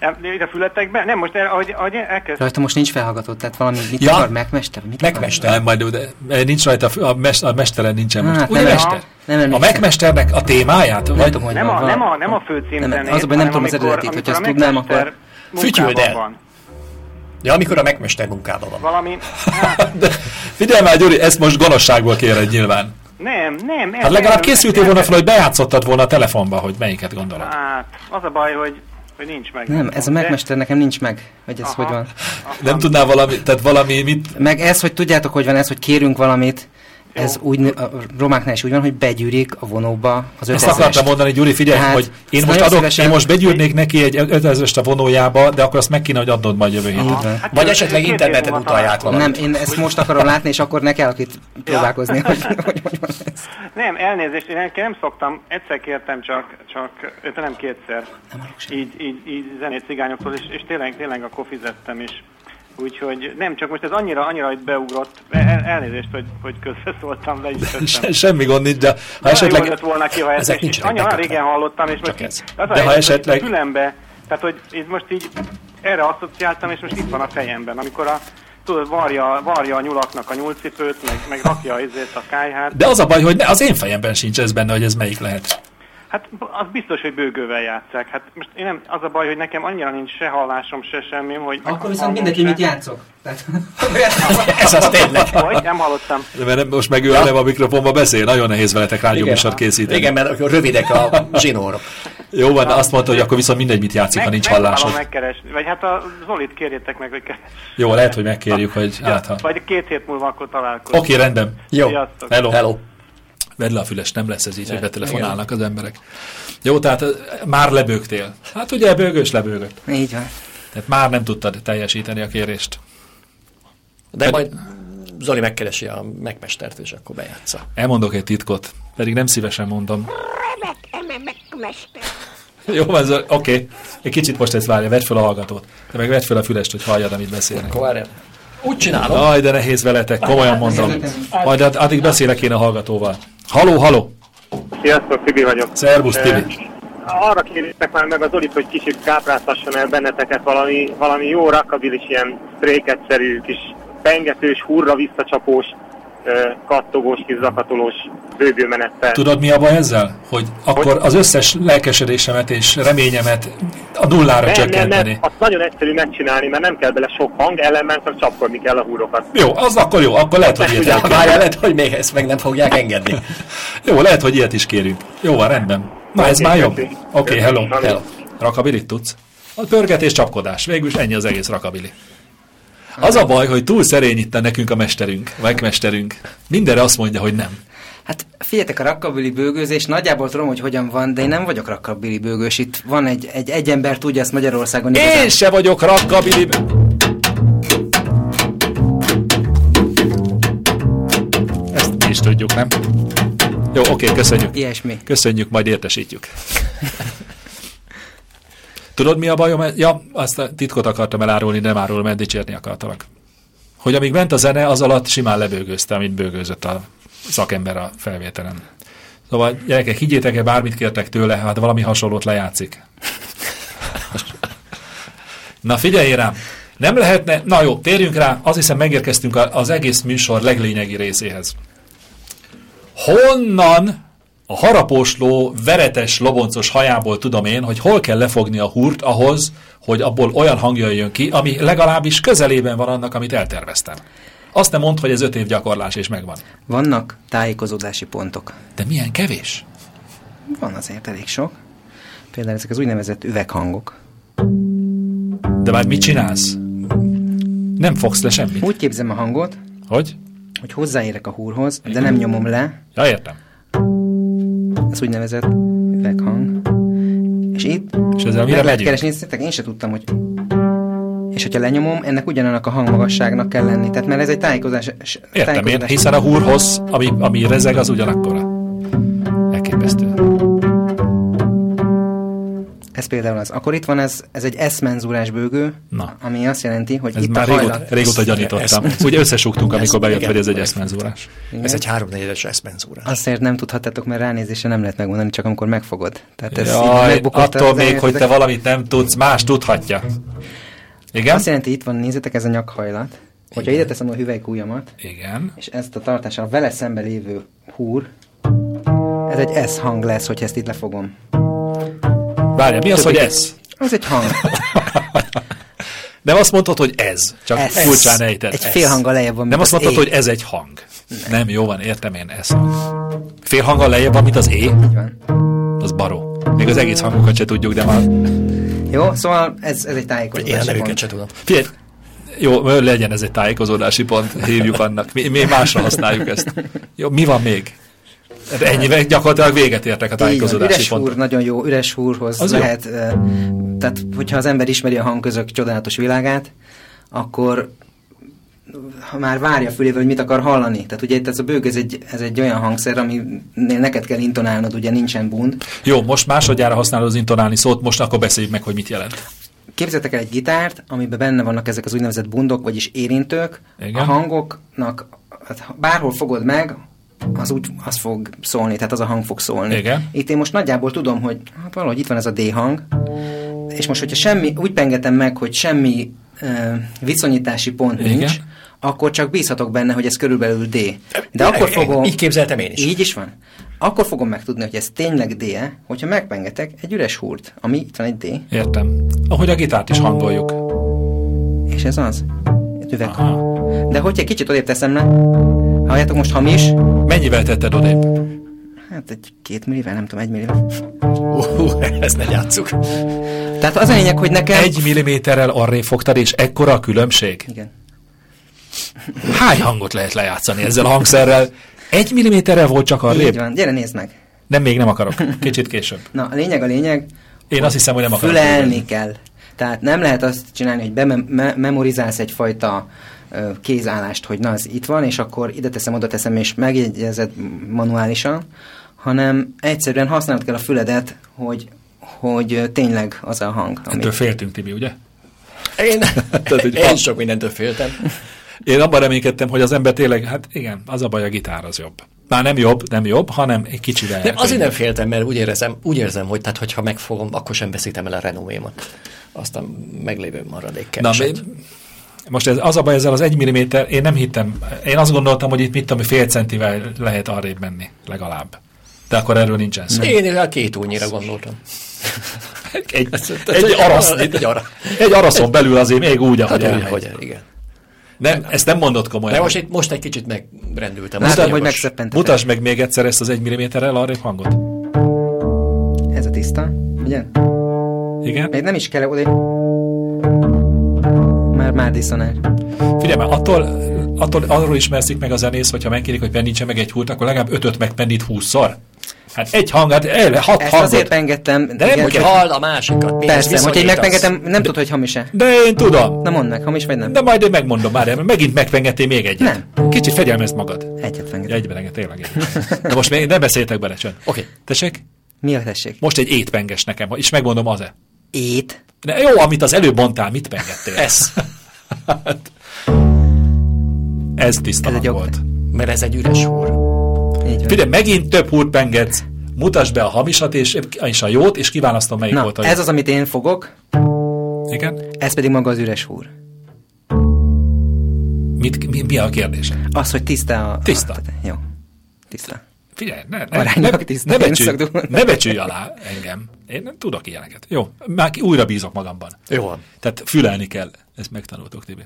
[SPEAKER 6] Nem, ide fületekben? Nem, most el, ahogy, ahogy elkezd...
[SPEAKER 1] Rajta most nincs felhallgató, tehát valami mit
[SPEAKER 4] Ja.
[SPEAKER 1] akar, megmester? Mit akar?
[SPEAKER 5] Megmester.
[SPEAKER 4] Nem, majd, de, nincs rajta, a, fő- a, mes, a mesteren nincsen
[SPEAKER 1] Hát,
[SPEAKER 4] most.
[SPEAKER 1] nem
[SPEAKER 4] Ugye
[SPEAKER 1] emlékszem.
[SPEAKER 4] mester?
[SPEAKER 1] Nem
[SPEAKER 4] a
[SPEAKER 1] emlékszem.
[SPEAKER 4] megmesternek a témáját?
[SPEAKER 1] Nem
[SPEAKER 4] Vagy,
[SPEAKER 1] tudom, hogy
[SPEAKER 6] Nem
[SPEAKER 1] van,
[SPEAKER 6] a,
[SPEAKER 1] van.
[SPEAKER 6] nem a, nem a fő
[SPEAKER 1] Nem,
[SPEAKER 6] címzenét,
[SPEAKER 1] az a baj, nem tudom az
[SPEAKER 6] amikor-
[SPEAKER 1] eredetit,
[SPEAKER 6] amikor
[SPEAKER 1] hogyha azt
[SPEAKER 6] a
[SPEAKER 1] tudnám,
[SPEAKER 6] megmester
[SPEAKER 1] akkor-
[SPEAKER 6] munkában
[SPEAKER 5] Fütyüld el.
[SPEAKER 6] van.
[SPEAKER 5] Ja, amikor a megmester munkában van.
[SPEAKER 6] Valami... Hát,
[SPEAKER 4] de, figyelj már, Gyuri, ezt most gonoszságból kéred nyilván.
[SPEAKER 6] nem, nem.
[SPEAKER 4] Hát
[SPEAKER 6] ez-
[SPEAKER 4] legalább
[SPEAKER 6] ez-
[SPEAKER 4] készültél
[SPEAKER 6] ez-
[SPEAKER 4] volna fel, hogy bejátszottad volna a telefonba, hogy melyiket gondolod.
[SPEAKER 6] Hát, az a baj, hogy, hogy nincs meg.
[SPEAKER 1] Nem, ez a
[SPEAKER 6] De-
[SPEAKER 1] megmester nekem nincs meg, hogy ez
[SPEAKER 6] Aha.
[SPEAKER 1] hogy van.
[SPEAKER 4] Nem tudnál valami, tehát valami, mit,
[SPEAKER 1] Meg ez, hogy tudjátok, hogy van ez, hogy kérünk valamit, ez úgy, a romáknál is úgy van, hogy begyűrik a vonóba az
[SPEAKER 4] ezt
[SPEAKER 1] ötezres.
[SPEAKER 4] akartam mondani, Gyuri, figyelj,
[SPEAKER 1] Tehát,
[SPEAKER 4] hogy én
[SPEAKER 1] ezt
[SPEAKER 4] most,
[SPEAKER 1] nagyon
[SPEAKER 4] adok,
[SPEAKER 1] szívesen-
[SPEAKER 4] én most begyűrnék neki egy 5000 a vonójába, de akkor azt meg kéne, hogy adnod majd jövő héten.
[SPEAKER 1] Így
[SPEAKER 6] Hát,
[SPEAKER 5] Vagy
[SPEAKER 6] ő-
[SPEAKER 5] esetleg
[SPEAKER 6] ő két év
[SPEAKER 5] interneten
[SPEAKER 6] múlva
[SPEAKER 5] utalj át
[SPEAKER 6] találkozunk.
[SPEAKER 5] valamit.
[SPEAKER 1] Nem, én ezt most akarom látni, és akkor ne kell itt próbálkozni, hogy, hogy, hogy van ez.
[SPEAKER 6] Nem, elnézést, én el- nem szoktam, egyszer kértem csak, csak ö, nem kétszer. Nem így, így, így zenét cigányoktól, és, és tényleg, tényleg akkor fizettem is. Úgyhogy nem csak most ez annyira, annyira itt beugrott, E, el, elnézést, hogy, hogy közbeszóltam, de is
[SPEAKER 4] Se, semmi gond nincs, de ha
[SPEAKER 6] Ha esetleg...
[SPEAKER 4] esetleg...
[SPEAKER 6] Jól lett volna ki, ha
[SPEAKER 4] Ezek
[SPEAKER 6] ezek
[SPEAKER 4] nincs
[SPEAKER 6] nincs Anya,
[SPEAKER 4] rendben
[SPEAKER 6] régen hallottam, és most
[SPEAKER 4] Csak ez.
[SPEAKER 6] így, az a
[SPEAKER 4] De ha
[SPEAKER 6] helyzet, hogy
[SPEAKER 4] esetleg-
[SPEAKER 6] A fülembe, tehát hogy én most így erre asszociáltam, és most itt van a fejemben, amikor a tudod, varja, varja a nyulaknak a nyúlcipőt, meg, meg rakja ezért a kájhát.
[SPEAKER 4] De az a baj, hogy ne, az én fejemben sincs ez benne, hogy ez melyik lehet.
[SPEAKER 6] Hát az biztos, hogy bőgővel játszák. Hát most én nem, az a baj, hogy nekem annyira nincs se hallásom, se semmim, hogy...
[SPEAKER 1] Akkor viszont mindegy, hogy mit játszok. Tehát,
[SPEAKER 4] Ez az tényleg.
[SPEAKER 6] Vagy? Nem hallottam.
[SPEAKER 4] Mert most meg ő ja. a mikrofonba beszél, nagyon nehéz veletek rádióműsort készíteni.
[SPEAKER 5] Igen, mert akkor rövidek a zsinórok.
[SPEAKER 4] Jó van, azt mondta, hogy akkor viszont mindegy, mit játszik, ha nincs
[SPEAKER 6] megpróbálom
[SPEAKER 4] hallásod.
[SPEAKER 6] megkeresni. Vagy hát a Zolit kérjétek meg, hogy keres.
[SPEAKER 4] Jó, lehet, hogy megkérjük, hogy átha.
[SPEAKER 6] Vagy két hét múlva akkor találkozunk.
[SPEAKER 4] Hát, Oké, rendben.
[SPEAKER 5] Jó.
[SPEAKER 6] Sziasztok.
[SPEAKER 4] Hello.
[SPEAKER 5] Hello.
[SPEAKER 4] Vedd le a füles, nem lesz ez így, hogy betelefonálnak az emberek. Jó, tehát ö, már lebőgtél. Hát ugye bőgős lebőgött.
[SPEAKER 1] így van.
[SPEAKER 4] Tehát már nem tudtad teljesíteni a kérést.
[SPEAKER 5] De majd Zoli megkeresi a megmestert, és akkor bejátsza.
[SPEAKER 4] Elmondok egy titkot, pedig nem szívesen mondom.
[SPEAKER 3] Remek, ememek, mester.
[SPEAKER 4] Jó, van, Zoli, oké. Egy kicsit most ezt várja, vedd fel a hallgatót. Te meg vedd fel a fülest, hogy halljad, amit beszélnek.
[SPEAKER 5] Akkor várjál. Úgy csinálom.
[SPEAKER 4] Aj, de nehéz veletek, komolyan mondom. Majd ad- addig beszélek én a hallgatóval. Haló, haló!
[SPEAKER 7] Sziasztok, Tibi vagyok.
[SPEAKER 4] Szervusz, Tibi!
[SPEAKER 7] Arra kérjétek már meg az Olit, hogy kicsit kápráztasson el benneteket valami, valami jó rakabilis, ilyen tréketszerű, kis pengetős, hurra visszacsapós, ö, kattogós, kis zakatolós bőgőmenettel.
[SPEAKER 4] Tudod, mi a baj ezzel? Hogy akkor az összes lelkesedésemet és reményemet a nullára
[SPEAKER 7] nem, nem, nem,
[SPEAKER 4] csökkenteni.
[SPEAKER 7] azt nagyon egyszerű megcsinálni, mert nem kell bele sok hang, ellenben csak csapkodni kell a húrokat.
[SPEAKER 4] Jó, az akkor jó, akkor lehet, hogy
[SPEAKER 5] Ugye,
[SPEAKER 4] ilyet
[SPEAKER 5] a
[SPEAKER 4] elkérünk.
[SPEAKER 5] várjál, lehet, hogy még ezt meg nem fogják engedni.
[SPEAKER 4] Jó, lehet, hogy ilyet is kérünk. Jó, van, rendben. Na, ez már jobb. Oké, okay, hello, hello. Rakabilit tudsz? A pörgetés, csapkodás. Végülis ennyi az egész rakabili. Az a baj, hogy túl szerény itt nekünk a mesterünk, a megmesterünk. Mindenre azt mondja, hogy nem.
[SPEAKER 1] Hát figyeljetek, a rakkabili bőgőzés, nagyjából tudom, hogy hogyan van, de én nem vagyok rakkabili bőgős. Itt van egy, egy, egy ember, tudja ezt Magyarországon igazán.
[SPEAKER 4] Én se vagyok rakkabili... Ezt mi is tudjuk, nem? Jó, oké, köszönjük.
[SPEAKER 1] Ilyesmi.
[SPEAKER 4] Köszönjük, majd értesítjük. Tudod, mi a bajom? Ja, azt a titkot akartam elárulni, nem árulom, mert dicsérni akartalak. Hogy amíg ment a zene, az alatt simán lebőgőzte, amit bőgőzött a szakember a felvételen. Szóval, gyerekek, higgyétek el, bármit kértek tőle, hát valami hasonlót lejátszik. Na figyelj rám! Nem lehetne, na jó, térjünk rá, azt hiszem megérkeztünk a- az egész műsor leglényegi részéhez. Honnan a harapósló, veretes, loboncos hajából tudom én, hogy hol kell lefogni a húrt ahhoz, hogy abból olyan hang jöjjön ki, ami legalábbis közelében van annak, amit elterveztem. Azt nem mondd, hogy ez öt év gyakorlás és megvan.
[SPEAKER 1] Vannak tájékozódási pontok.
[SPEAKER 4] De milyen kevés?
[SPEAKER 1] Van azért elég sok. Például ezek az úgynevezett üveghangok.
[SPEAKER 4] De már mit csinálsz? Nem fogsz le semmit.
[SPEAKER 1] Úgy képzem a hangot,
[SPEAKER 4] Hogy?
[SPEAKER 1] hogy hozzáérek a húrhoz, de nem nyomom le,
[SPEAKER 4] Ja, értem.
[SPEAKER 1] ez úgynevezett üveghang. És itt
[SPEAKER 4] És ezzel
[SPEAKER 1] meg
[SPEAKER 4] mire
[SPEAKER 1] lehet
[SPEAKER 4] megyünk?
[SPEAKER 1] keresni, Szerintem én se tudtam, hogy... És hogyha lenyomom, ennek ugyanannak a hangmagasságnak kell lenni. Tehát mert ez egy tájékozás...
[SPEAKER 4] Értem én, hiszen a húrhoz, ami, ami rezeg, az ugyanakkora. Elképesztő.
[SPEAKER 1] Ez például az. Akkor itt van ez, ez egy eszmenzúrás bőgő,
[SPEAKER 4] Na.
[SPEAKER 1] ami azt jelenti, hogy
[SPEAKER 4] Ez
[SPEAKER 1] itt
[SPEAKER 4] már
[SPEAKER 1] a
[SPEAKER 4] régóta,
[SPEAKER 1] hajlat...
[SPEAKER 4] régóta gyanítottam. Ugye összesugtunk, amikor bejött,
[SPEAKER 5] igen.
[SPEAKER 4] hogy ez egy eszmenzúrás.
[SPEAKER 5] Ez egy háromnegyedes eszmenzúra.
[SPEAKER 1] Azért nem tudhatátok, mert ránézésre nem lehet megmondani, csak amikor megfogod. Tehát Hát ez így
[SPEAKER 4] Jaj,
[SPEAKER 1] megbukott
[SPEAKER 4] attól
[SPEAKER 1] az
[SPEAKER 4] még,
[SPEAKER 1] elejét,
[SPEAKER 4] hogy
[SPEAKER 1] ez-
[SPEAKER 4] te valamit nem tudsz, más tudhatja. Igen?
[SPEAKER 1] Azt jelenti, itt van, nézzetek, ez a nyakhajlat. Hogyha ide teszem a hüvelykújamat,
[SPEAKER 4] Igen.
[SPEAKER 1] és ezt a tartással a vele szembe lévő húr, ez egy S hang lesz, hogy ezt itt lefogom.
[SPEAKER 4] Várjál, mi az, hogy ez?
[SPEAKER 1] Ez egy hang.
[SPEAKER 4] Nem azt mondtad, hogy ez, csak
[SPEAKER 1] Ez.
[SPEAKER 4] furcsán ejtett.
[SPEAKER 1] Egy
[SPEAKER 4] ez.
[SPEAKER 1] fél hanggal lejjebb
[SPEAKER 4] Nem
[SPEAKER 1] van, mint
[SPEAKER 4] azt
[SPEAKER 1] az
[SPEAKER 4] mondtad,
[SPEAKER 1] é.
[SPEAKER 4] hogy ez egy hang. Nem, jó van, értem én ezt. Fél hanggal lejjebb van, mint az é?
[SPEAKER 1] van. Hát
[SPEAKER 4] Az baró. Még az egész hangokat se tudjuk, de már...
[SPEAKER 1] Jó, szóval ez, ez egy
[SPEAKER 5] Ilyen
[SPEAKER 1] tájékozódási
[SPEAKER 5] nevüket
[SPEAKER 1] pont.
[SPEAKER 5] se tudom.
[SPEAKER 4] Figyelj, jó, legyen ez egy tájékozódási pont, hívjuk annak. Mi, mi másra használjuk ezt. Jó, mi van még? Hát Ennyivel gyakorlatilag véget értek a
[SPEAKER 1] Így van,
[SPEAKER 4] tájékozódási
[SPEAKER 1] üres húr,
[SPEAKER 4] pontok.
[SPEAKER 1] nagyon jó, üres húrhoz
[SPEAKER 4] Az
[SPEAKER 1] az
[SPEAKER 4] jó.
[SPEAKER 1] lehet, ö, tehát hogyha az ember ismeri a hangközök csodálatos világát, akkor ha már várja fülével, hogy mit akar hallani. Tehát ugye itt ez a bőg, ez egy, ez egy olyan hangszer, aminél neked kell intonálnod, ugye nincsen bund.
[SPEAKER 4] Jó, most másodjára használod az intonálni szót, most akkor beszéljük meg, hogy mit jelent.
[SPEAKER 1] Képzeltek el egy gitárt, amiben benne vannak ezek az úgynevezett bundok, vagyis érintők.
[SPEAKER 4] Igen.
[SPEAKER 1] A hangoknak, hát ha bárhol fogod meg, az úgy az fog szólni, tehát az a hang fog szólni.
[SPEAKER 4] Igen.
[SPEAKER 1] Itt én most nagyjából tudom, hogy hát valahogy itt van ez a D hang, és most, hogyha semmi, úgy pengetem meg, hogy semmi uh, viszonyítási pont
[SPEAKER 4] Igen.
[SPEAKER 1] nincs, akkor csak bízhatok benne, hogy ez körülbelül D.
[SPEAKER 4] E,
[SPEAKER 1] De akkor
[SPEAKER 5] Én-
[SPEAKER 1] fogom...
[SPEAKER 5] Így képzeltem én is.
[SPEAKER 1] Így is van. Akkor fogom megtudni, hogy ez tényleg D-e, hogyha megpengetek egy üres húrt, ami itt van egy D,
[SPEAKER 4] Értem. Ahogy a gitárt is hangoljuk.
[SPEAKER 1] és ez az. Egy üveghang.
[SPEAKER 4] Aha.
[SPEAKER 1] De hogyha egy kicsit odébb teszem le, halljátok most hamis,
[SPEAKER 4] Mennyivel tetted odébb?
[SPEAKER 1] hát egy két millivel, nem tudom, egy millivel.
[SPEAKER 5] Ó, ezt ne játsszuk.
[SPEAKER 1] Tehát az a lényeg, hogy nekem...
[SPEAKER 4] Egy milliméterrel arré fogtad, és ekkora a különbség?
[SPEAKER 1] Igen.
[SPEAKER 4] Hány hangot lehet lejátszani ezzel a hangszerrel? Egy milliméterrel volt csak
[SPEAKER 1] Így
[SPEAKER 4] arrébb?
[SPEAKER 1] van, gyere nézd meg.
[SPEAKER 4] Nem, még nem akarok. Kicsit később.
[SPEAKER 1] Na, a lényeg a lényeg,
[SPEAKER 4] Én azt hiszem, hogy nem akarok.
[SPEAKER 1] fülelni kell. Tehát nem lehet azt csinálni, hogy bememorizálsz egyfajta ö, kézállást, hogy na, az itt van, és akkor ide teszem, oda teszem, és megjegyezed manuálisan, hanem egyszerűen használod kell a füledet, hogy, hogy ö, tényleg az a hang. Ami...
[SPEAKER 4] Ettől féltünk, Tibi, ugye?
[SPEAKER 5] Én, Tehát,
[SPEAKER 4] hogy
[SPEAKER 5] hogy
[SPEAKER 4] van-
[SPEAKER 5] én sok mindentől féltem.
[SPEAKER 4] Én abban reménykedtem, hogy az ember tényleg, hát igen, az a baj, a gitár az jobb. Már nem jobb, nem jobb, hanem egy kicsivel.
[SPEAKER 5] Nem, azért nem
[SPEAKER 4] elkönnyebb.
[SPEAKER 5] féltem, mert úgy érzem, úgy érzem hogy tehát, hogyha megfogom, akkor sem veszítem el a renomémat. Aztán meglévő maradék
[SPEAKER 4] Na,
[SPEAKER 5] keveset.
[SPEAKER 4] mi- most ez, az a baj ezzel az egy milliméter, én nem hittem, én azt gondoltam, hogy itt mit tudom, fél centivel lehet arrébb menni, legalább. De akkor erről nincsen szó.
[SPEAKER 5] Én a két únyira gondoltam.
[SPEAKER 4] Egy, egy, arasz,
[SPEAKER 5] Egy, egy arra.
[SPEAKER 4] egy araszon belül azért még úgy, ahogy
[SPEAKER 5] Tehát úgy,
[SPEAKER 4] elmegy.
[SPEAKER 5] hogy igen.
[SPEAKER 4] Nem, ezt nem mondod komolyan.
[SPEAKER 5] De most, itt, most egy kicsit megrendültem.
[SPEAKER 1] Látod,
[SPEAKER 5] Azért
[SPEAKER 1] hogy
[SPEAKER 5] most-
[SPEAKER 1] megszeppentetek.
[SPEAKER 4] Mutasd meg még egyszer ezt az egy milliméterrel arrébb hangot.
[SPEAKER 1] Ez a tiszta, ugye?
[SPEAKER 4] Igen?
[SPEAKER 1] Még nem is kell oda... Már már diszonál.
[SPEAKER 4] Figyelj már, attól, attól arról ismerszik meg a zenész, hogyha megkérik, hogy pendítse meg egy húrt, akkor legalább ötöt megpendít húszszor. Hát egy hangát, el, hat
[SPEAKER 1] Ezt
[SPEAKER 4] hangot.
[SPEAKER 1] azért pengettem. De
[SPEAKER 4] nem,
[SPEAKER 5] Hogy hall a másikat. mi ezt
[SPEAKER 1] Persze, hogyha én
[SPEAKER 5] viszonyítasz?
[SPEAKER 1] megpengetem, nem tudod, hogy hamis-e.
[SPEAKER 4] De én tudom.
[SPEAKER 1] Na mondd meg, hamis vagy nem?
[SPEAKER 4] De majd én megmondom már, mert megint megpengettél még egyet. Nem. Kicsit fegyelmezd magad.
[SPEAKER 1] Egyet pengetem.
[SPEAKER 4] Egyben enged, tényleg. egyben. De most még nem beszéltek bele, csön.
[SPEAKER 5] Oké.
[SPEAKER 4] Tessék?
[SPEAKER 1] Mi a tessék?
[SPEAKER 4] Most egy étpenges nekem, és megmondom az-e.
[SPEAKER 1] Ét.
[SPEAKER 4] De jó, amit az előbb mondtál, mit pengettél?
[SPEAKER 5] Ez.
[SPEAKER 4] Hát, ez
[SPEAKER 1] Ez
[SPEAKER 4] tisztalan
[SPEAKER 1] egy ok.
[SPEAKER 4] volt.
[SPEAKER 5] Mert ez egy üres húr.
[SPEAKER 1] Így van.
[SPEAKER 4] Figyelj, megint több húrt pengetsz. Mutasd be a hamisat és, és a jót, és kiválasztom, melyik
[SPEAKER 1] Na,
[SPEAKER 4] volt a jó.
[SPEAKER 1] ez az, amit én fogok,
[SPEAKER 4] Igen?
[SPEAKER 1] ez pedig maga az üres húr.
[SPEAKER 4] Mit, mi, mi a kérdése?
[SPEAKER 1] Az, hogy tiszta a...
[SPEAKER 4] Tiszta.
[SPEAKER 1] A, jó. Tiszta.
[SPEAKER 4] Figyelj, ne, ne, ne,
[SPEAKER 1] Aránylag tiszta,
[SPEAKER 4] ne,
[SPEAKER 1] én
[SPEAKER 4] becsülj,
[SPEAKER 1] szoktam
[SPEAKER 4] ne becsülj alá engem. Én nem tudok ilyeneket. Jó, már ki- újra bízok magamban.
[SPEAKER 5] Jó van.
[SPEAKER 4] Tehát fülelni kell. Ezt megtanultok, Tibi.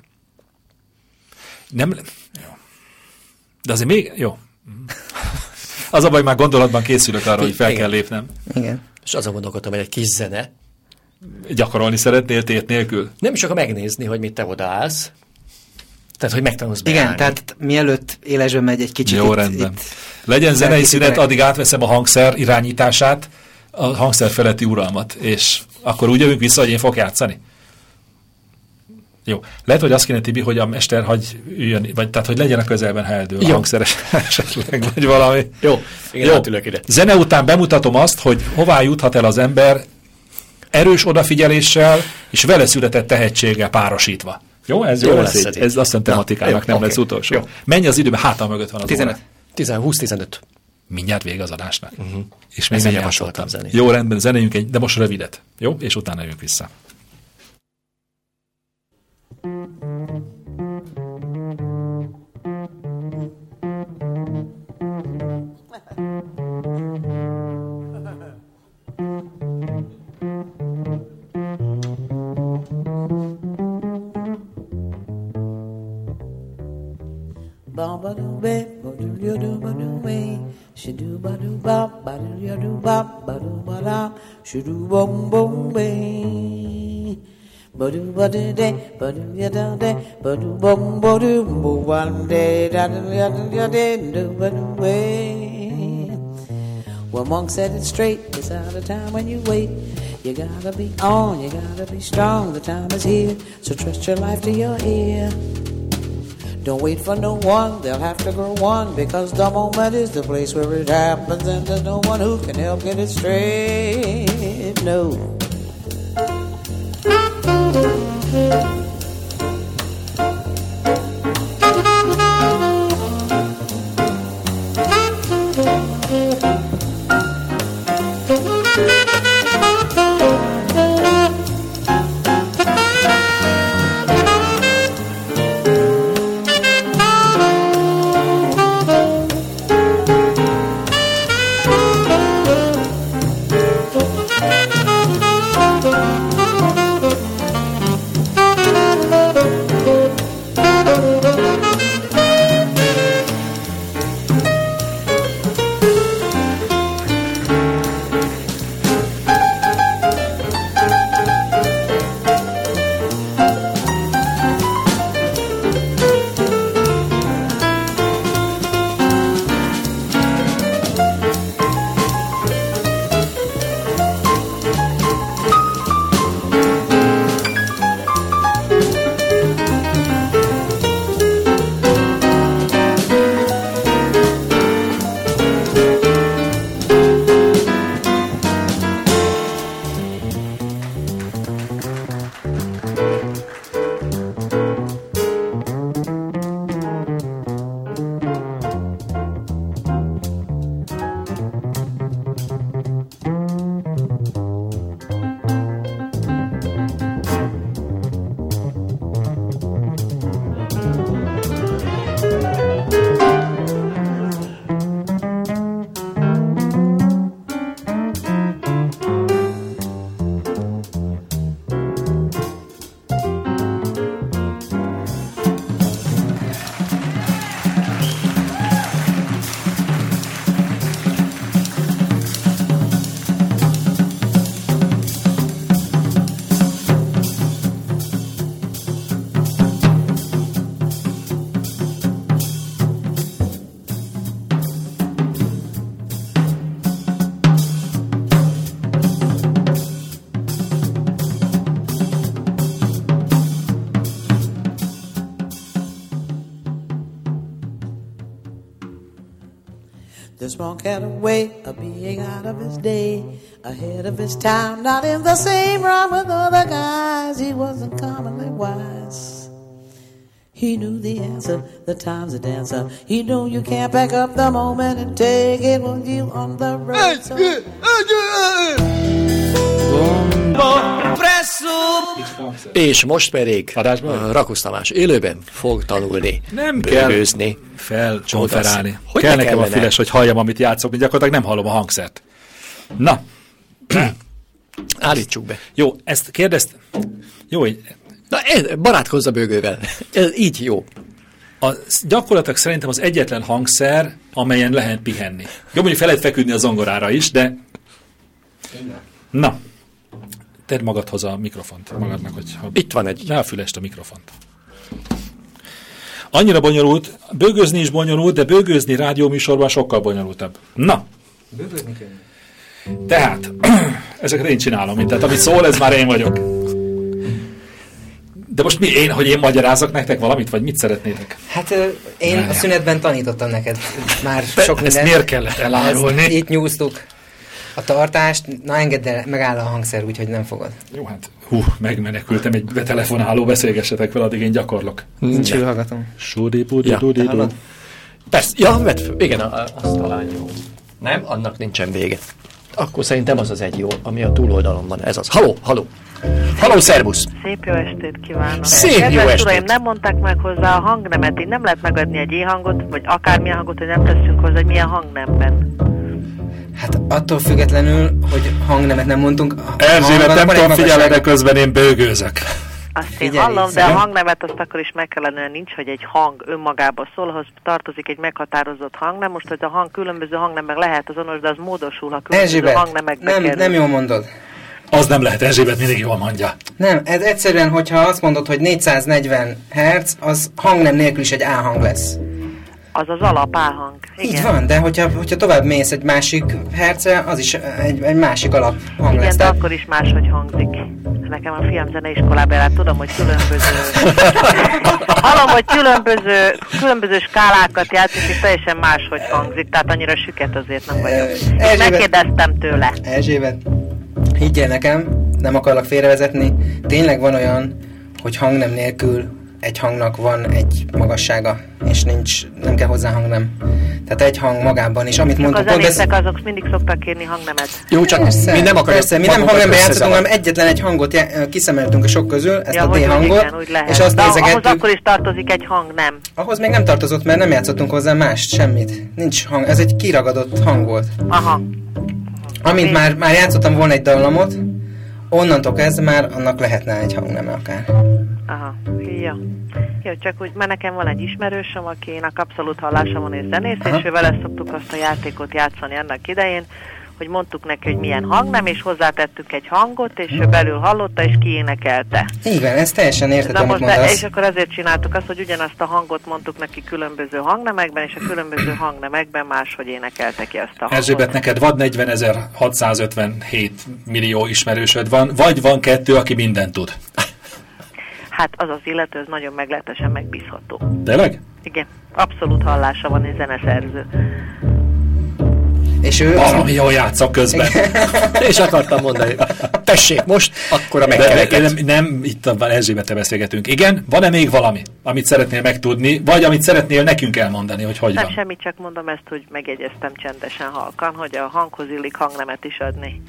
[SPEAKER 4] Nem... le- Jó. De azért még... Jó. Mm. Az a baj, már gondolatban készülök arra, hogy fel
[SPEAKER 5] Igen.
[SPEAKER 4] kell lépnem.
[SPEAKER 1] Igen.
[SPEAKER 5] És azon gondolkodtam, hogy egy kis zene.
[SPEAKER 4] Gyakorolni szeretnél tét nélkül?
[SPEAKER 5] Nem is akar megnézni, hogy mit te odaállsz. Tehát, hogy megtanulsz
[SPEAKER 1] Igen,
[SPEAKER 5] beállni.
[SPEAKER 1] tehát mielőtt élesben megy egy kicsit
[SPEAKER 4] Jó,
[SPEAKER 1] itt,
[SPEAKER 4] rendben.
[SPEAKER 1] Itt,
[SPEAKER 4] Legyen zenei
[SPEAKER 1] elkészítenek.
[SPEAKER 4] szünet, addig átveszem a hangszer irányítását, a hangszer feletti uralmat, és akkor úgy jövünk vissza, hogy én fogok játszani. Jó. Lehet, hogy azt kéne, Tibi, hogy a mester hagy üljön, vagy tehát, hogy legyen a közelben, ha eldől a
[SPEAKER 5] Jó.
[SPEAKER 4] hangszeres esetleg, vagy valami.
[SPEAKER 5] Jó, igen, átülök ide.
[SPEAKER 4] Zene után bemutatom azt, hogy hová juthat el az ember erős odafigyeléssel és vele született tehetséggel párosítva. Jó, ez jó,
[SPEAKER 5] Jó
[SPEAKER 4] lesz,
[SPEAKER 5] lesz
[SPEAKER 4] így.
[SPEAKER 5] ez így.
[SPEAKER 4] Ez azt hiszem
[SPEAKER 5] Na,
[SPEAKER 4] tematikának
[SPEAKER 5] jó,
[SPEAKER 4] nem
[SPEAKER 5] oké.
[SPEAKER 4] lesz utolsó.
[SPEAKER 5] Jó.
[SPEAKER 4] Menj az időben, hátam mögött van az
[SPEAKER 1] 15.
[SPEAKER 4] óra.
[SPEAKER 5] 10, 20-15.
[SPEAKER 4] Mindjárt vége az adásnak. Uh-huh. És
[SPEAKER 5] Ezt
[SPEAKER 4] még nem
[SPEAKER 5] én Mhm. javasoltam
[SPEAKER 4] javasoltam.
[SPEAKER 5] zenét.
[SPEAKER 4] Jó, rendben, zenéljünk egy, de most rövidet. Jó? És utána jövünk vissza.
[SPEAKER 8] Well, Monk said it straight. It's out of time when you wait. You gotta be on, you gotta be strong. The time is here, so trust your life to your ear. Don't wait for no one, they'll have to grow one because the moment is the place where it happens, and there's no one who can help get it straight. No.
[SPEAKER 9] This monk had a way of being out of his day, ahead of his time, not in the same run with other guys. He wasn't commonly wise. He knew the answer, the time's a dancer. He knew you can't back up the moment and take it with you on the road. So
[SPEAKER 5] És most pedig ö, Rakusz Tamás élőben fog tanulni,
[SPEAKER 4] Nem kell.
[SPEAKER 5] bőgőzni.
[SPEAKER 4] felkonferálni.
[SPEAKER 5] Csodasz. Hogy
[SPEAKER 4] Hogy kell
[SPEAKER 5] ne
[SPEAKER 4] nekem a
[SPEAKER 5] kellene?
[SPEAKER 4] füles, hogy halljam, amit játszok, mint gyakorlatilag nem hallom a hangszert. Na,
[SPEAKER 5] Állítsuk be.
[SPEAKER 4] jó, ezt kérdezt... Jó, így-
[SPEAKER 5] Na, ez- barátkozz a bőgővel. Ez így jó.
[SPEAKER 4] a, gyakorlatilag szerintem az egyetlen hangszer, amelyen lehet pihenni. Jó, mondjuk fel lehet feküdni a zongorára is, de... Na, tedd magadhoz a mikrofont, magadnak, hogyha...
[SPEAKER 5] Itt van egy.
[SPEAKER 4] Ne a fülest a mikrofont. Annyira bonyolult, bőgőzni is bonyolult, de bőgőzni rádióműsorban sokkal bonyolultabb. Na. Tehát, ezeket én csinálom, tehát amit szól, ez már én vagyok. De most mi én, hogy én magyarázok nektek valamit, vagy mit szeretnétek?
[SPEAKER 1] Hát ö, én a szünetben tanítottam neked már sok
[SPEAKER 4] Ezt
[SPEAKER 1] mindent.
[SPEAKER 4] miért kellett elárulni?
[SPEAKER 1] Ezt Itt nyúztuk a tartást, na engedd el, megáll a hangszer, úgyhogy nem fogod.
[SPEAKER 4] Jó, hát hú, megmenekültem egy betelefonáló, beszélgessetek vele, addig én gyakorlok.
[SPEAKER 1] Nincs hallgatom.
[SPEAKER 4] Sudi, budi,
[SPEAKER 5] Ja,
[SPEAKER 4] dudi, du.
[SPEAKER 5] Persze, ja, vedd föl. Igen, a, a- azt talán jó. Nem, annak nincsen vége. Akkor szerintem az az egy jó, ami a túloldalon van. Ez az. Haló, haló. Haló, szervusz.
[SPEAKER 10] Szép jó estét kívánok!
[SPEAKER 5] Szép jó
[SPEAKER 10] Kedves
[SPEAKER 5] estét.
[SPEAKER 10] uraim, nem mondták meg hozzá a hangnemet, így nem lehet megadni egy ilyen hangot, vagy akármilyen hangot, hogy nem teszünk hozzá, hogy milyen hangnemben.
[SPEAKER 1] Hát attól függetlenül, hogy hangnemet nem mondtunk. a- a
[SPEAKER 4] Erzsébet,
[SPEAKER 1] hangnak
[SPEAKER 4] nem
[SPEAKER 1] van
[SPEAKER 4] tudom
[SPEAKER 1] egy magassága.
[SPEAKER 4] figyelni, de közben én bőgőzök.
[SPEAKER 10] Azt én
[SPEAKER 1] Figyelj,
[SPEAKER 10] hallom, de
[SPEAKER 1] szerintem-
[SPEAKER 10] a hangnemet azt akkor is meg kellene, hogy nincs, hogy egy hang önmagába szól, ahhoz tartozik egy meghatározott hangnem. Most, hogy a hang különböző hangnemek lehet azonos, de az módosul, ha különböző
[SPEAKER 1] Erzsébet,
[SPEAKER 10] hangnemekbe
[SPEAKER 1] nem,
[SPEAKER 10] kerül.
[SPEAKER 1] nem jól mondod.
[SPEAKER 4] Az nem lehet, Erzsébet mindig jól mondja.
[SPEAKER 1] Nem, ez egyszerűen, hogyha azt mondod, hogy 440 Hz, az hangnem nélkül is egy A hang lesz.
[SPEAKER 10] Az az alapáhang. Igen.
[SPEAKER 1] Igen. Így van, de hogyha, hogyha tovább mész egy másik hercre, az is egy, egy másik alap hang
[SPEAKER 10] Igen,
[SPEAKER 1] lesz.
[SPEAKER 10] de
[SPEAKER 1] Tehát
[SPEAKER 10] akkor is máshogy hangzik. Nekem a fiam zeneiskolában jár, tudom, hogy különböző... Hallom, hogy különböző, különböző skálákat játszik, és teljesen máshogy hangzik, tehát annyira süket azért nem vagyok.
[SPEAKER 1] Eh,
[SPEAKER 10] És
[SPEAKER 1] Erzsébet-
[SPEAKER 10] megkérdeztem tőle.
[SPEAKER 1] Erzsébet, higgyél nekem, nem akarlak félrevezetni, tényleg van olyan, hogy hangnem nélkül egy hangnak van egy magassága, és nincs, nem kell hozzá hangnem. Tehát egy hang magában is, amit
[SPEAKER 10] Csak a
[SPEAKER 1] mondtam,
[SPEAKER 10] zenészek azok mindig szoktak kérni hangnemet.
[SPEAKER 5] Jó, csak
[SPEAKER 1] Persze,
[SPEAKER 5] mi nem akarjuk
[SPEAKER 1] persze, mi nem
[SPEAKER 5] magunkat
[SPEAKER 1] hangnemben játszottunk, hanem
[SPEAKER 5] összezavarni.
[SPEAKER 1] egyetlen egy hangot já- kiszemeltünk a sok közül, ezt
[SPEAKER 10] ja,
[SPEAKER 1] a
[SPEAKER 10] hogy
[SPEAKER 1] D
[SPEAKER 10] úgy,
[SPEAKER 1] hangot,
[SPEAKER 10] igen, úgy lehet.
[SPEAKER 1] és azt
[SPEAKER 10] De ahhoz
[SPEAKER 1] nézegettük,
[SPEAKER 10] akkor is tartozik egy hang, nem?
[SPEAKER 1] ahhoz még nem tartozott, mert nem játszottunk hozzá mást, semmit. Nincs hang, ez egy kiragadott hang volt.
[SPEAKER 10] Aha.
[SPEAKER 1] Amint már, már játszottam volna egy dallamot, onnantól kezdve már annak lehetne egy hangneme akár.
[SPEAKER 10] Aha, ja. Jó, csak úgy, mert nekem van egy ismerősöm, akinek abszolút hallása van és zenész, Aha. és ő vele szoktuk azt a játékot játszani annak idején, hogy mondtuk neki, hogy milyen hang nem, és hozzátettünk egy hangot, és ő belül hallotta, és kiénekelte.
[SPEAKER 1] Igen, ez teljesen érted,
[SPEAKER 10] Na
[SPEAKER 1] amit
[SPEAKER 10] most, de, és
[SPEAKER 1] mondasz.
[SPEAKER 10] akkor ezért csináltuk azt, hogy ugyanazt a hangot mondtuk neki különböző hangnemekben, és a különböző hangnemekben máshogy énekelte ki ezt a hangot.
[SPEAKER 4] Erzsébet, neked vad 40.657 millió ismerősöd van, vagy van kettő, aki mindent tud.
[SPEAKER 10] Hát az az illető, ez nagyon meglehetősen megbízható.
[SPEAKER 4] Tényleg?
[SPEAKER 10] Igen, abszolút hallása van egy zeneszerző.
[SPEAKER 1] És ő...
[SPEAKER 4] Valami jól játszok közben.
[SPEAKER 5] És akartam mondani, tessék most, akkor a
[SPEAKER 4] De
[SPEAKER 5] megkereket.
[SPEAKER 4] nem, nem itt a Erzsébete beszélgetünk. Igen, van-e még valami, amit szeretnél megtudni, vagy amit szeretnél nekünk elmondani, hogy hogy
[SPEAKER 10] Nem
[SPEAKER 4] van?
[SPEAKER 10] semmit, Hát csak mondom ezt, hogy megjegyeztem csendesen halkan, hogy a hanghoz illik hangnemet is adni.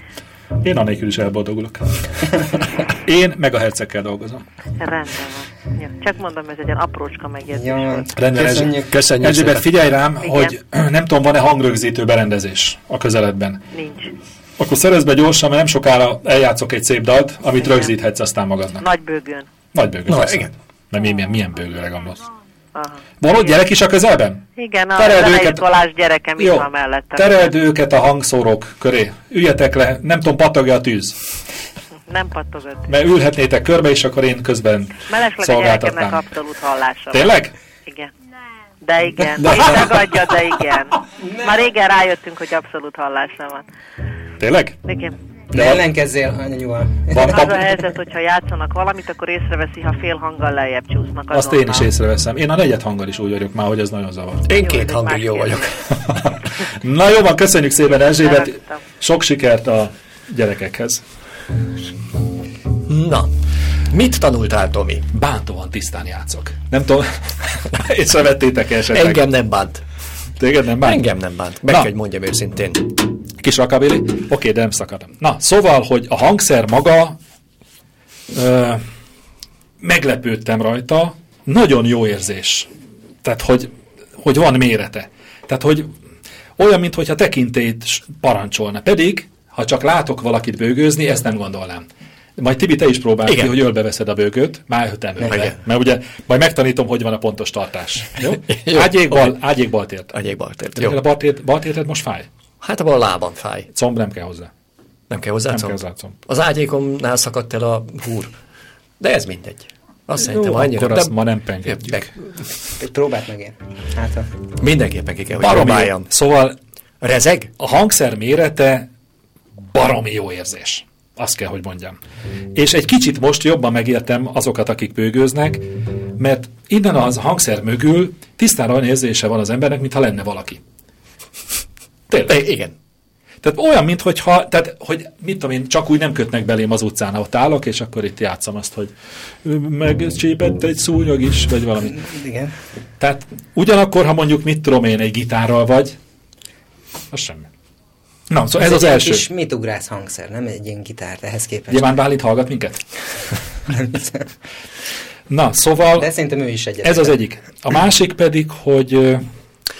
[SPEAKER 4] Én anélkül is elboldogulok. Én meg a hercegkel dolgozom.
[SPEAKER 10] Rendben van. Ja, csak mondom, ez egy ilyen aprócska megjegyzés.
[SPEAKER 1] Jó,
[SPEAKER 4] Rendben,
[SPEAKER 1] köszönjük.
[SPEAKER 5] Köszönjük
[SPEAKER 4] Erzsébet,
[SPEAKER 5] szépen.
[SPEAKER 4] figyelj rám,
[SPEAKER 10] Igen.
[SPEAKER 4] hogy nem tudom, van-e hangrögzítő berendezés a közeledben.
[SPEAKER 10] Nincs.
[SPEAKER 4] Akkor szerez be gyorsan, mert nem sokára eljátszok egy szép dalt, amit
[SPEAKER 10] Igen.
[SPEAKER 4] rögzíthetsz aztán magadnak.
[SPEAKER 10] Nagy bőgőn.
[SPEAKER 4] Nagy bőgő.
[SPEAKER 5] Na,
[SPEAKER 4] persze.
[SPEAKER 5] igen.
[SPEAKER 4] De mi, milyen, milyen bőgőre gondolsz?
[SPEAKER 10] Aha.
[SPEAKER 4] Van ott gyerek is a közelben?
[SPEAKER 10] Igen, a
[SPEAKER 4] Tereld
[SPEAKER 10] zeneiskolás gyerekem itt van mellettem.
[SPEAKER 4] tereld őket a hangszórók köré. Üljetek le, nem tudom, pattogja a tűz.
[SPEAKER 10] Nem pattogat.
[SPEAKER 4] Mert ülhetnétek körbe, és akkor én közben
[SPEAKER 10] Mellesleg a gyerekemnek
[SPEAKER 4] szolgáltatnám.
[SPEAKER 10] abszolút hallása van.
[SPEAKER 4] Tényleg?
[SPEAKER 10] Igen. De igen, de, és megadja, de igen. Már régen rájöttünk, hogy abszolút hallása van.
[SPEAKER 4] Tényleg?
[SPEAKER 10] Igen.
[SPEAKER 1] De ellenkezzél anyuval.
[SPEAKER 4] Van
[SPEAKER 10] Az a
[SPEAKER 4] pap-
[SPEAKER 10] helyzet, hogyha játszanak valamit, akkor észreveszi, ha fél hanggal lejjebb csúsznak azonnal.
[SPEAKER 4] Azt én is észreveszem. Én a negyed hanggal is úgy vagyok már, hogy ez nagyon zavar.
[SPEAKER 5] Én
[SPEAKER 10] Jó, ez
[SPEAKER 5] két
[SPEAKER 10] egy
[SPEAKER 5] hangig
[SPEAKER 10] más
[SPEAKER 5] jó vagyok.
[SPEAKER 10] kérdés.
[SPEAKER 4] Na jó van, köszönjük szépen Erzsébet.
[SPEAKER 10] Elraktam.
[SPEAKER 4] Sok sikert a gyerekekhez.
[SPEAKER 5] Na, mit tanultál, Tomi?
[SPEAKER 4] Bántóan tisztán játszok. Nem tudom, észrevettétek esetleg.
[SPEAKER 5] Engem nem bánt.
[SPEAKER 4] Téged nem bánt?
[SPEAKER 5] Engem nem bánt. Meg
[SPEAKER 4] Na.
[SPEAKER 5] kell, hogy mondjam őszintén.
[SPEAKER 4] Kis rakabéli? Oké, de nem szakadom. Na, szóval, hogy a hangszer maga, ö, meglepődtem rajta, nagyon jó érzés. Tehát, hogy, hogy van mérete. Tehát, hogy olyan, mintha tekintét s- parancsolna. Pedig, ha csak látok valakit bőgőzni, ezt nem gondolnám. Majd Tibi, te is próbáld ki,
[SPEAKER 5] Igen.
[SPEAKER 4] hogy ölbe veszed a bőgőt, már ötem ölbe.
[SPEAKER 5] Igen.
[SPEAKER 4] Mert ugye majd megtanítom, hogy van a pontos tartás. Jó?
[SPEAKER 5] Jó.
[SPEAKER 4] Ágyék, bal, ágyék baltért.
[SPEAKER 5] Agyék baltért.
[SPEAKER 4] Jó.
[SPEAKER 5] Jó.
[SPEAKER 4] A baltért, baltérted most fáj?
[SPEAKER 5] Hát abban a lábam fáj.
[SPEAKER 4] Comb nem kell hozzá.
[SPEAKER 5] Nem kell hozzá
[SPEAKER 4] Nem
[SPEAKER 5] comb?
[SPEAKER 4] kell hozzá comb.
[SPEAKER 5] Az ágyékomnál szakadt el a húr. De ez mindegy. Azt szerintem
[SPEAKER 4] Jó,
[SPEAKER 5] annyira.
[SPEAKER 4] akkor
[SPEAKER 5] de-
[SPEAKER 4] azt ma nem pengetjük.
[SPEAKER 5] Meg-
[SPEAKER 1] Egy próbát meg én. Hát, ha-
[SPEAKER 5] Mindenképpen ki kell, hogy
[SPEAKER 4] Baromi
[SPEAKER 5] próbáljam.
[SPEAKER 4] jó. Szóval
[SPEAKER 5] Rezeg?
[SPEAKER 4] a hangszer mérete baromi jó érzés. Azt kell, hogy mondjam. És egy kicsit most jobban megértem azokat, akik bőgőznek, mert innen az hangszer mögül tisztán olyan érzése van az embernek, mintha lenne valaki.
[SPEAKER 5] E,
[SPEAKER 4] Tényleg.
[SPEAKER 5] igen.
[SPEAKER 4] Tehát olyan, mintha, tehát, hogy mit tudom én, csak úgy nem kötnek belém az utcán, ott állok, és akkor itt játszom azt, hogy megcsépett egy szúnyog is, vagy valami.
[SPEAKER 1] igen.
[SPEAKER 4] Tehát ugyanakkor, ha mondjuk mit tudom én, egy gitárral vagy, az semmi. Na, szóval ez, az
[SPEAKER 1] egy
[SPEAKER 4] első.
[SPEAKER 1] Kis mit ugrász hangszer, nem egy ilyen gitár, ehhez képest.
[SPEAKER 4] Gyémán Bálint hallgat minket? Na, szóval
[SPEAKER 1] De szerintem ő is egyet.
[SPEAKER 4] ez az egyik. A másik pedig, hogy ö,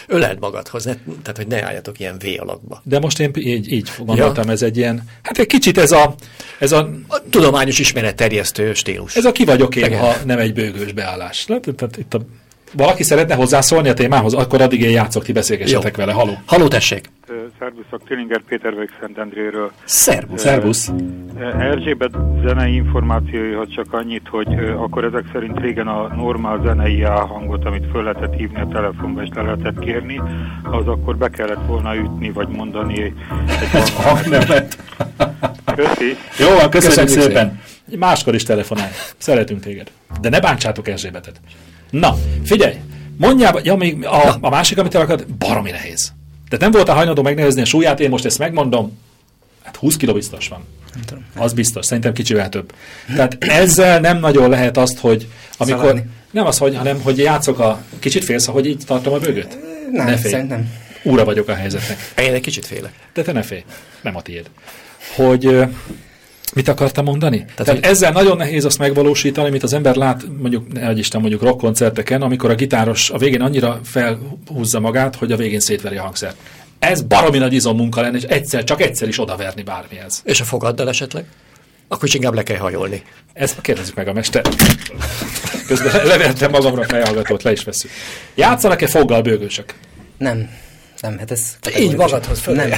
[SPEAKER 5] Öleld magadhoz, ne, tehát hogy ne álljatok ilyen V alakba.
[SPEAKER 4] de most én így, így gondoltam, ez egy ilyen, hát egy kicsit ez a, ez a,
[SPEAKER 5] A tudományos ismeretterjesztő stílus.
[SPEAKER 4] ez a ki vagyok én,
[SPEAKER 5] Igen.
[SPEAKER 4] ha nem egy bőgős beállás. Na, tehát- tehát itt a, valaki szeretne hozzászólni a témához, akkor addig én játszok, ti beszélgessetek vele. Haló.
[SPEAKER 5] Haló, tessék!
[SPEAKER 6] Ö, Szervuszok, Tülinger Péter vagyok Szentendréről.
[SPEAKER 5] Szervusz!
[SPEAKER 4] Szervusz.
[SPEAKER 6] Ö, Erzsébet zenei információihoz csak annyit, hogy ö, akkor ezek szerint régen a normál zenei A hangot, amit föl lehetett hívni a telefonba és le lehetett kérni, az akkor be kellett volna ütni vagy mondani egy
[SPEAKER 4] Ha, nem lett.
[SPEAKER 6] Köszi.
[SPEAKER 4] Jó, van,
[SPEAKER 5] Köszönjük
[SPEAKER 4] köszönjük, köszönjük szépen. szépen. Máskor is telefonál. Szeretünk téged. De ne bántsátok Erzsébetet. Na, figyelj! Mondjál, ja, még a, a másik, amit el akad, baromi nehéz. Tehát nem voltál hajlandó megnevezni a súlyát, én most ezt megmondom. Hát 20 kiló biztos van. Nem tudom. Az biztos, szerintem kicsivel több. Tehát ezzel nem nagyon lehet azt, hogy amikor... Szaladni.
[SPEAKER 1] Szóval
[SPEAKER 4] Nem az, hogy, hanem hogy játszok a... Kicsit félsz, hogy így tartom a bőgöt?
[SPEAKER 1] Nem, ne félj. szerintem.
[SPEAKER 4] Úra vagyok a helyzetnek.
[SPEAKER 5] Én egy kicsit félek.
[SPEAKER 4] De te ne félj. Nem a tiéd. Hogy... Mit akartam mondani? Tehát, Tehát hogy... ezzel nagyon nehéz azt megvalósítani, amit az ember lát, mondjuk, ne Isten, mondjuk rockkoncerteken, amikor a gitáros a végén annyira felhúzza magát, hogy a végén szétveri a hangszert. Ez baromi nagy izommunka lenne, és egyszer, csak egyszer is odaverni bármihez.
[SPEAKER 5] És a fogaddal esetleg? Akkor is inkább le kell hajolni.
[SPEAKER 4] Ezt kérdezzük meg a mester. Közben levertem magamra a fejhallgatót, le is veszünk. Játszanak-e foggal bőgősök?
[SPEAKER 1] Nem. Nem, hát ez...
[SPEAKER 5] Így magadhoz föl.
[SPEAKER 1] Nem.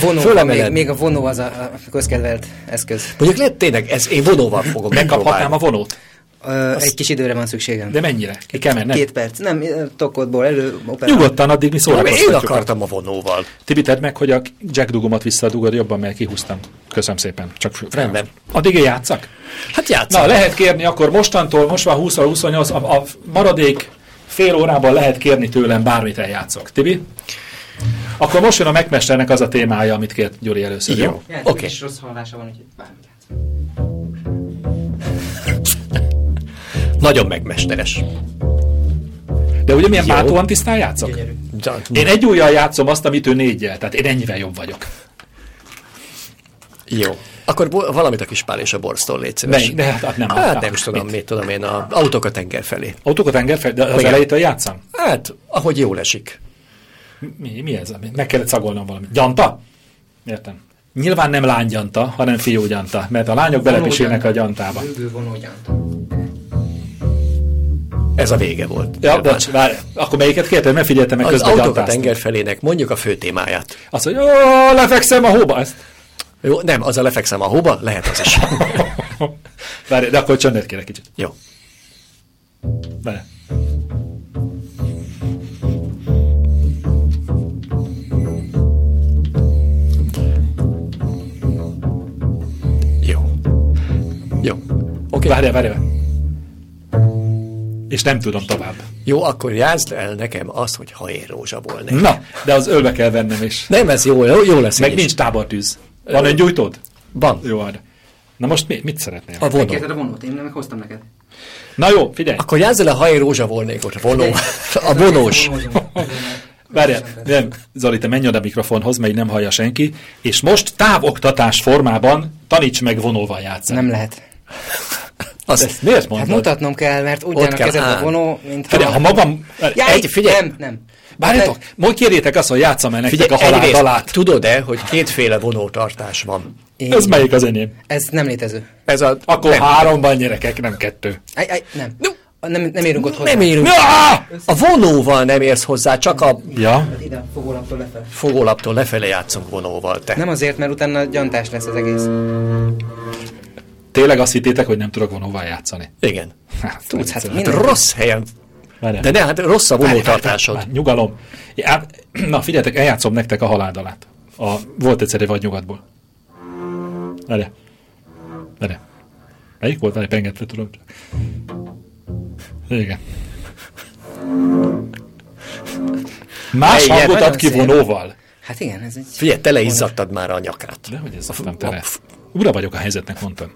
[SPEAKER 1] Vonó, még, még, a vonó az a, a közkedvelt eszköz.
[SPEAKER 5] Mondjuk lehet tényleg, ez, én vonóval fogom
[SPEAKER 4] Megkaphatnám a vonót?
[SPEAKER 1] Ö, Azt... Egy kis időre van szükségem.
[SPEAKER 4] De mennyire? Ki kell mennem?
[SPEAKER 1] Két perc. Nem, tokodból elő.
[SPEAKER 4] Operál. Nyugodtan, addig mi szórakoztatjuk.
[SPEAKER 5] Én akartam a vonóval.
[SPEAKER 4] Tibi, tedd meg, hogy a jack dugomat visszadugod jobban, mert kihúztam. Köszönöm szépen. Csak fő.
[SPEAKER 5] Rendben.
[SPEAKER 4] Addig én játszak?
[SPEAKER 5] Hát játszak.
[SPEAKER 4] Na, lehet kérni akkor mostantól, most már 20 28 a, a maradék fél órában lehet kérni tőlem bármit eljátszok. Tibi? Akkor most jön a megmesternek az a témája, amit kért Gyuri először.
[SPEAKER 5] Jó?
[SPEAKER 1] Oké. Okay. És rossz hallása van, úgyhogy bármit
[SPEAKER 5] Nagyon megmesteres.
[SPEAKER 4] De ugye milyen bátóan tisztán játszok? Gyönyörű. Én egy ujjal játszom azt, amit ő négyel, tehát én ennyivel jobb vagyok.
[SPEAKER 5] Jó. Akkor bo- valamit a kispál és a borsztól légy szíves.
[SPEAKER 4] Ne, ne, hát nem,
[SPEAKER 5] hát, nem is tudom, mit? mit tudom én, a autók a tenger felé.
[SPEAKER 4] Autók a tenger felé? De az Igen. elejétől játszam?
[SPEAKER 5] Hát, ahogy jól esik.
[SPEAKER 4] Mi, mi ez? Meg kellett szagolnom valamit. Gyanta? Értem. Nyilván nem lánygyanta, hanem fiúgyanta, mert a lányok belepisélnek a gyantába.
[SPEAKER 1] Bőgő vonógyanta.
[SPEAKER 5] Ez a vége volt.
[SPEAKER 4] Ja, bocs, várj, akkor melyiket kérted? Mert figyeltem meg
[SPEAKER 5] Az
[SPEAKER 4] közben
[SPEAKER 5] autók a tenger felének, mondjuk a fő témáját.
[SPEAKER 4] Azt, hogy ó, lefekszem a hóba, ezt.
[SPEAKER 5] Jó, nem, az a lefekszem a hóba, lehet az is.
[SPEAKER 4] várj, de akkor csöndet kérek kicsit.
[SPEAKER 5] Jó.
[SPEAKER 4] Várj.
[SPEAKER 5] Jó. Jó.
[SPEAKER 4] Oké, okay. várj, várj, várj és nem tudom tovább.
[SPEAKER 5] Jó, akkor játszd el nekem azt, hogy hajér rózsa volna.
[SPEAKER 4] Na, de az ölbe kell vennem is.
[SPEAKER 5] Nem, ez jó, jó lesz.
[SPEAKER 4] Meg nincs tábortűz. Van egy gyújtód?
[SPEAKER 5] Van.
[SPEAKER 4] Jó, ad. Na most mi, mit szeretnél?
[SPEAKER 5] A vonó.
[SPEAKER 1] Kérted a vonót, én meg hoztam neked.
[SPEAKER 4] Na jó, figyelj.
[SPEAKER 5] Akkor játszd el a hajér rózsa volnékot, a vonó. a vonós.
[SPEAKER 4] Várjál, nem, Zoli, te menj oda a mikrofonhoz, mert így nem hallja senki, és most távoktatás formában taníts meg vonóval játszani.
[SPEAKER 1] Nem lehet.
[SPEAKER 4] Azt ezt miért mondod?
[SPEAKER 1] Hát mutatnom kell, mert úgy a kezedbe a vonó, mint
[SPEAKER 4] figyelj, ha magam...
[SPEAKER 1] Jaj, egy, figyelj! Nem, nem.
[SPEAKER 4] Bárjátok, hát, majd kérjétek azt, hogy játszam el nektek figyelj, a halál dalát.
[SPEAKER 5] e- Tudod-e, hogy kétféle vonótartás van?
[SPEAKER 4] Én ez melyik az enyém?
[SPEAKER 1] Ez nem létező.
[SPEAKER 4] Ez a, Akkor nem. háromban gyerekek, nem kettő.
[SPEAKER 1] Aj, aj, nem. No. Nem, nem érünk ott hozzá.
[SPEAKER 5] Nem érünk. No! A vonóval nem érsz hozzá, csak a...
[SPEAKER 4] Ah! Ja.
[SPEAKER 1] Ide, fogólaptól lefele.
[SPEAKER 5] Fogólaptól lefele játszunk vonóval, te.
[SPEAKER 1] Nem azért, mert utána gyantás lesz az egész
[SPEAKER 4] tényleg azt hittétek, hogy nem tudok vonóval játszani.
[SPEAKER 5] Igen.
[SPEAKER 1] Hát, Tudsz, hát,
[SPEAKER 5] hát rossz helyen. Várjál. De ne, hát rossz a vonótartásod. Várjál,
[SPEAKER 4] nyugalom. Ja, hát, na, figyeljetek, eljátszom nektek a haláldalát. A, volt egyszer egy vadnyugatból. Várjál. Várjál. Melyik volt? Várjál, pengetve tudom. Igen. Más Melyik, hangot ad ki szépen. vonóval.
[SPEAKER 1] Hát igen, ez egy...
[SPEAKER 5] Figyelj, tele izzadtad már a nyakát.
[SPEAKER 4] De hogy ez nem tele. Ura vagyok a helyzetnek, mondtam.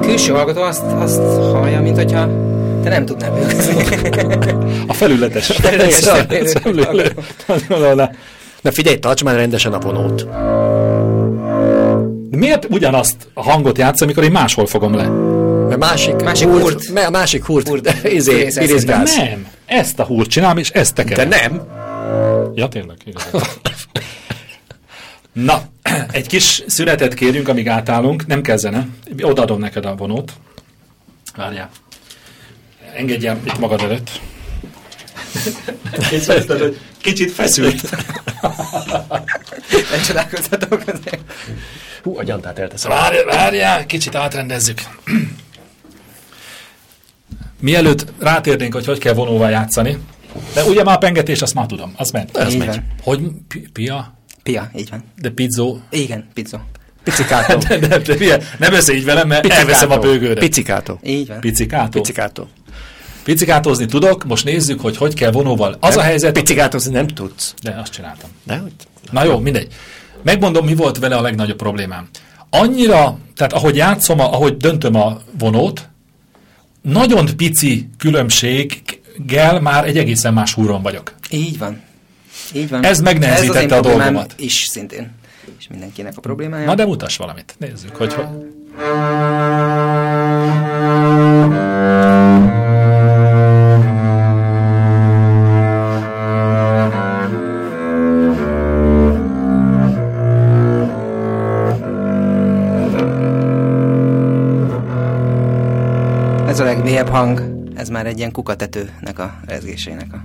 [SPEAKER 1] Külső hallgató azt, azt hallja, mint hogyha te nem tudnál bőgni.
[SPEAKER 4] A felületes.
[SPEAKER 5] Na figyelj, tarts már rendesen a vonót.
[SPEAKER 4] Miért ugyanazt a hangot játsz, amikor én máshol fogom le?
[SPEAKER 5] Mert másik,
[SPEAKER 1] másik húrt, húrt.
[SPEAKER 5] Me, másik húrt, húrt. izé, irészgáz.
[SPEAKER 4] Nem, ezt a húrt csinálom, és ezt tekerem.
[SPEAKER 5] De nem.
[SPEAKER 4] Ja, tényleg. Na, egy kis szünetet kérjünk, amíg átállunk. Nem kell zene. Odaadom neked a vonót. Várjál. Engedjem itt magad előtt.
[SPEAKER 5] És érted, hogy kicsit feszült.
[SPEAKER 1] Ne csodálkozzatok azért.
[SPEAKER 5] Hú, a gyantát elteszem.
[SPEAKER 4] Várjál, várjál, kicsit átrendezzük. Mielőtt rátérnénk, hogy hogy kell vonóval játszani, de ugye már a pengetés, azt már tudom, az ment.
[SPEAKER 5] Ez megy.
[SPEAKER 4] Hogy pi- pia?
[SPEAKER 1] Pia, így van.
[SPEAKER 4] De pizzó?
[SPEAKER 1] Igen, pizzó.
[SPEAKER 5] Picikátó.
[SPEAKER 4] de, de, de, de, nem össze így velem, mert Picikátó. elveszem a bőgőre.
[SPEAKER 5] Picikátó.
[SPEAKER 1] Így van.
[SPEAKER 4] Picikátó.
[SPEAKER 5] Picikátó.
[SPEAKER 4] Picikátozni tudok, most nézzük, hogy hogy kell vonóval. Az
[SPEAKER 5] Nem,
[SPEAKER 4] a helyzet...
[SPEAKER 5] Picikátozni nem tudsz.
[SPEAKER 4] De, azt csináltam.
[SPEAKER 5] De, hogy...
[SPEAKER 4] Na jó, mindegy. Megmondom, mi volt vele a legnagyobb problémám. Annyira, tehát ahogy játszom, a- ahogy döntöm a vonót, nagyon pici különbséggel már egy egészen más húron vagyok.
[SPEAKER 1] Így van. Így van.
[SPEAKER 4] Ez megnehezítette
[SPEAKER 1] Ez az
[SPEAKER 4] a
[SPEAKER 1] én problémám
[SPEAKER 4] dolgomat.
[SPEAKER 1] is szintén. És mindenkinek a problémája.
[SPEAKER 4] Na de mutas valamit, nézzük, hogy... hogy...
[SPEAKER 1] Ez a legmélyebb hang. Ez már egy ilyen kukatetőnek a rezgésének a...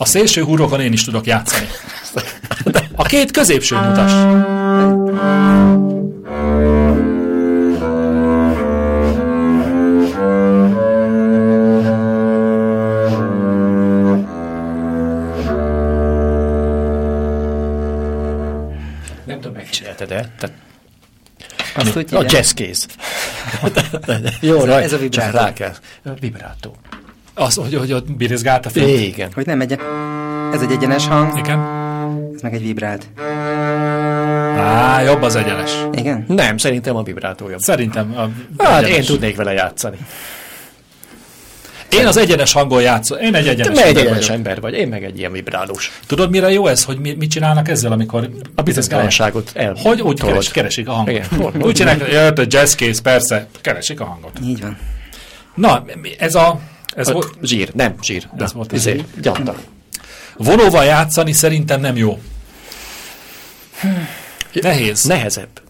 [SPEAKER 4] A szélső húrokon én is tudok játszani. A két középső mutas.
[SPEAKER 5] Nem tudom, megcsináltad el. Tehát...
[SPEAKER 1] Azt
[SPEAKER 5] Mi?
[SPEAKER 1] úgy
[SPEAKER 5] a
[SPEAKER 1] hívják.
[SPEAKER 5] jazz kéz.
[SPEAKER 1] Ez
[SPEAKER 5] Jó,
[SPEAKER 1] a-
[SPEAKER 5] raj,
[SPEAKER 1] ez a vibrátó.
[SPEAKER 5] csak Rá kell. A vibrátó.
[SPEAKER 4] Az, hogy, hogy ott birizgált a fény.
[SPEAKER 5] Igen.
[SPEAKER 1] Hogy nem egy... Ez egy egyenes hang,
[SPEAKER 4] Igen.
[SPEAKER 1] ez meg egy vibrált.
[SPEAKER 5] Hát
[SPEAKER 4] Á, jobb az egyenes.
[SPEAKER 1] Igen?
[SPEAKER 5] Nem, szerintem a vibrátó jobb.
[SPEAKER 4] Szerintem a
[SPEAKER 5] Hát
[SPEAKER 4] egyenes.
[SPEAKER 5] én tudnék vele játszani.
[SPEAKER 4] Én az egyenes hangon játszom. Én egy
[SPEAKER 5] Te
[SPEAKER 4] egyenes,
[SPEAKER 5] meg egy
[SPEAKER 4] ember
[SPEAKER 5] egyenes
[SPEAKER 4] vagyok.
[SPEAKER 5] ember vagy, én meg egy ilyen vibrálós.
[SPEAKER 4] Tudod, mire jó ez, hogy mi, mit csinálnak ezzel, amikor
[SPEAKER 5] A bizonytalanságot el.
[SPEAKER 4] Hogy úgy
[SPEAKER 5] tolod.
[SPEAKER 4] keres, keresik a hangot.
[SPEAKER 5] Igen. Hol- hol-
[SPEAKER 4] Úgy csinálják, jött a jazz kész, persze, keresik a hangot.
[SPEAKER 1] Így van.
[SPEAKER 4] Na, mi- ez a... Ez
[SPEAKER 5] A-
[SPEAKER 4] volt,
[SPEAKER 5] Zsír, nem, zsír.
[SPEAKER 4] Ez volt a
[SPEAKER 5] izé,
[SPEAKER 4] zsír.
[SPEAKER 5] Gyatta.
[SPEAKER 4] vonóval játszani szerintem nem jó. Nehéz.
[SPEAKER 5] Nehezebb.
[SPEAKER 4] Mi-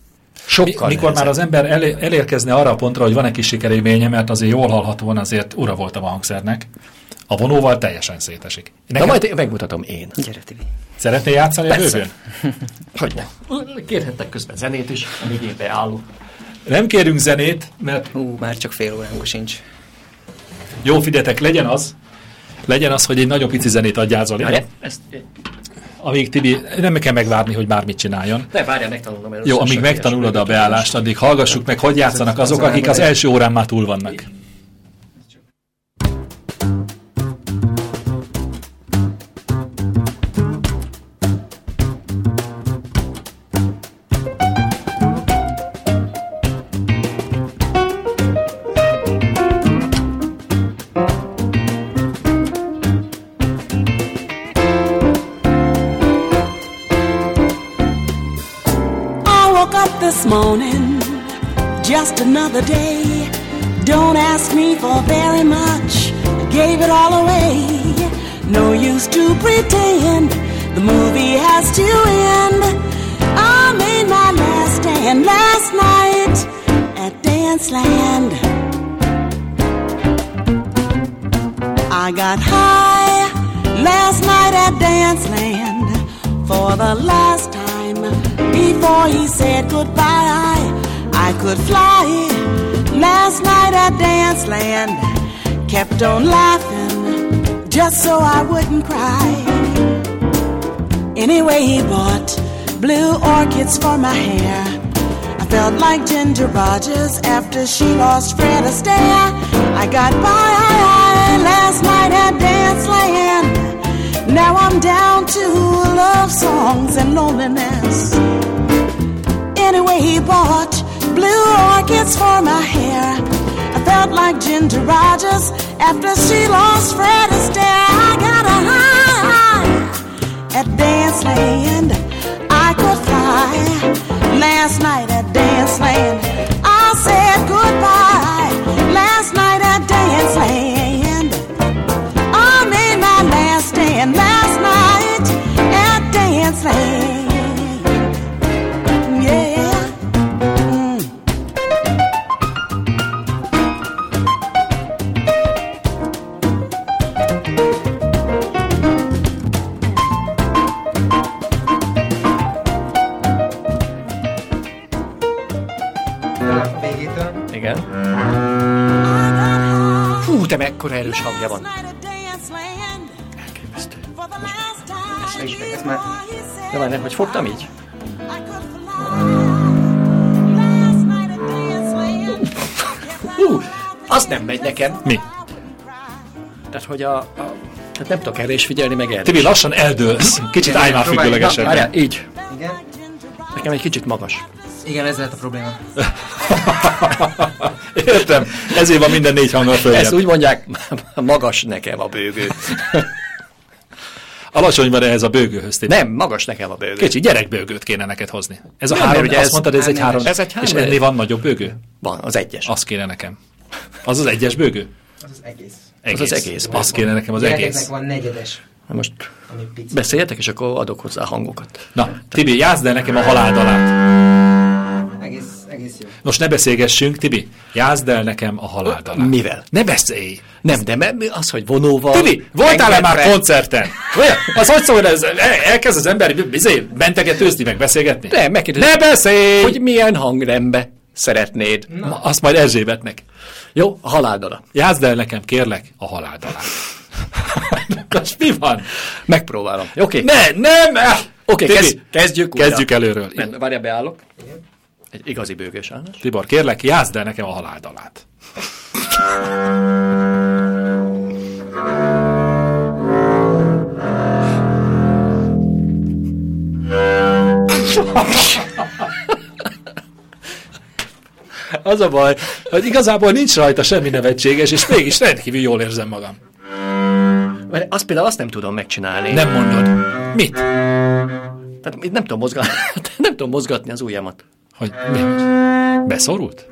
[SPEAKER 5] Sokkal
[SPEAKER 4] Mikor már
[SPEAKER 5] nehezebb.
[SPEAKER 4] az ember elé, elérkezne arra a pontra, hogy van egy kis sikerélménye, mert azért jól hallhatóan azért ura voltam a hangszernek, a vonóval teljesen szétesik.
[SPEAKER 5] Na
[SPEAKER 4] Nekem
[SPEAKER 5] majd én megmutatom én.
[SPEAKER 1] Gyere, Tibi.
[SPEAKER 4] Szeretnél játszani a
[SPEAKER 5] Persze.
[SPEAKER 4] bővön?
[SPEAKER 5] Hogy ne? Kérhettek közben zenét is, amíg én beállok.
[SPEAKER 4] Nem kérünk zenét, mert
[SPEAKER 1] Hú, már csak fél óránk sincs.
[SPEAKER 4] jó, figyeljetek, legyen az, legyen az, hogy egy nagyon pici zenét adjál Zoli,
[SPEAKER 5] Várjál, ezt,
[SPEAKER 4] amíg Tibi, nem kell megvárni, hogy bármit csináljon.
[SPEAKER 5] ne, várjál, megtanulom először.
[SPEAKER 4] Jó, amíg
[SPEAKER 5] Sok
[SPEAKER 4] megtanulod a
[SPEAKER 5] ilyesmi.
[SPEAKER 4] beállást, addig hallgassuk meg, hogy játszanak azok, akik az első órán már túl vannak.
[SPEAKER 8] I woke up this morning, just another day. Don't ask me for very much, I gave it all away. No use to pretend, the movie has to end. I made my last stand last night at Dance Land. I got high last night at Dance Land for the last time. Before he said goodbye, I could fly last night at Dance Land. Kept on laughing just so I wouldn't cry. Anyway, he bought blue orchids for my hair. I felt like Ginger Rogers after she lost Fred Astaire. I got by last night at Dance Land. Now I'm down to love songs and loneliness. Anyway, he bought blue orchids for my hair. I felt like Ginger Rogers after she lost Fred Astaire. I got a high at Dance Land. I could fly last night at Dance Land. I said goodbye last night at Dance Land. I made my last stand last night at Dance Land. Yeah. Mm.
[SPEAKER 5] Igen.
[SPEAKER 8] I
[SPEAKER 5] Hú, de mekkora
[SPEAKER 8] got
[SPEAKER 5] erős hangja
[SPEAKER 8] high
[SPEAKER 5] van.
[SPEAKER 8] last night at Dance Land
[SPEAKER 5] Elképesztő.
[SPEAKER 8] for the last time
[SPEAKER 1] is meg, ezt már-
[SPEAKER 8] before he said
[SPEAKER 5] De már nem, hogy fogtam így?
[SPEAKER 8] I could fly last night at Dance Land.
[SPEAKER 5] Hú, az nem megy nekem.
[SPEAKER 4] Mi?
[SPEAKER 5] Tehát, hogy a, a tehát nem tudok erre is figyelni, meg erre
[SPEAKER 4] Tibi,
[SPEAKER 5] is.
[SPEAKER 4] lassan eldőlsz. Kicsit
[SPEAKER 5] Igen,
[SPEAKER 4] állj már
[SPEAKER 5] próbálj- Na,
[SPEAKER 4] függőlegesebben.
[SPEAKER 5] várjál, így.
[SPEAKER 1] Igen.
[SPEAKER 5] Nekem egy kicsit magas.
[SPEAKER 1] Igen, ez lehet a probléma.
[SPEAKER 4] Értem. Ezért van minden négy hanggal följebb.
[SPEAKER 5] Ezt úgy mondják, magas nekem a bőgő.
[SPEAKER 4] Alacsony van ehhez a bőgőhöz. Tibi.
[SPEAKER 5] Nem, magas nekem a bőgő.
[SPEAKER 4] Kicsi gyerekbőgőt kéne neked hozni. Ez a
[SPEAKER 5] Nem,
[SPEAKER 4] három,
[SPEAKER 5] mert ugye
[SPEAKER 4] azt
[SPEAKER 5] ez-
[SPEAKER 4] mondtad, ez egy
[SPEAKER 5] nem,
[SPEAKER 4] három.
[SPEAKER 5] ez egy három-
[SPEAKER 4] És ennél van nagyobb bőgő?
[SPEAKER 5] Van, az egyes.
[SPEAKER 4] Azt kéne nekem. Az az egyes bőgő?
[SPEAKER 1] Az az egész.
[SPEAKER 4] Egész.
[SPEAKER 5] az egész bőgő.
[SPEAKER 4] Azt kéne nekem az
[SPEAKER 1] Gyerekeknek
[SPEAKER 4] egész.
[SPEAKER 1] van negyedes,
[SPEAKER 5] Na Most
[SPEAKER 1] ami pici.
[SPEAKER 5] beszéljetek, és akkor adok hozzá hangokat.
[SPEAKER 4] Na, Tibi, játszd el nekem a haláldalát.
[SPEAKER 1] Egész, egész jó.
[SPEAKER 4] Most ne beszélgessünk, Tibi. Játszd el nekem a haláldalát.
[SPEAKER 5] Mivel?
[SPEAKER 4] Ne beszélj!
[SPEAKER 5] Nem, de me- mi az, hogy vonóval...
[SPEAKER 4] Tibi, voltál-e már
[SPEAKER 5] engedve-
[SPEAKER 4] koncerten? Olyan? Az hogy szól, ez, el- elkezd az ember bizé, mentegetőzni, meg beszélgetni?
[SPEAKER 5] Nem, megkérdez-
[SPEAKER 4] Ne beszélj!
[SPEAKER 5] Hogy milyen hangrendbe szeretnéd.
[SPEAKER 4] Ma- Azt majd Erzsébetnek.
[SPEAKER 5] Jó, a haláldala.
[SPEAKER 4] Játszd el nekem, kérlek, a haláldalát. Most mi van?
[SPEAKER 5] Megpróbálom. Oké.
[SPEAKER 4] Ne, nem! eh!
[SPEAKER 5] Oké,
[SPEAKER 4] Tibi,
[SPEAKER 5] kezd, kezdjük újra.
[SPEAKER 4] Kezdjük előről.
[SPEAKER 5] Nem, várjál, beállok. Egy igazi bőgős Ános.
[SPEAKER 4] Tibor, kérlek, játszd el nekem a haláldalát. Az a baj, hogy igazából nincs rajta semmi nevetséges, és mégis rendkívül jól érzem magam.
[SPEAKER 5] Mert azt például azt nem tudom megcsinálni.
[SPEAKER 4] Nem mondod. Mit?
[SPEAKER 5] Tehát itt nem tudom mozgatni, nem tudom mozgatni az ujjamat.
[SPEAKER 4] Hogy mi? Beszorult?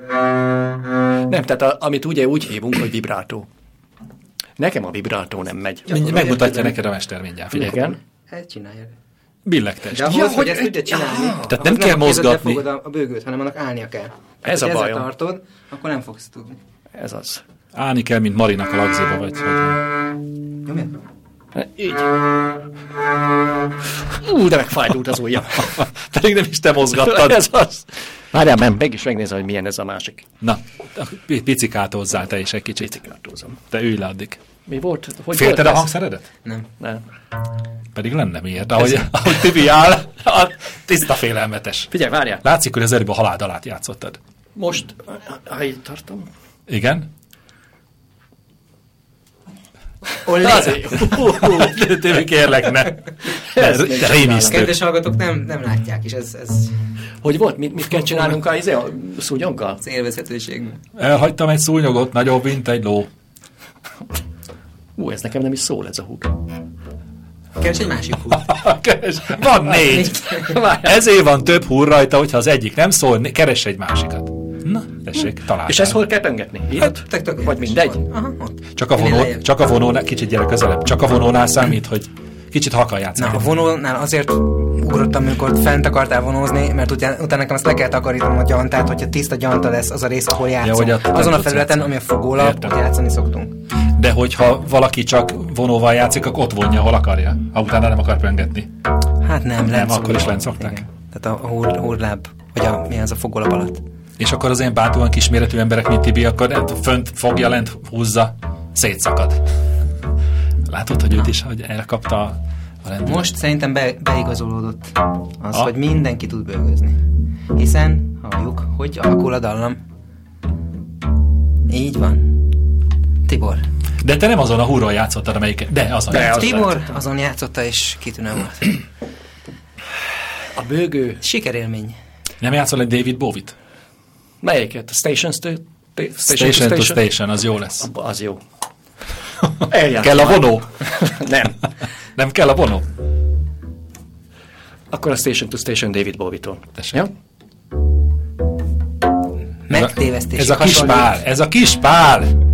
[SPEAKER 5] Nem, tehát a, amit ugye úgy hívunk, hogy vibrátó. Nekem a vibrátó nem megy.
[SPEAKER 4] Mindjárt megmutatja neked a mester mindjárt. Figyelj.
[SPEAKER 5] Igen.
[SPEAKER 1] Hát csinálják.
[SPEAKER 4] Billegtest.
[SPEAKER 1] De ahhoz, ja, hogy, ezt tudja csinálni,
[SPEAKER 4] Ah. nem
[SPEAKER 1] ahhoz a
[SPEAKER 4] kell
[SPEAKER 1] kézedbe
[SPEAKER 4] mozgatni.
[SPEAKER 1] fogod a, a bőgőt, hanem annak állnia kell.
[SPEAKER 5] Ez
[SPEAKER 1] ha
[SPEAKER 5] a bajom.
[SPEAKER 1] tartod, akkor nem fogsz tudni.
[SPEAKER 5] Ez az.
[SPEAKER 4] Állni kell, mint Marinak a lagziba, vagy... vagy.
[SPEAKER 1] Nyomjad?
[SPEAKER 5] Így. Ú, de megfájdult az ujjam.
[SPEAKER 4] Pedig nem is te mozgattad.
[SPEAKER 5] ez az. Várjál, nem, meg is megnézem, hogy milyen ez a másik.
[SPEAKER 4] Na, akkor pi- picikátozzál te is egy kicsit.
[SPEAKER 5] Vibrátozom.
[SPEAKER 4] Te ülj le addig.
[SPEAKER 5] Mi volt? Hogy
[SPEAKER 4] Félted
[SPEAKER 5] volt
[SPEAKER 4] a
[SPEAKER 5] ez?
[SPEAKER 4] hangszeredet?
[SPEAKER 1] Nem.
[SPEAKER 5] Nem.
[SPEAKER 4] Pedig lenne miért. Ahogy, ahogy Tibi áll, a tiszta félelmetes.
[SPEAKER 5] Figyelj, várjál.
[SPEAKER 4] Látszik, hogy az előbb a halál alát játszottad.
[SPEAKER 5] Most, ha így tartom.
[SPEAKER 4] Igen?
[SPEAKER 5] Olé.
[SPEAKER 4] Tibi, kérlek, ne.
[SPEAKER 5] Ez
[SPEAKER 4] De,
[SPEAKER 5] még
[SPEAKER 4] de
[SPEAKER 5] sem
[SPEAKER 1] A
[SPEAKER 4] rémisztő.
[SPEAKER 1] kedves hallgatók nem, nem látják, és ez, ez
[SPEAKER 5] Hogy volt? Mit, mit kell csinálnunk a, izé, a szúnyoggal?
[SPEAKER 1] az élvezhetőség.
[SPEAKER 4] Elhagytam egy szúnyogot, nagyobb, mint egy ló.
[SPEAKER 5] Ú, ez nekem nem is szól ez a húg.
[SPEAKER 1] Keres egy másik húrt.
[SPEAKER 4] Keres- Van négy. Ezért van több húr rajta, hogyha az egyik nem szól, né- keres egy másikat. Na, tessék, találtam.
[SPEAKER 5] És ezt hol kell pengetni? Így?
[SPEAKER 1] Hát, tök, tök,
[SPEAKER 5] Vagy mindegy?
[SPEAKER 1] Aha, ott.
[SPEAKER 4] Csak a, vonó,
[SPEAKER 1] Lejjebb.
[SPEAKER 4] csak a vonónál, kicsit gyere közelebb, csak a vonónál számít, hogy kicsit halkan
[SPEAKER 1] Na, a
[SPEAKER 4] játszik.
[SPEAKER 1] vonónál azért ugrottam, amikor fent akartál vonózni, mert utána, utána nekem azt le kell takarítanom a gyantát, hogyha tiszta gyanta lesz az a rész, ahol játszom.
[SPEAKER 4] hogy
[SPEAKER 1] Ja,
[SPEAKER 4] ott nem
[SPEAKER 1] Azon a
[SPEAKER 4] tudsz
[SPEAKER 1] felületen,
[SPEAKER 4] játszani.
[SPEAKER 1] ami a fogólap,
[SPEAKER 4] Értem.
[SPEAKER 1] ott játszani szoktunk.
[SPEAKER 4] De hogyha valaki csak vonóval játszik, akkor ott vonja, ahol akarja. Ha utána nem akar pöngetni.
[SPEAKER 1] Hát nem, lent
[SPEAKER 4] akkor is
[SPEAKER 1] szokták.
[SPEAKER 4] lent szokták.
[SPEAKER 1] Igen. Tehát a húr, húrláb, vagy a, mi az a fogólap alatt.
[SPEAKER 4] És akkor az ilyen bátóan kisméretű emberek, mint Tibi, akkor nem, fönt fogja, lent húzza, szétszakad. Látod, hogy őt is hogy elkapta a rendőr?
[SPEAKER 1] Most szerintem be, beigazolódott az,
[SPEAKER 4] Ha?
[SPEAKER 1] hogy mindenki tud bőgözni. Hiszen halljuk, hogy alakul a dallam. Így van. Tibor.
[SPEAKER 4] De te nem azon a húron játszottad, amelyik... De, azon
[SPEAKER 5] De,
[SPEAKER 4] játszottad.
[SPEAKER 5] az
[SPEAKER 1] Tibor azon játszotta, és kitűnő volt.
[SPEAKER 5] A bőgő.
[SPEAKER 1] Sikerélmény.
[SPEAKER 4] Nem játszol egy David Bowie-t?
[SPEAKER 5] Melyiket? A Stations to Station?
[SPEAKER 4] Station to Station, az jó lesz.
[SPEAKER 5] Abba, Az jó. Eljátszom.
[SPEAKER 4] Kell a vonó?
[SPEAKER 5] Nem.
[SPEAKER 4] Nem kell a vonó?
[SPEAKER 5] Akkor a Station to Station David Bowie-tól.
[SPEAKER 4] Tessék.
[SPEAKER 5] Ja?
[SPEAKER 1] Megtévesztés.
[SPEAKER 4] Ez a kis pál, ez a kis pál!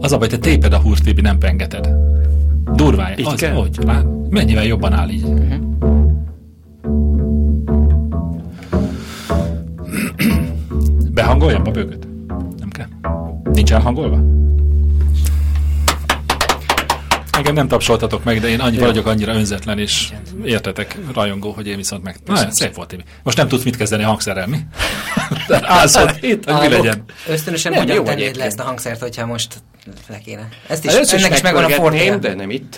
[SPEAKER 4] Az a baj, te téped a húrt, Tibi, nem pengeted. Durván,
[SPEAKER 5] Így
[SPEAKER 4] az,
[SPEAKER 5] kell? Mhm.
[SPEAKER 4] hogy, lát, mennyivel jobban áll így. Behangoljam a bőgöt? Nem kell. Nincs elhangolva? Engem nem tapsoltatok meg, de én annyi vagyok annyira önzetlen, és értetek, rajongó, hogy én viszont meg... Na, Hát, szép volt, Tibi. Most nem tudsz mit kezdeni a hangszerrel, mi? Tehát állsz ott, itt, hogy mi legyen.
[SPEAKER 1] Hát, Ösztönösen
[SPEAKER 5] Nem, jó
[SPEAKER 1] hogyan
[SPEAKER 5] vagy
[SPEAKER 1] tennéd le
[SPEAKER 5] egyébként.
[SPEAKER 1] ezt a hangszert, hogyha most le kéne. Ezt is,
[SPEAKER 5] Először
[SPEAKER 1] ennek is megvan a
[SPEAKER 5] megpörgetném,
[SPEAKER 1] fordítja.
[SPEAKER 5] de nem itt.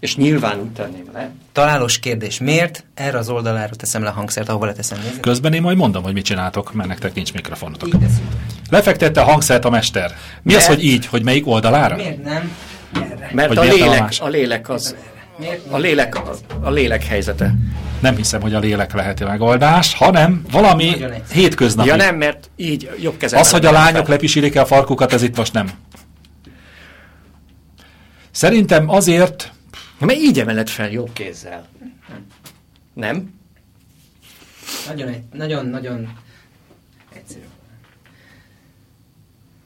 [SPEAKER 5] És nyilván úgy tenném le.
[SPEAKER 1] Találós kérdés. Miért erre az oldalára teszem le a hangszert, ahova leteszem? Nézzük.
[SPEAKER 4] Közben én majd mondom, hogy mit csináltok, mert nektek nincs mikrofonotok.
[SPEAKER 1] Így teszünk.
[SPEAKER 4] Lefektette a hangszert a mester. Mi az, hogy így, hogy melyik oldalára?
[SPEAKER 1] Miért nem? Erre.
[SPEAKER 5] Mert
[SPEAKER 4] Hogy
[SPEAKER 5] a
[SPEAKER 4] miért nem a
[SPEAKER 5] lélek,
[SPEAKER 4] másik?
[SPEAKER 5] a lélek az... A lélek, a lélek helyzete.
[SPEAKER 4] Nem hiszem, hogy a lélek lehet a megoldás, hanem valami hétköznapi.
[SPEAKER 5] Ja nem, mert így jobb kezem.
[SPEAKER 4] Az, hogy a lányok lepisílik el a farkukat, ez itt most nem. Szerintem azért...
[SPEAKER 5] Mert így emeled fel jobb kézzel. Nem?
[SPEAKER 1] Nagyon, egy- nagyon, nagyon egyszerű.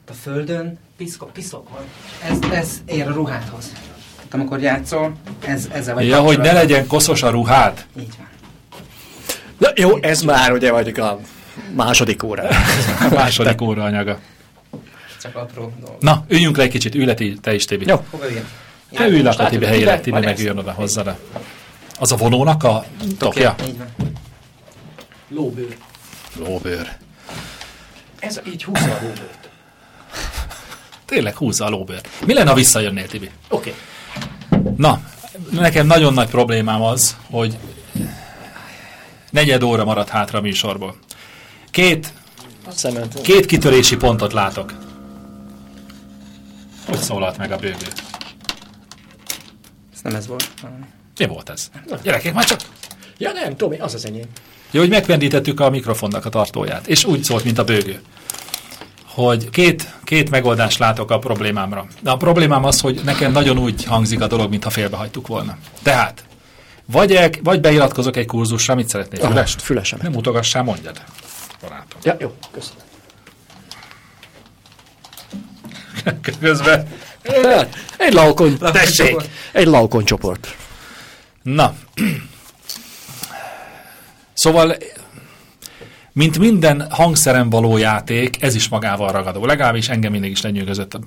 [SPEAKER 1] A földön piszko, piszok van. Ez, ez ér a ruhádhoz. Tehát amikor játszol, ez, ezzel vagy
[SPEAKER 4] Ja, hogy ne
[SPEAKER 1] kapcsolatban.
[SPEAKER 4] legyen koszos a ruhád.
[SPEAKER 5] Na jó, ez már ugye vagy a második óra.
[SPEAKER 4] A második óra anyaga.
[SPEAKER 1] Csak apró dolog.
[SPEAKER 4] Na, üljünk le egy kicsit, ülj le ti- te is, Tibi. Jó.
[SPEAKER 1] Hova ilyen?
[SPEAKER 4] Te ülj le
[SPEAKER 5] Most
[SPEAKER 4] a Hát Tibi
[SPEAKER 5] látod,
[SPEAKER 4] helyére,
[SPEAKER 5] Tibi,
[SPEAKER 4] Tibi
[SPEAKER 5] van
[SPEAKER 4] meg
[SPEAKER 5] ez.
[SPEAKER 4] jön oda hozzá. le. Az a vonónak a tokja?
[SPEAKER 1] Így van. Lóbőr.
[SPEAKER 4] Lóbőr.
[SPEAKER 5] Ez így húzza a lóbőrt.
[SPEAKER 4] Tényleg húzza a lóbőrt. Mi lenne, ha visszajönnél, Tibi?
[SPEAKER 5] Oké.
[SPEAKER 4] Na, nekem nagyon nagy problémám az, hogy negyed óra maradt hátra a műsorból. Két, két kitörési pontot látok. Hogy szólalt meg a bőgő?
[SPEAKER 1] Ez nem ez volt. hanem-
[SPEAKER 4] Mi volt ez? Gyerekek, már csak...
[SPEAKER 5] Ja nem, Tomi, az az enyém.
[SPEAKER 4] Jó, hogy megpendítettük a mikrofonnak a tartóját, és úgy szólt, mint a bőgő. Hogy két, két megoldást látok a problémámra. De a problémám az, hogy nekem nagyon úgy hangzik a dolog, mintha félbehagytuk volna. Tehát, vagy, el, vagy beiratkozok egy kurzusra, mit szeretnél?
[SPEAKER 5] Aha,
[SPEAKER 4] Fülest?
[SPEAKER 5] fülesemet.
[SPEAKER 4] Nem utogassál, mondjad. Barátom.
[SPEAKER 5] Ja, jó, köszönöm.
[SPEAKER 4] Közben.
[SPEAKER 5] Egy laukon, tessék!
[SPEAKER 4] csoport.
[SPEAKER 5] Egy laukon csoport.
[SPEAKER 4] Na. Szóval, mint minden hangszeren való játék, ez is magával ragadó. Legalábbis engem mindig is lenyűgözött.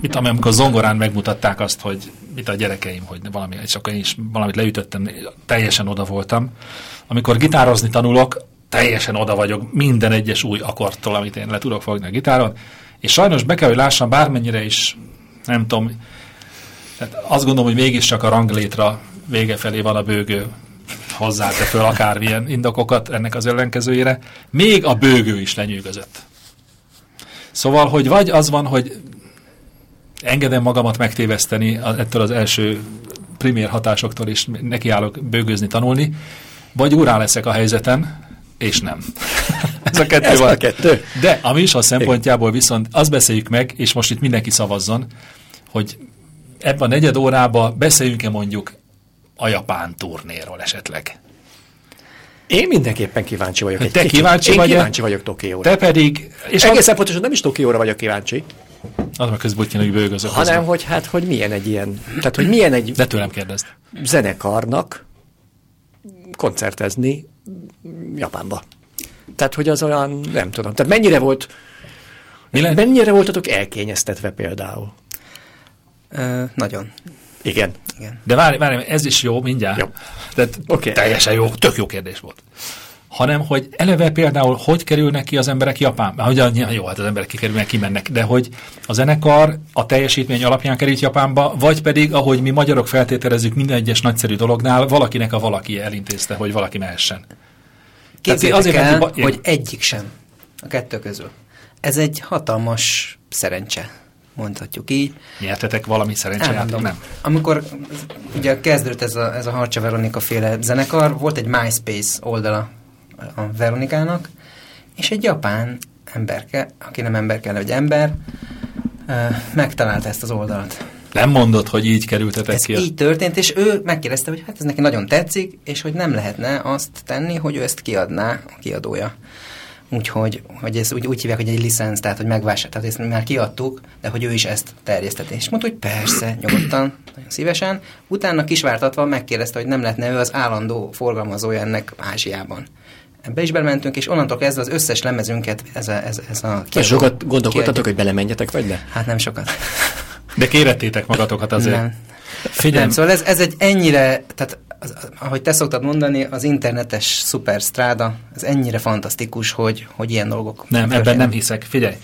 [SPEAKER 4] Mit, ami- amikor zongorán megmutatták azt, hogy mit a gyerekeim, hogy valami, és akkor én is valamit leütöttem, teljesen oda voltam. Amikor gitározni tanulok, teljesen oda vagyok minden egyes új akkortól, amit én le tudok fogni a gitáron. És sajnos be kell, hogy lássam, bármennyire is, nem tudom, tehát azt gondolom, hogy mégiscsak a ranglétra vége felé van a bőgő hozzáte föl akármilyen indokokat ennek az ellenkezőjére. Még a bőgő is lenyűgözött. Szóval, hogy vagy az van, hogy engedem magamat megtéveszteni a- ettől az első primér hatásoktól, és nekiállok bőgőzni, tanulni, vagy úrá leszek a helyzeten, és nem. Ez a kettő
[SPEAKER 5] Ez a
[SPEAKER 4] van.
[SPEAKER 5] kettő.
[SPEAKER 4] De a műsor szempontjából viszont azt beszéljük meg, és most itt mindenki szavazzon, hogy ebben a negyed órában beszéljünk-e mondjuk a japán turnéról esetleg.
[SPEAKER 5] Én mindenképpen kíváncsi vagyok.
[SPEAKER 4] Hogy
[SPEAKER 5] egy
[SPEAKER 4] te
[SPEAKER 5] kicsit.
[SPEAKER 4] kíváncsi
[SPEAKER 5] Én
[SPEAKER 4] vagy -e?
[SPEAKER 5] kíváncsi vagyok Tokióra.
[SPEAKER 4] Te pedig,
[SPEAKER 5] és
[SPEAKER 4] és
[SPEAKER 5] egészen pontosan nem is Tokióra vagyok kíváncsi,
[SPEAKER 4] az meg közben úgy kéne, hogy bőgözök
[SPEAKER 5] hanem
[SPEAKER 4] hozzá.
[SPEAKER 5] hogy hát, hogy milyen egy ilyen, tehát hogy milyen egy
[SPEAKER 4] De tőlem kérdezd.
[SPEAKER 5] zenekarnak koncertezni Japánba. Tehát, hogy az olyan, nem tudom. Tehát mennyire volt,
[SPEAKER 4] Mi lenne?
[SPEAKER 5] mennyire voltatok elkényeztetve például?
[SPEAKER 1] Ö, nagyon.
[SPEAKER 5] Igen.
[SPEAKER 4] De várj, várj, ez is jó, mindjárt.
[SPEAKER 5] Jó.
[SPEAKER 4] Tehát
[SPEAKER 5] Oké.
[SPEAKER 4] okay. teljesen jó, tök jó kérdés volt. Hanem, hogy eleve például, hogy kerülnek ki az emberek Japánba? Hogy annyi, jó, hát az emberek kikerülnek, kimennek, de hogy a zenekar a teljesítmény alapján került Japánba, vagy pedig, ahogy mi magyarok feltételezzük minden egyes nagyszerű dolognál, valakinek a valaki elintézte, hogy valaki mehessen.
[SPEAKER 1] Képzeljétek
[SPEAKER 4] azért
[SPEAKER 1] azért el,
[SPEAKER 4] mentünk ba-
[SPEAKER 1] hogy egyik sem a kettő közül. Ez egy hatalmas szerencse, mondhatjuk így.
[SPEAKER 4] Nyertetek valami szerencsejáték,
[SPEAKER 1] Elmondom.
[SPEAKER 4] nem?
[SPEAKER 1] Amikor ugye kezdődött ez a, ez a Harcsa Veronika féle zenekar, volt egy MySpace oldala a Veronikának, és egy japán emberke, aki nem ember kell, hogy ember, ö, megtalálta ezt az oldalt.
[SPEAKER 4] Nem mondod, hogy így kerültetek
[SPEAKER 1] Ez
[SPEAKER 4] ki. a-
[SPEAKER 1] így történt, és ő megkérdezte, hogy hát ez neki nagyon tetszik, és hogy nem lehetne azt tenni, hogy ő ezt kiadná a kiadója. Úgyhogy hogy ez úgy, úgy hívják, hogy egy licenc, tehát hogy megvásárolt, tehát ezt már kiadtuk, de hogy ő is ezt terjeszteti. És mondta, hogy persze, nyugodtan, nagyon szívesen. Utána kisvártatva megkérdezte, hogy nem lehetne ő az állandó forgalmazója ennek Ázsiában. Ebbe is belementünk, és onnantól kezdve az összes lemezünket ez a, ez, ez a
[SPEAKER 5] És sokat
[SPEAKER 1] kiadja.
[SPEAKER 5] gondolkodtatok, hogy belemenjetek, vagy ne?
[SPEAKER 1] Hát nem sokat.
[SPEAKER 4] De kérettétek magatokat azért.
[SPEAKER 1] Nem.
[SPEAKER 4] Figyelj,
[SPEAKER 1] Nem, szóval ez, ez egy ennyire, tehát az, az- ahogy te szoktad mondani, az internetes szuperstráda, ez ennyire fantasztikus, hogy, hogy ilyen dolgok.
[SPEAKER 4] Nem, ebben nem
[SPEAKER 1] történnek.
[SPEAKER 4] hiszek. Figyelj,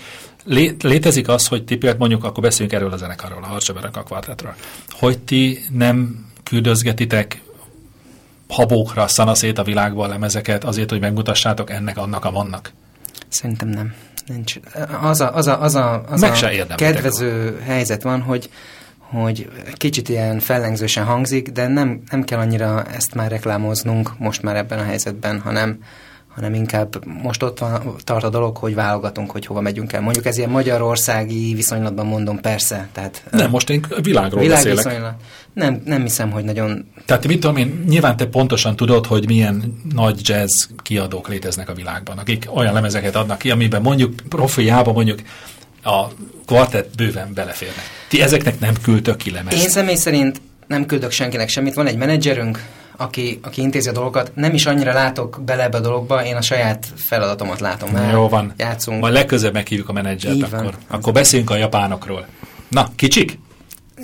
[SPEAKER 4] Lé- létezik az, hogy ti például mondjuk, akkor beszéljünk erről a zenekarról, a Harcsaberek a kvartetről, hogy ti nem küldözgetitek habókra szanaszét a világban lemezeket azért, hogy megmutassátok ennek, annak, a vannak.
[SPEAKER 1] Szerintem nem. Nincs. Az a, az a, az a, az
[SPEAKER 4] Meg
[SPEAKER 1] a
[SPEAKER 4] se érdemlitek
[SPEAKER 1] kedvező helyzet van, hogy hogy kicsit ilyen fellengzősen hangzik, de nem, nem kell annyira ezt már reklámoznunk most már ebben a helyzetben, hanem, hanem inkább most ott van, tart a dolog, hogy válogatunk, hogy hova megyünk el. Mondjuk ez ilyen magyarországi viszonylatban mondom, persze. Tehát,
[SPEAKER 4] Nem, most én világról beszélek.
[SPEAKER 1] Világviszonylat. Nem, nem hiszem, hogy nagyon...
[SPEAKER 4] Tehát mit tudom én, nyilván te pontosan tudod, hogy milyen nagy jazz kiadók léteznek a világban, akik olyan lemezeket adnak ki, amiben mondjuk profiában mondjuk a kvartett bőven beleférnek. Ti ezeknek nem küldtök ki lemezt.
[SPEAKER 1] Én személy szerint nem küldök senkinek semmit. Van egy menedzserünk, aki, aki intézi a dolgokat. Nem is annyira látok bele ebbe a dologba, én a saját feladatomat látom el.
[SPEAKER 4] Jó van.
[SPEAKER 1] Játszunk.
[SPEAKER 4] Majd legközebb meghívjuk a
[SPEAKER 1] Így
[SPEAKER 4] menedzsert,
[SPEAKER 1] van.
[SPEAKER 4] akkor, akkor beszéljünk a japánokról. Na, kicsik?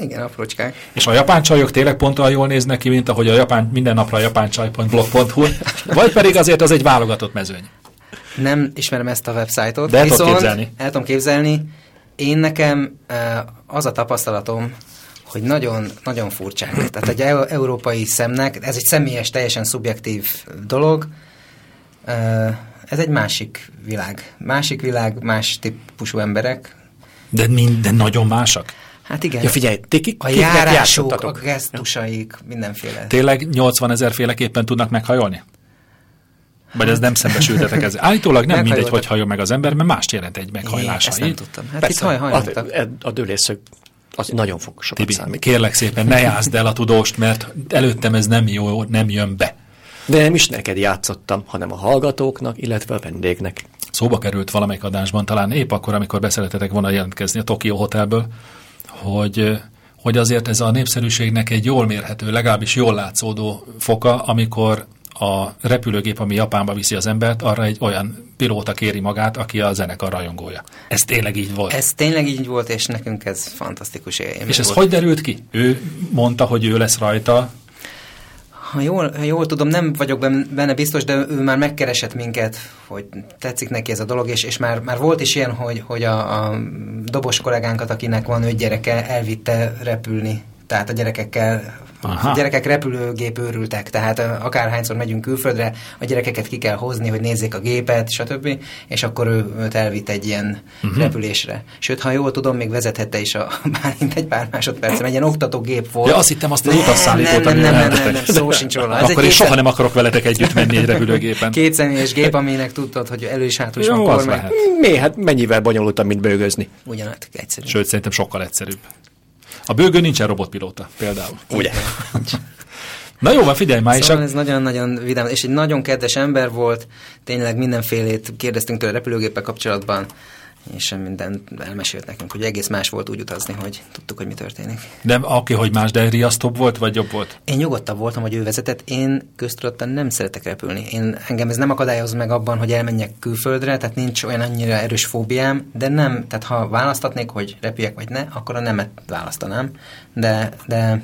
[SPEAKER 1] Igen, aprócskák.
[SPEAKER 4] És a japán csajok tényleg pont olyan jól néznek ki, mint ahogy a japán, minden napra a japáncsaj.blog.hu, vagy pedig azért az egy válogatott mezőny.
[SPEAKER 1] Nem ismerem ezt a websájtot.
[SPEAKER 4] De el tudod
[SPEAKER 1] viszont
[SPEAKER 4] képzelni.
[SPEAKER 1] El tudom képzelni. Én nekem eh, az a tapasztalatom, hogy nagyon, nagyon furcsák. Tehát egy eu- európai szemnek, ez egy személyes, teljesen szubjektív dolog, eh, ez egy másik világ. Másik világ, más típusú emberek.
[SPEAKER 4] De minden nagyon másak.
[SPEAKER 1] Hát igen.
[SPEAKER 4] Ja, figyelj, ti ki-
[SPEAKER 1] a
[SPEAKER 4] kiknek
[SPEAKER 1] járásuk, a
[SPEAKER 4] játszottatok?
[SPEAKER 1] gesztusaik, mindenféle.
[SPEAKER 4] Tényleg 80 ezer féleképpen tudnak meghajolni? Vagy ez
[SPEAKER 1] Hát.
[SPEAKER 4] nem szembesültetek ezzel? Állítólag nem mindegy, hogy hajol meg az ember, mert mást jelent egy meghajlása.
[SPEAKER 1] ezt nem
[SPEAKER 4] így?
[SPEAKER 1] tudtam. Hát itt haj- hajlottak.
[SPEAKER 5] A, e, a dőlészök az nagyon fog sokat
[SPEAKER 4] Tibi,
[SPEAKER 5] számít.
[SPEAKER 4] kérlek szépen, ne jázd el a tudóst, mert előttem ez nem jó, nem jön be.
[SPEAKER 5] De nem is neked játszottam, hanem a hallgatóknak, illetve a vendégnek.
[SPEAKER 4] Szóba került valamelyik adásban, talán épp akkor, amikor beszeletetek volna jelentkezni a Tokyo Hotelből, hogy, hogy azért ez a népszerűségnek egy jól mérhető, legalábbis jól látszódó foka, amikor a repülőgép, ami Japánba viszi az embert, arra egy olyan pilóta kéri magát, aki a zenekar rajongója. Ez tényleg így volt.
[SPEAKER 1] Ez tényleg így volt, és nekünk ez fantasztikus élmény
[SPEAKER 4] És ez
[SPEAKER 1] volt.
[SPEAKER 4] hogy derült ki? Ő mondta, hogy ő lesz rajta.
[SPEAKER 1] Ha jól, ha jól tudom, nem vagyok ben- benne biztos, de ő már megkeresett minket, hogy tetszik neki ez a dolog, és, és már, már volt is ilyen, hogy, hogy a, a dobos kollégánkat, akinek van öt gyereke, elvitte repülni. Tehát a gyerekekkel,
[SPEAKER 4] Aha.
[SPEAKER 1] a gyerekek repülőgép őrültek, tehát ö, akárhányszor megyünk külföldre, a gyerekeket ki kell hozni, hogy nézzék a gépet, stb. És akkor ő őt elvitt egy ilyen
[SPEAKER 4] Mhm.
[SPEAKER 1] uh-huh. repülésre. Sőt, ha jól tudom, még vezethette is a Bálint egy pár másodpercen, egy ilyen oktatógép volt.
[SPEAKER 4] Ja, azt hittem azt az
[SPEAKER 1] Nem,
[SPEAKER 4] utasszállítót,
[SPEAKER 1] nem, nem,
[SPEAKER 4] amivel
[SPEAKER 1] nem, nem,
[SPEAKER 4] mentetek.
[SPEAKER 1] nem, nem, szó sincs róla. Ez egy
[SPEAKER 4] Akkor én
[SPEAKER 1] két-
[SPEAKER 4] soha nem akarok veletek együtt menni egy repülőgépen.
[SPEAKER 1] Két személyes gép, aminek tudtad, hogy elő is hátul is
[SPEAKER 4] Jó,
[SPEAKER 1] van
[SPEAKER 4] az
[SPEAKER 1] kormány.
[SPEAKER 4] lehet.
[SPEAKER 5] Mi? Hát mennyivel bonyolultabb, mint bőgözni?
[SPEAKER 1] Ugyanát egyszerű.
[SPEAKER 4] Sőt, szerintem sokkal egyszerűbb. A bőgő nincsen robotpilóta, például.
[SPEAKER 5] Ugye?
[SPEAKER 4] Na jó, van, figyelj már, és
[SPEAKER 1] Szóval
[SPEAKER 4] a...
[SPEAKER 1] ez nagyon-nagyon vidám, és egy nagyon kedves ember volt, tényleg mindenfélét kérdeztünk tőle repülőgéppel kapcsolatban, és mindent elmesélt nekünk, hogy egész más volt úgy utazni, hogy tudtuk, hogy mi történik.
[SPEAKER 4] de aki, hogy más, de riasztóbb volt, vagy jobb volt?
[SPEAKER 1] Én nyugodtabb voltam, hogy ő vezetett, én köztudottan nem szeretek repülni. Én, engem ez nem akadályoz meg abban, hogy elmenjek külföldre, tehát nincs olyan annyira erős fóbiám, de nem, tehát ha választatnék, hogy repüljek vagy ne, akkor a nemet választanám, de, de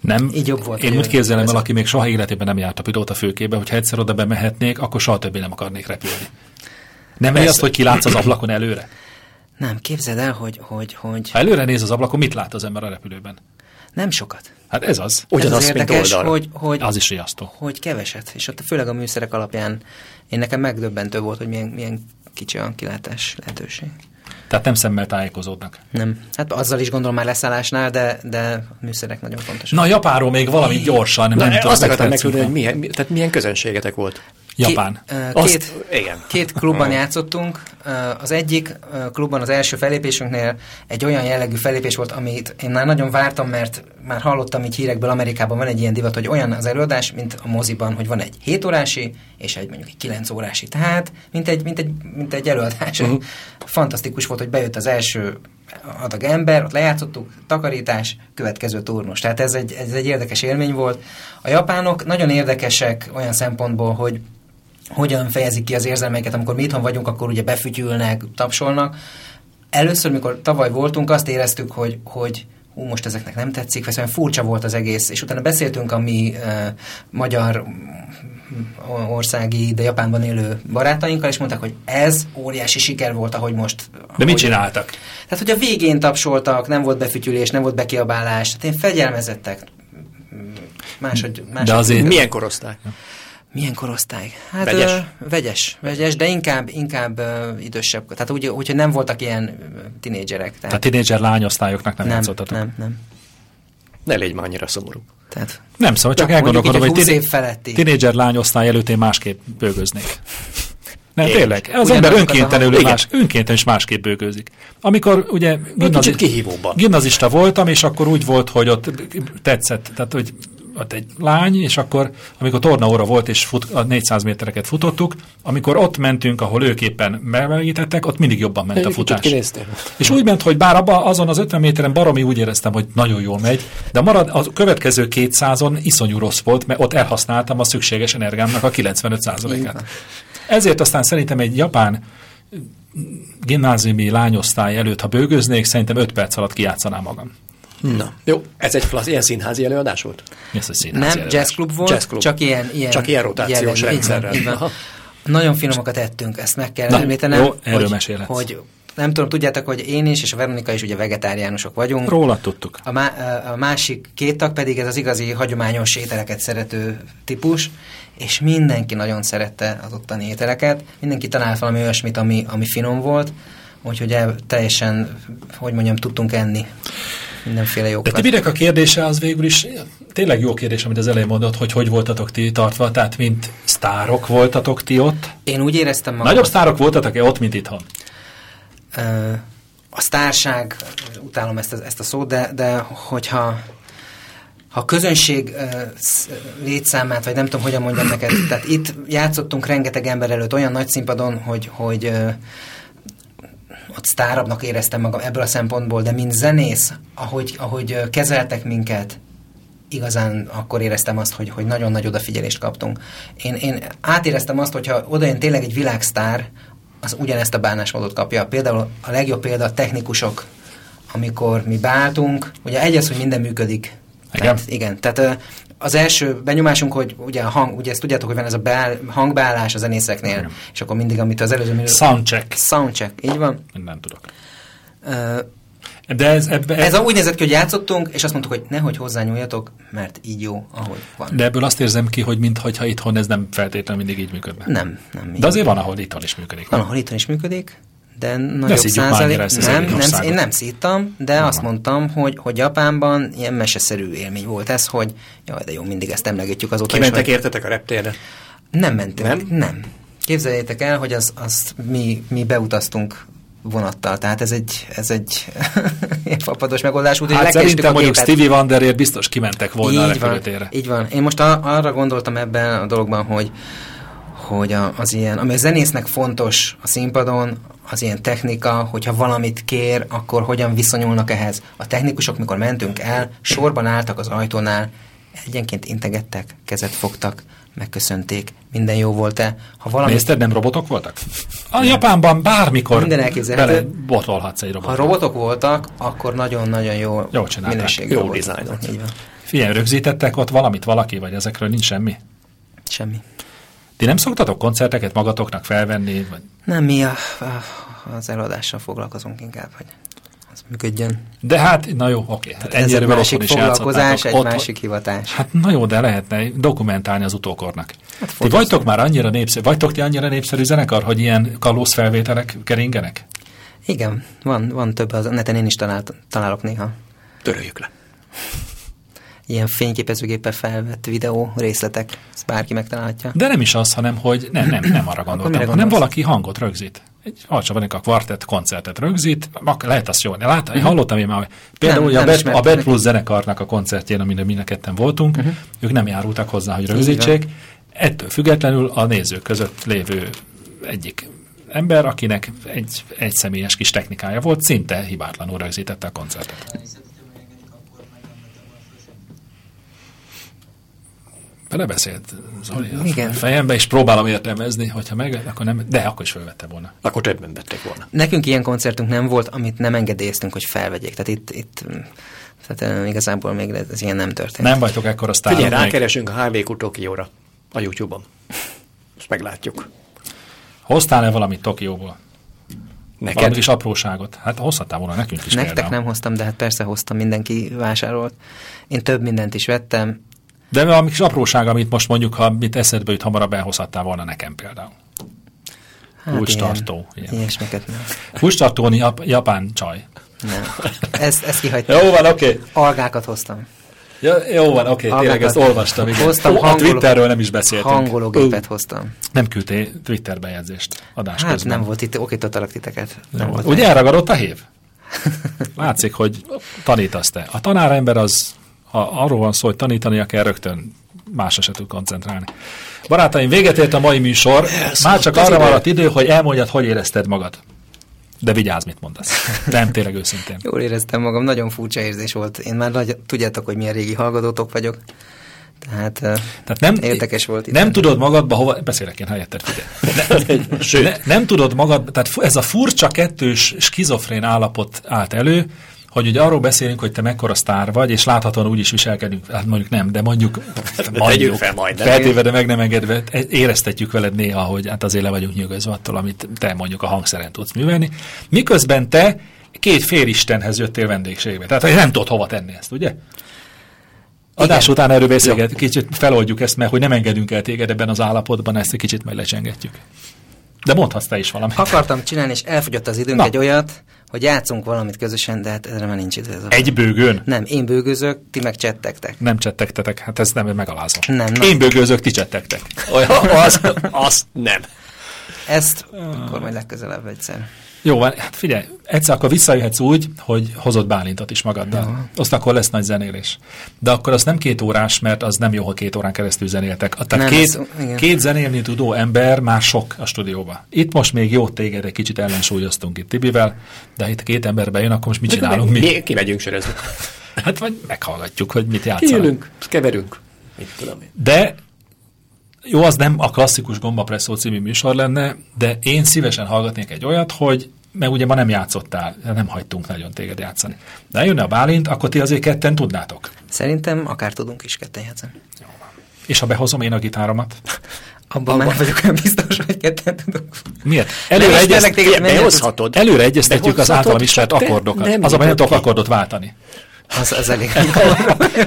[SPEAKER 4] Nem.
[SPEAKER 1] Így jobb volt,
[SPEAKER 4] Én
[SPEAKER 1] hogy
[SPEAKER 4] úgy
[SPEAKER 1] ő
[SPEAKER 4] képzelem el,
[SPEAKER 1] vezet.
[SPEAKER 4] aki még soha életében nem járt a pilóta főkébe, hogyha egyszer oda bemehetnék, akkor soha többé nem akarnék repülni. Nem
[SPEAKER 1] Persze.
[SPEAKER 4] azt, hogy kilátsz az ablakon előre?
[SPEAKER 1] nem, képzeld el, hogy, hogy, hogy
[SPEAKER 4] Ha előre néz az ablakon, mit lát az ember a repülőben?
[SPEAKER 1] nem sokat.
[SPEAKER 4] Hát ez az.
[SPEAKER 1] Ez
[SPEAKER 5] Ugyanaz,
[SPEAKER 1] az
[SPEAKER 5] mint
[SPEAKER 1] érdekes,
[SPEAKER 5] oldalra.
[SPEAKER 1] hogy, hogy,
[SPEAKER 4] Az is riasztó.
[SPEAKER 1] hogy keveset, és ott főleg a műszerek alapján én nekem megdöbbentő volt, hogy milyen, milyen kicsi a kilátás lehetőség.
[SPEAKER 4] Tehát nem szemmel tájékozódnak.
[SPEAKER 1] Nem. Hát azzal is gondolom már leszállásnál, de, de a műszerek nagyon fontosak.
[SPEAKER 4] Na, Japánról még valamit gyorsan.
[SPEAKER 5] Na,
[SPEAKER 4] nem tudom,
[SPEAKER 5] azt
[SPEAKER 4] öt
[SPEAKER 5] akartam
[SPEAKER 4] percünk
[SPEAKER 5] megtudni,
[SPEAKER 4] van.
[SPEAKER 5] hogy milyen, mi- tehát milyen közönségetek volt.
[SPEAKER 4] Japán.
[SPEAKER 1] Ki, ö,
[SPEAKER 5] Azt-
[SPEAKER 1] két,
[SPEAKER 5] igen.
[SPEAKER 1] két klubban játszottunk. Ö, Az egyik ö, klubban az első fellépésünknél egy olyan jellegű fellépés volt, amit én már nagyon vártam, mert már hallottam így hírekből, Amerikában van egy ilyen divat, hogy olyan az előadás, mint a moziban, hogy van egy 7 órási, és egy mondjuk egy 9 órási. Tehát, mint egy, mint egy, mint egy előadás. Uh-huh. Fantasztikus volt, hogy bejött az első adag ember, ott lejátszottuk, takarítás, következő turnus. Tehát ez egy, ez egy érdekes élmény volt. A japánok nagyon érdekesek olyan szempontból, hogy hogyan fejezik ki az érzelmeiket, amikor mi itthon vagyunk, akkor ugye befütyülnek, tapsolnak. Először, mikor tavaly voltunk, azt éreztük, hogy, hogy hú, most ezeknek nem tetszik, vagy olyan furcsa volt az egész, és utána beszéltünk a mi uh, magyar mm, országi, de Japánban élő barátainkkal, és mondták, hogy ez óriási siker volt, ahogy most...
[SPEAKER 4] De mit
[SPEAKER 1] ahogy-
[SPEAKER 4] csináltak?
[SPEAKER 1] tehát, hogy a végén tapsoltak, nem volt befütyülés, nem volt bekiabálás, tehát én fegyelmezettek. Máshogy, máshogy
[SPEAKER 4] azért-
[SPEAKER 5] Milyen korosztály?
[SPEAKER 1] Milyen korosztály? Hát
[SPEAKER 5] Vegyes.
[SPEAKER 1] Ö, vegyes, vegyes, de inkább, inkább ö, idősebb. Tehát úgy, hogyha nem voltak ilyen ö, tinédzserek.
[SPEAKER 5] Hát,
[SPEAKER 4] Tehát tinédzser lányosztályoknak nem,
[SPEAKER 1] nem,
[SPEAKER 4] játszottatok.
[SPEAKER 1] nem, nem.
[SPEAKER 5] Ne légy már annyira szomorú.
[SPEAKER 1] Tehát...
[SPEAKER 4] Nem, szóval csak
[SPEAKER 1] Na, mondjuk
[SPEAKER 4] elgondolkodom,
[SPEAKER 1] így
[SPEAKER 4] hogy
[SPEAKER 1] egy 20
[SPEAKER 4] tiné-
[SPEAKER 1] év feletti.
[SPEAKER 4] tinédzser lányosztály előtt én másképp bőgöznék. Nem,
[SPEAKER 5] Én is.
[SPEAKER 4] tényleg. Az
[SPEAKER 5] Ugyanazokat
[SPEAKER 4] ember
[SPEAKER 5] a
[SPEAKER 4] önkéntelenül
[SPEAKER 5] hangokat.
[SPEAKER 4] más, önkénten is másképp bőgőzik. Amikor ugye
[SPEAKER 5] kicsit kihívóban.
[SPEAKER 4] gimnazista voltam, és akkor úgy volt, hogy ott tetszett, tehát hogy ott egy lány, és akkor, amikor tornaóra volt, és fut, a 400 métereket futottuk, amikor ott mentünk, ahol ők éppen megmelegítettek, ott mindig jobban ment a
[SPEAKER 5] Kicsit
[SPEAKER 4] futás.
[SPEAKER 5] kinéztél.
[SPEAKER 4] És úgy ment, hogy bár abba, azon az 50 méteren baromi úgy éreztem, hogy nagyon jól megy, de marad a következő 200-on iszonyú rossz volt, mert ott elhasználtam a szükséges energiámnak a 95%-át. Ezért aztán szerintem egy japán gimnáziumi lányosztály előtt, ha bőgöznék, szerintem 5 perc alatt kijátszanám magam.
[SPEAKER 5] Na, jó, ez egy klassz, ilyen színházi előadás volt?
[SPEAKER 4] Mi ez a színházi
[SPEAKER 1] Nem,
[SPEAKER 4] előadás?
[SPEAKER 1] jazzklub volt,
[SPEAKER 5] Jazzklub.
[SPEAKER 1] csak ilyen, ilyen,
[SPEAKER 5] Csak ilyen rotációs
[SPEAKER 1] jellegű. Így van,
[SPEAKER 5] rendszerrel.
[SPEAKER 1] így van.
[SPEAKER 5] Aha.
[SPEAKER 1] Nagyon finomakat ettünk, ezt meg kell
[SPEAKER 4] Na,
[SPEAKER 1] említenem.
[SPEAKER 4] jó, erről
[SPEAKER 1] hogy-
[SPEAKER 4] mesélhetsz.
[SPEAKER 1] Hogy nem tudom, tudjátok, hogy én is, és a Veronika is ugye vegetáriánusok vagyunk.
[SPEAKER 4] Róla tudtuk.
[SPEAKER 1] A, má, a másik két tag pedig ez az igazi hagyományos ételeket szerető típus, és mindenki nagyon szerette az ottani ételeket, mindenki talált valami olyasmit, ami, ami finom volt, úgyhogy el, teljesen, hogy mondjam, tudtunk enni mindenféle
[SPEAKER 4] De
[SPEAKER 1] jókat.
[SPEAKER 4] Tibinek a kérdése az végül is tényleg jó kérdés, amit az elején mondott, hogy hogy voltatok ti tartva, tehát mint sztárok voltatok ti ott.
[SPEAKER 1] Én úgy éreztem magam.
[SPEAKER 4] Nagyobb sztárok voltatok-e ott, mint itthon?
[SPEAKER 1] Ö, a sztárság, utálom ezt, a- ezt a szót, de, de hogyha ha a közönség ö, sz- létszámát, vagy nem tudom, hogyan mondjam neked, tehát itt játszottunk rengeteg ember előtt olyan nagy színpadon, hogy, hogy ö, ott sztárabbnak éreztem magam ebből a szempontból, de mint zenész, ahogy, ahogy ö, kezeltek minket, igazán akkor éreztem azt, hogy, hogy nagyon nagy odafigyelést kaptunk. Én, én átéreztem azt, hogyha odajön tényleg egy világsztár, az ugyanezt a bánásmódot kapja. Például a legjobb példa a technikusok, amikor mi beálltunk, ugye egy az, hogy minden működik.
[SPEAKER 4] Igen.
[SPEAKER 1] Tehát, igen, tehát ö, az első benyomásunk, hogy ugye a hang, ugye ezt tudjátok, hogy van ez a beáll, hangbeállás a zenészeknél,
[SPEAKER 4] Igen.
[SPEAKER 1] és akkor mindig, amit az előző minő-
[SPEAKER 4] Soundcheck.
[SPEAKER 1] Soundcheck, így van.
[SPEAKER 4] Nem tudok.
[SPEAKER 1] Ö,
[SPEAKER 4] De ez, ebbe,
[SPEAKER 1] Ez a, úgy nézett ki, hogy játszottunk, és azt mondtuk, hogy nehogy hozzányúljatok, mert így jó, ahogy van.
[SPEAKER 4] De ebből azt érzem ki, hogy mintha itthon ez nem feltétlenül mindig így működne.
[SPEAKER 1] Nem, nem. így.
[SPEAKER 4] De azért van, ahol itthon is működik.
[SPEAKER 1] Van, ahol itthon is működik, de nagyobb
[SPEAKER 4] szidjuk már
[SPEAKER 1] százalék.
[SPEAKER 4] annyira ezt az
[SPEAKER 1] Nem,
[SPEAKER 4] egész
[SPEAKER 1] nem,
[SPEAKER 4] országot.
[SPEAKER 1] én nem szíttam, de
[SPEAKER 4] Aha.
[SPEAKER 1] azt mondtam, hogy, hogy Japánban ilyen meseszerű élmény volt ez, hogy jaj, de jó, mindig ezt emlegetjük azóta is.
[SPEAKER 5] Kimentek
[SPEAKER 1] Hogy
[SPEAKER 5] értetek a reptérre?
[SPEAKER 1] nem mentünk.
[SPEAKER 5] Nem?
[SPEAKER 1] Nem? nem. Képzeljétek el, hogy az, az mi, mi beutaztunk vonattal, tehát ez egy, ez egy ilyen fapados megoldás, úgyhogy
[SPEAKER 4] Hát
[SPEAKER 1] lekéstük
[SPEAKER 4] szerintem
[SPEAKER 1] a
[SPEAKER 4] mondjuk
[SPEAKER 1] gépet.
[SPEAKER 4] Stevie Wonderért biztos kimentek volna a
[SPEAKER 1] így van,
[SPEAKER 4] repülőtérre.
[SPEAKER 1] így van. Én most a, arra gondoltam ebben a dologban, hogy hogy a, az ilyen, ami a zenésznek fontos a színpadon, az ilyen technika, hogyha valamit kér, akkor hogyan viszonyulnak ehhez. A technikusok, mikor mentünk el, sorban álltak az ajtónál, egyenként integettek, kezet fogtak, megköszönték, minden jó volt-e. Ha valami,
[SPEAKER 4] Nézted, nem robotok voltak? A Japánban bármikor
[SPEAKER 1] Minden elképzelhető.
[SPEAKER 4] bele botolhatsz egy
[SPEAKER 1] ha
[SPEAKER 4] robotot.
[SPEAKER 1] robotok voltak, akkor nagyon-nagyon jó
[SPEAKER 4] Jól csinálták.
[SPEAKER 1] minőségű
[SPEAKER 5] Jó
[SPEAKER 1] volt.
[SPEAKER 5] dizájnot.
[SPEAKER 1] Így van.
[SPEAKER 4] Figyelj, rögzítettek ott valamit valaki, vagy ezekről nincs semmi?
[SPEAKER 1] Semmi.
[SPEAKER 4] Ti nem szoktatok koncerteket magatoknak felvenni? Vagy...
[SPEAKER 1] Nem, mi a, a, az eladással foglalkozunk inkább, hogy az működjön.
[SPEAKER 4] De hát, na jó, oké. Hát
[SPEAKER 1] Ez
[SPEAKER 4] ennyire
[SPEAKER 1] egy másik
[SPEAKER 4] is
[SPEAKER 1] foglalkozás,
[SPEAKER 4] játszottátok.
[SPEAKER 1] egy
[SPEAKER 4] Ott-
[SPEAKER 1] másik hivatás.
[SPEAKER 4] Hát na jó, de lehetne dokumentálni az utókornak. Hát ti
[SPEAKER 1] fogyasztani.
[SPEAKER 4] vagytok már annyira népszerű, vagytok ti annyira népszerű zenekar, hogy ilyen kalóz felvételek keringenek?
[SPEAKER 1] Igen, van, van több, az neten én is talált, találok néha.
[SPEAKER 5] Töröljük le.
[SPEAKER 1] Ilyen fényképezőgéppel felvett videó részletek, ezt bárki megtalálhatja.
[SPEAKER 4] De nem is az, hanem hogy nem, nem, nem arra gondoltam,
[SPEAKER 1] mire
[SPEAKER 4] hanem
[SPEAKER 1] gondolsz?
[SPEAKER 4] valaki hangot rögzít. Egy alcsa a kvartett koncertet rögzít, ak- lehet azt jól. Lát, én hallottam én már, például
[SPEAKER 1] Nem,
[SPEAKER 4] nem, a,
[SPEAKER 1] nem
[SPEAKER 4] Bad,
[SPEAKER 1] ismertem
[SPEAKER 4] a Bad
[SPEAKER 1] neki. Mhm.
[SPEAKER 4] Plus zenekarnak a koncertjén, amin mind a ketten voltunk, uh-huh. ők nem járultak hozzá, hogy rögzítsék. Ettől függetlenül a nézők között lévő egyik ember, akinek egy, egy személyes kis technikája volt, szinte hibátlanul rögzítette a koncertet. Belebeszélt Zoli a
[SPEAKER 1] Igen.
[SPEAKER 4] fejembe, és próbálom értelmezni, hogyha meg, akkor nem, de akkor is felvette volna.
[SPEAKER 5] Akkor többen vettek volna.
[SPEAKER 1] Nekünk ilyen koncertünk nem volt, amit nem engedélyeztünk, hogy felvegyék. Tehát itt, itt mm, tehát ö, igazából még ez ilyen nem történt.
[SPEAKER 4] Nem vagytok ekkora sztárok.
[SPEAKER 5] Figyelj,
[SPEAKER 4] még.
[SPEAKER 5] rákeresünk a HVQ Tokióra a YouTube-on. Ezt meglátjuk.
[SPEAKER 4] Hoztál-e valamit Tokióból? Valami
[SPEAKER 5] Neked
[SPEAKER 4] kis apróságot? Hát hozhattál volna nekünk is
[SPEAKER 1] Nektek
[SPEAKER 4] például.
[SPEAKER 1] nem hoztam, de hát persze hoztam, mindenki vásárolt. Én több mindent is vettem,
[SPEAKER 4] De valami kis apróság, amit most mondjuk, ha mit eszedbe jut, hamarabb elhozhattál volna nekem például. Hát Kulcstartó.
[SPEAKER 1] Ilyen, ilyesmiket nem.
[SPEAKER 4] Kulcstartóni jap- japán csaj.
[SPEAKER 1] Nem. Ezt, ezt kihagytam.
[SPEAKER 4] Jó van, oké. Okay.
[SPEAKER 1] Algákat hoztam.
[SPEAKER 4] Ja, jó van, oké, okay, tényleg ezt olvastam. Igen.
[SPEAKER 1] Hoztam
[SPEAKER 4] Ó, a
[SPEAKER 1] hangoló-
[SPEAKER 4] Twitterről nem is beszéltünk.
[SPEAKER 1] Hangológépet hoztam.
[SPEAKER 4] Nem küldtél Twitter bejegyzést adás
[SPEAKER 1] Hát
[SPEAKER 4] közben.
[SPEAKER 1] nem volt itt, oké, tartalak titeket.
[SPEAKER 4] Nem volt. Ugye elragadott a hév? Látszik, hogy tanítasz te. A tanárember az, ha arról van szó, hogy tanítania kell rögtön másra se tud koncentrálni. Barátaim, véget ért a mai műsor. Már csak
[SPEAKER 5] az
[SPEAKER 4] arra
[SPEAKER 5] idő.
[SPEAKER 4] maradt idő, hogy elmondjad, hogy érezted magad. De vigyázz, mit mondasz. Nem, tényleg őszintén.
[SPEAKER 1] Jól éreztem magam, nagyon furcsa érzés volt. Én már nagy, tudjátok, hogy milyen régi hallgatótok vagyok. Tehát, Tehát
[SPEAKER 4] nem,
[SPEAKER 1] érdekes volt itt.
[SPEAKER 4] Nem tudod magadba, hova... Beszélek én helyetted, figyelj. Ne, Sőt. Ne, nem tudod magad, tehát fu- ez a furcsa kettős skizofrén állapot állt elő, hogy ugye arról beszélünk, hogy te mekkora sztár vagy, és láthatóan úgy is viselkedünk, hát mondjuk nem, de mondjuk,
[SPEAKER 5] Hát tegyük fel majd, nem?
[SPEAKER 4] feltéve, de meg nem engedve, e- éreztetjük veled néha, hogy hát azért le vagyunk nyugodva attól, amit te mondjuk a hangszeren tudsz művelni. Miközben te két félistenhez jöttél vendégségbe. Tehát hogy nem tudod hova tenni ezt, ugye? Adás után erről beszélget, kicsit feloldjuk ezt, mert hogy nem engedünk el téged ebben az állapotban, ezt egy kicsit majd lecsengetjük. De mondhatsz te is valamit.
[SPEAKER 1] Akartam csinálni, és elfogyott az időnk
[SPEAKER 4] Na.
[SPEAKER 1] Na. egy olyat, hogy játszunk valamit közösen, de hát erre már nincs idő. Ez a-
[SPEAKER 4] Egy bőgőn?
[SPEAKER 1] Nem, én bőgözök, ti meg csettegtek.
[SPEAKER 4] Nem csettegtetek, hát ez nem megalázó.
[SPEAKER 1] Nem, nem.
[SPEAKER 4] Én bőgőzök, ti csettegtek.
[SPEAKER 5] Olyan, az, azt nem.
[SPEAKER 1] Ezt akkor majd legközelebb egyszer.
[SPEAKER 4] Jó, van, hát figyelj, egyszer akkor visszajöhetsz úgy, hogy hozott Bálintot is magaddal. Azt akkor lesz nagy zenélés. De akkor az nem két órás, mert az nem jó, ha két órán keresztül zenéltek. Tehát
[SPEAKER 1] Nem,
[SPEAKER 4] két,
[SPEAKER 1] ez- igen.
[SPEAKER 4] két zenélni tudó ember már sok a stúdióba. Itt most még jó téged, egy kicsit ellensúlyoztunk itt Tibivel, de ha itt két ember bejön, akkor most mit
[SPEAKER 1] Hát
[SPEAKER 4] csinálunk mi?
[SPEAKER 5] Mi, kimegyünk sörözni.
[SPEAKER 4] Hát vagy meghallgatjuk, hogy mit játszanak.
[SPEAKER 5] Kijönünk, keverünk. Mit tudom én.
[SPEAKER 4] De jó, az nem a klasszikus Gombapresszó című műsor lenne, de én szívesen hallgatnék egy olyat, hogy mert ugye ma nem játszottál, nem hagytunk nagyon téged játszani. De eljönne a Bálint, akkor ti azért ketten tudnátok.
[SPEAKER 1] Szerintem akár tudunk is ketten játszani.
[SPEAKER 4] És ha behozom én a gitáromat,
[SPEAKER 1] Abban már nem vagyok olyan biztos, hogy ketten tudunk.
[SPEAKER 4] miért?
[SPEAKER 1] Nem
[SPEAKER 4] Előre,
[SPEAKER 1] ismerlek
[SPEAKER 4] egyezt...
[SPEAKER 1] téged, nem
[SPEAKER 5] Behozhatod.
[SPEAKER 4] Előre egyeztetjük az
[SPEAKER 5] Behozhatod,
[SPEAKER 4] általam ismert
[SPEAKER 5] csak te
[SPEAKER 4] akkordokat.
[SPEAKER 5] nem
[SPEAKER 4] Az a nem
[SPEAKER 5] jutott
[SPEAKER 4] tudok
[SPEAKER 5] ki.
[SPEAKER 4] akkordot váltani.
[SPEAKER 1] Az, az elég.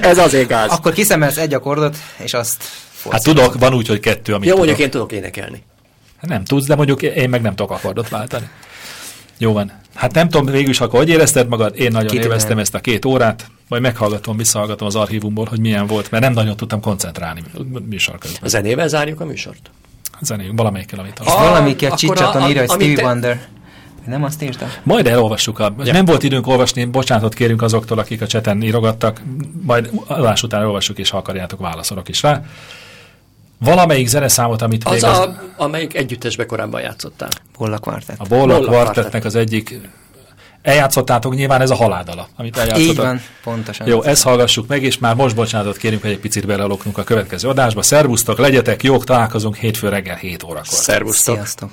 [SPEAKER 5] Ez azért gáz.
[SPEAKER 1] akkor kiszemelsz egy akkordot, és azt
[SPEAKER 4] Hát
[SPEAKER 1] forsz.
[SPEAKER 4] tudok, van úgy, hogy kettő, amit
[SPEAKER 5] Jó,
[SPEAKER 4] tudok.
[SPEAKER 5] mondjuk én tudok énekelni.
[SPEAKER 4] Hát Nem tudsz, de mondjuk én meg nem tudok akkordot váltani. Jó van. Hát nem tudom végül is, akkor hogy érezted magad? Én nagyon
[SPEAKER 1] Kitűnően.
[SPEAKER 4] élveztem ezt a két órát, majd meghallgatom, visszahallgatom az archívumból, hogy milyen volt, mert nem nagyon tudtam koncentrálni műsor közben. Hát
[SPEAKER 5] A zenével zárjuk a műsort. Ah!
[SPEAKER 4] Zenéljünk valamelyikkel, amit
[SPEAKER 1] Itt
[SPEAKER 4] hallottam.
[SPEAKER 1] valami kell
[SPEAKER 5] akkor a-
[SPEAKER 1] csicsaton írja,
[SPEAKER 5] amit
[SPEAKER 1] hogy Stevie
[SPEAKER 5] te-
[SPEAKER 1] Wonder. Nem azt írta?
[SPEAKER 4] Majd elolvassuk. A... Nem volt időnk olvasni, bocsánatot kérünk azoktól, akik a cseten írogattak, majd adás után olvassuk, és ha akarjátok, válaszolok is rá. Valamelyik zeneszámot, amit
[SPEAKER 5] Az,
[SPEAKER 4] még az,
[SPEAKER 5] a, amelyik együttesbe korábban játszottál.
[SPEAKER 1] Bolla kvartett.
[SPEAKER 4] A Bolla
[SPEAKER 5] Bolla
[SPEAKER 4] Quartetnek
[SPEAKER 5] Quartet.
[SPEAKER 4] az egyik eljátszottátok, nyilván ez a haláldala, amit eljátszottatok.
[SPEAKER 1] Így van, pontosan.
[SPEAKER 4] Jó, ezt hallgassuk meg, és már most bocsánatot kérünk, hogy egy picit beleloknunk a következő adásba. Szervusztok, legyetek jók, találkozunk hétfő reggel 7 órakor.
[SPEAKER 5] Szervusztok.
[SPEAKER 1] Sziasztok.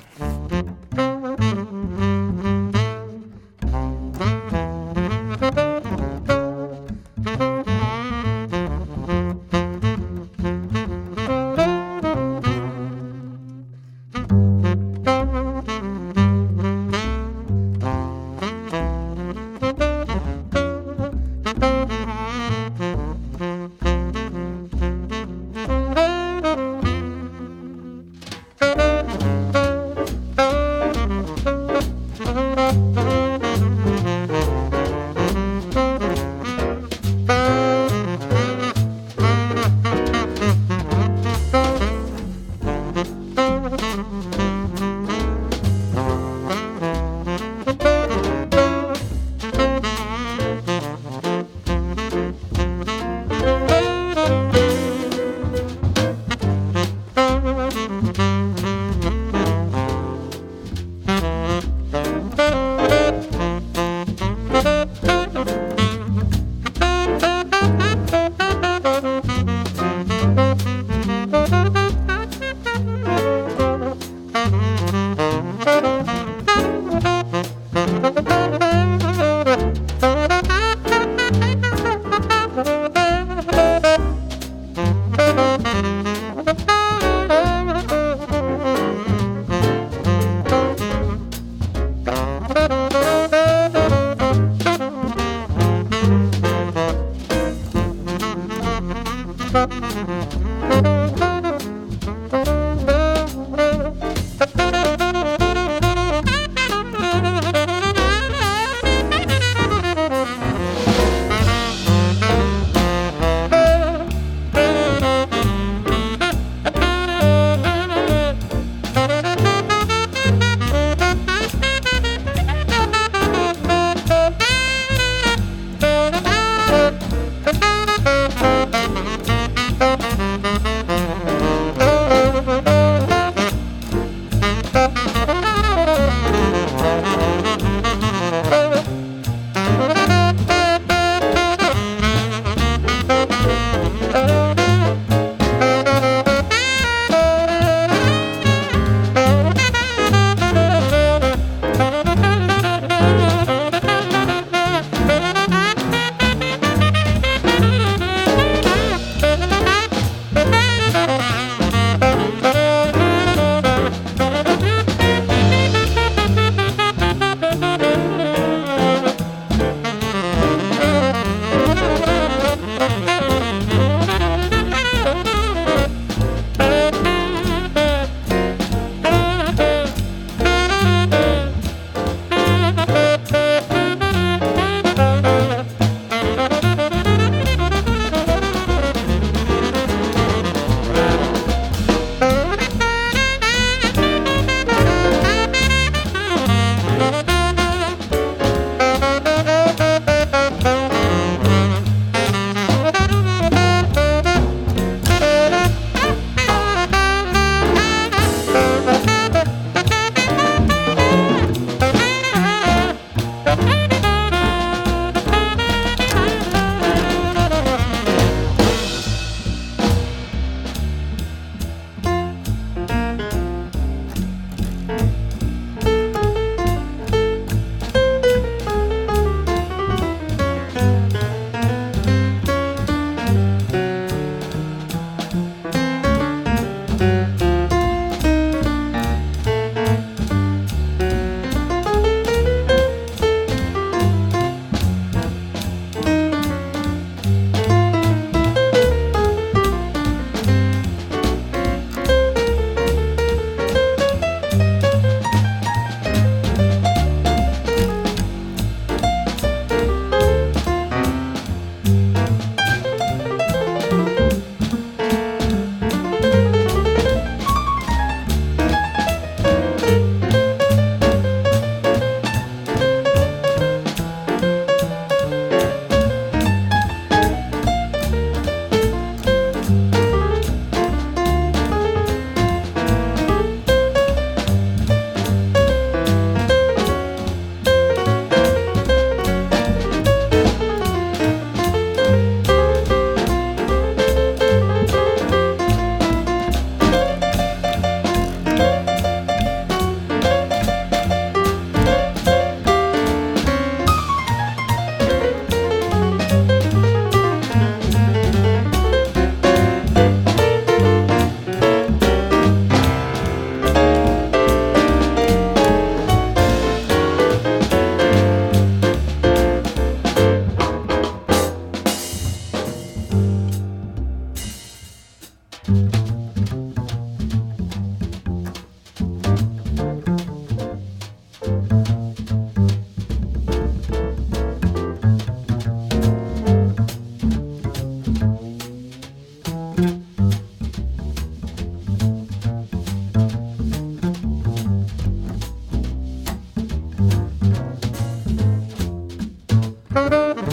[SPEAKER 3] Thank you.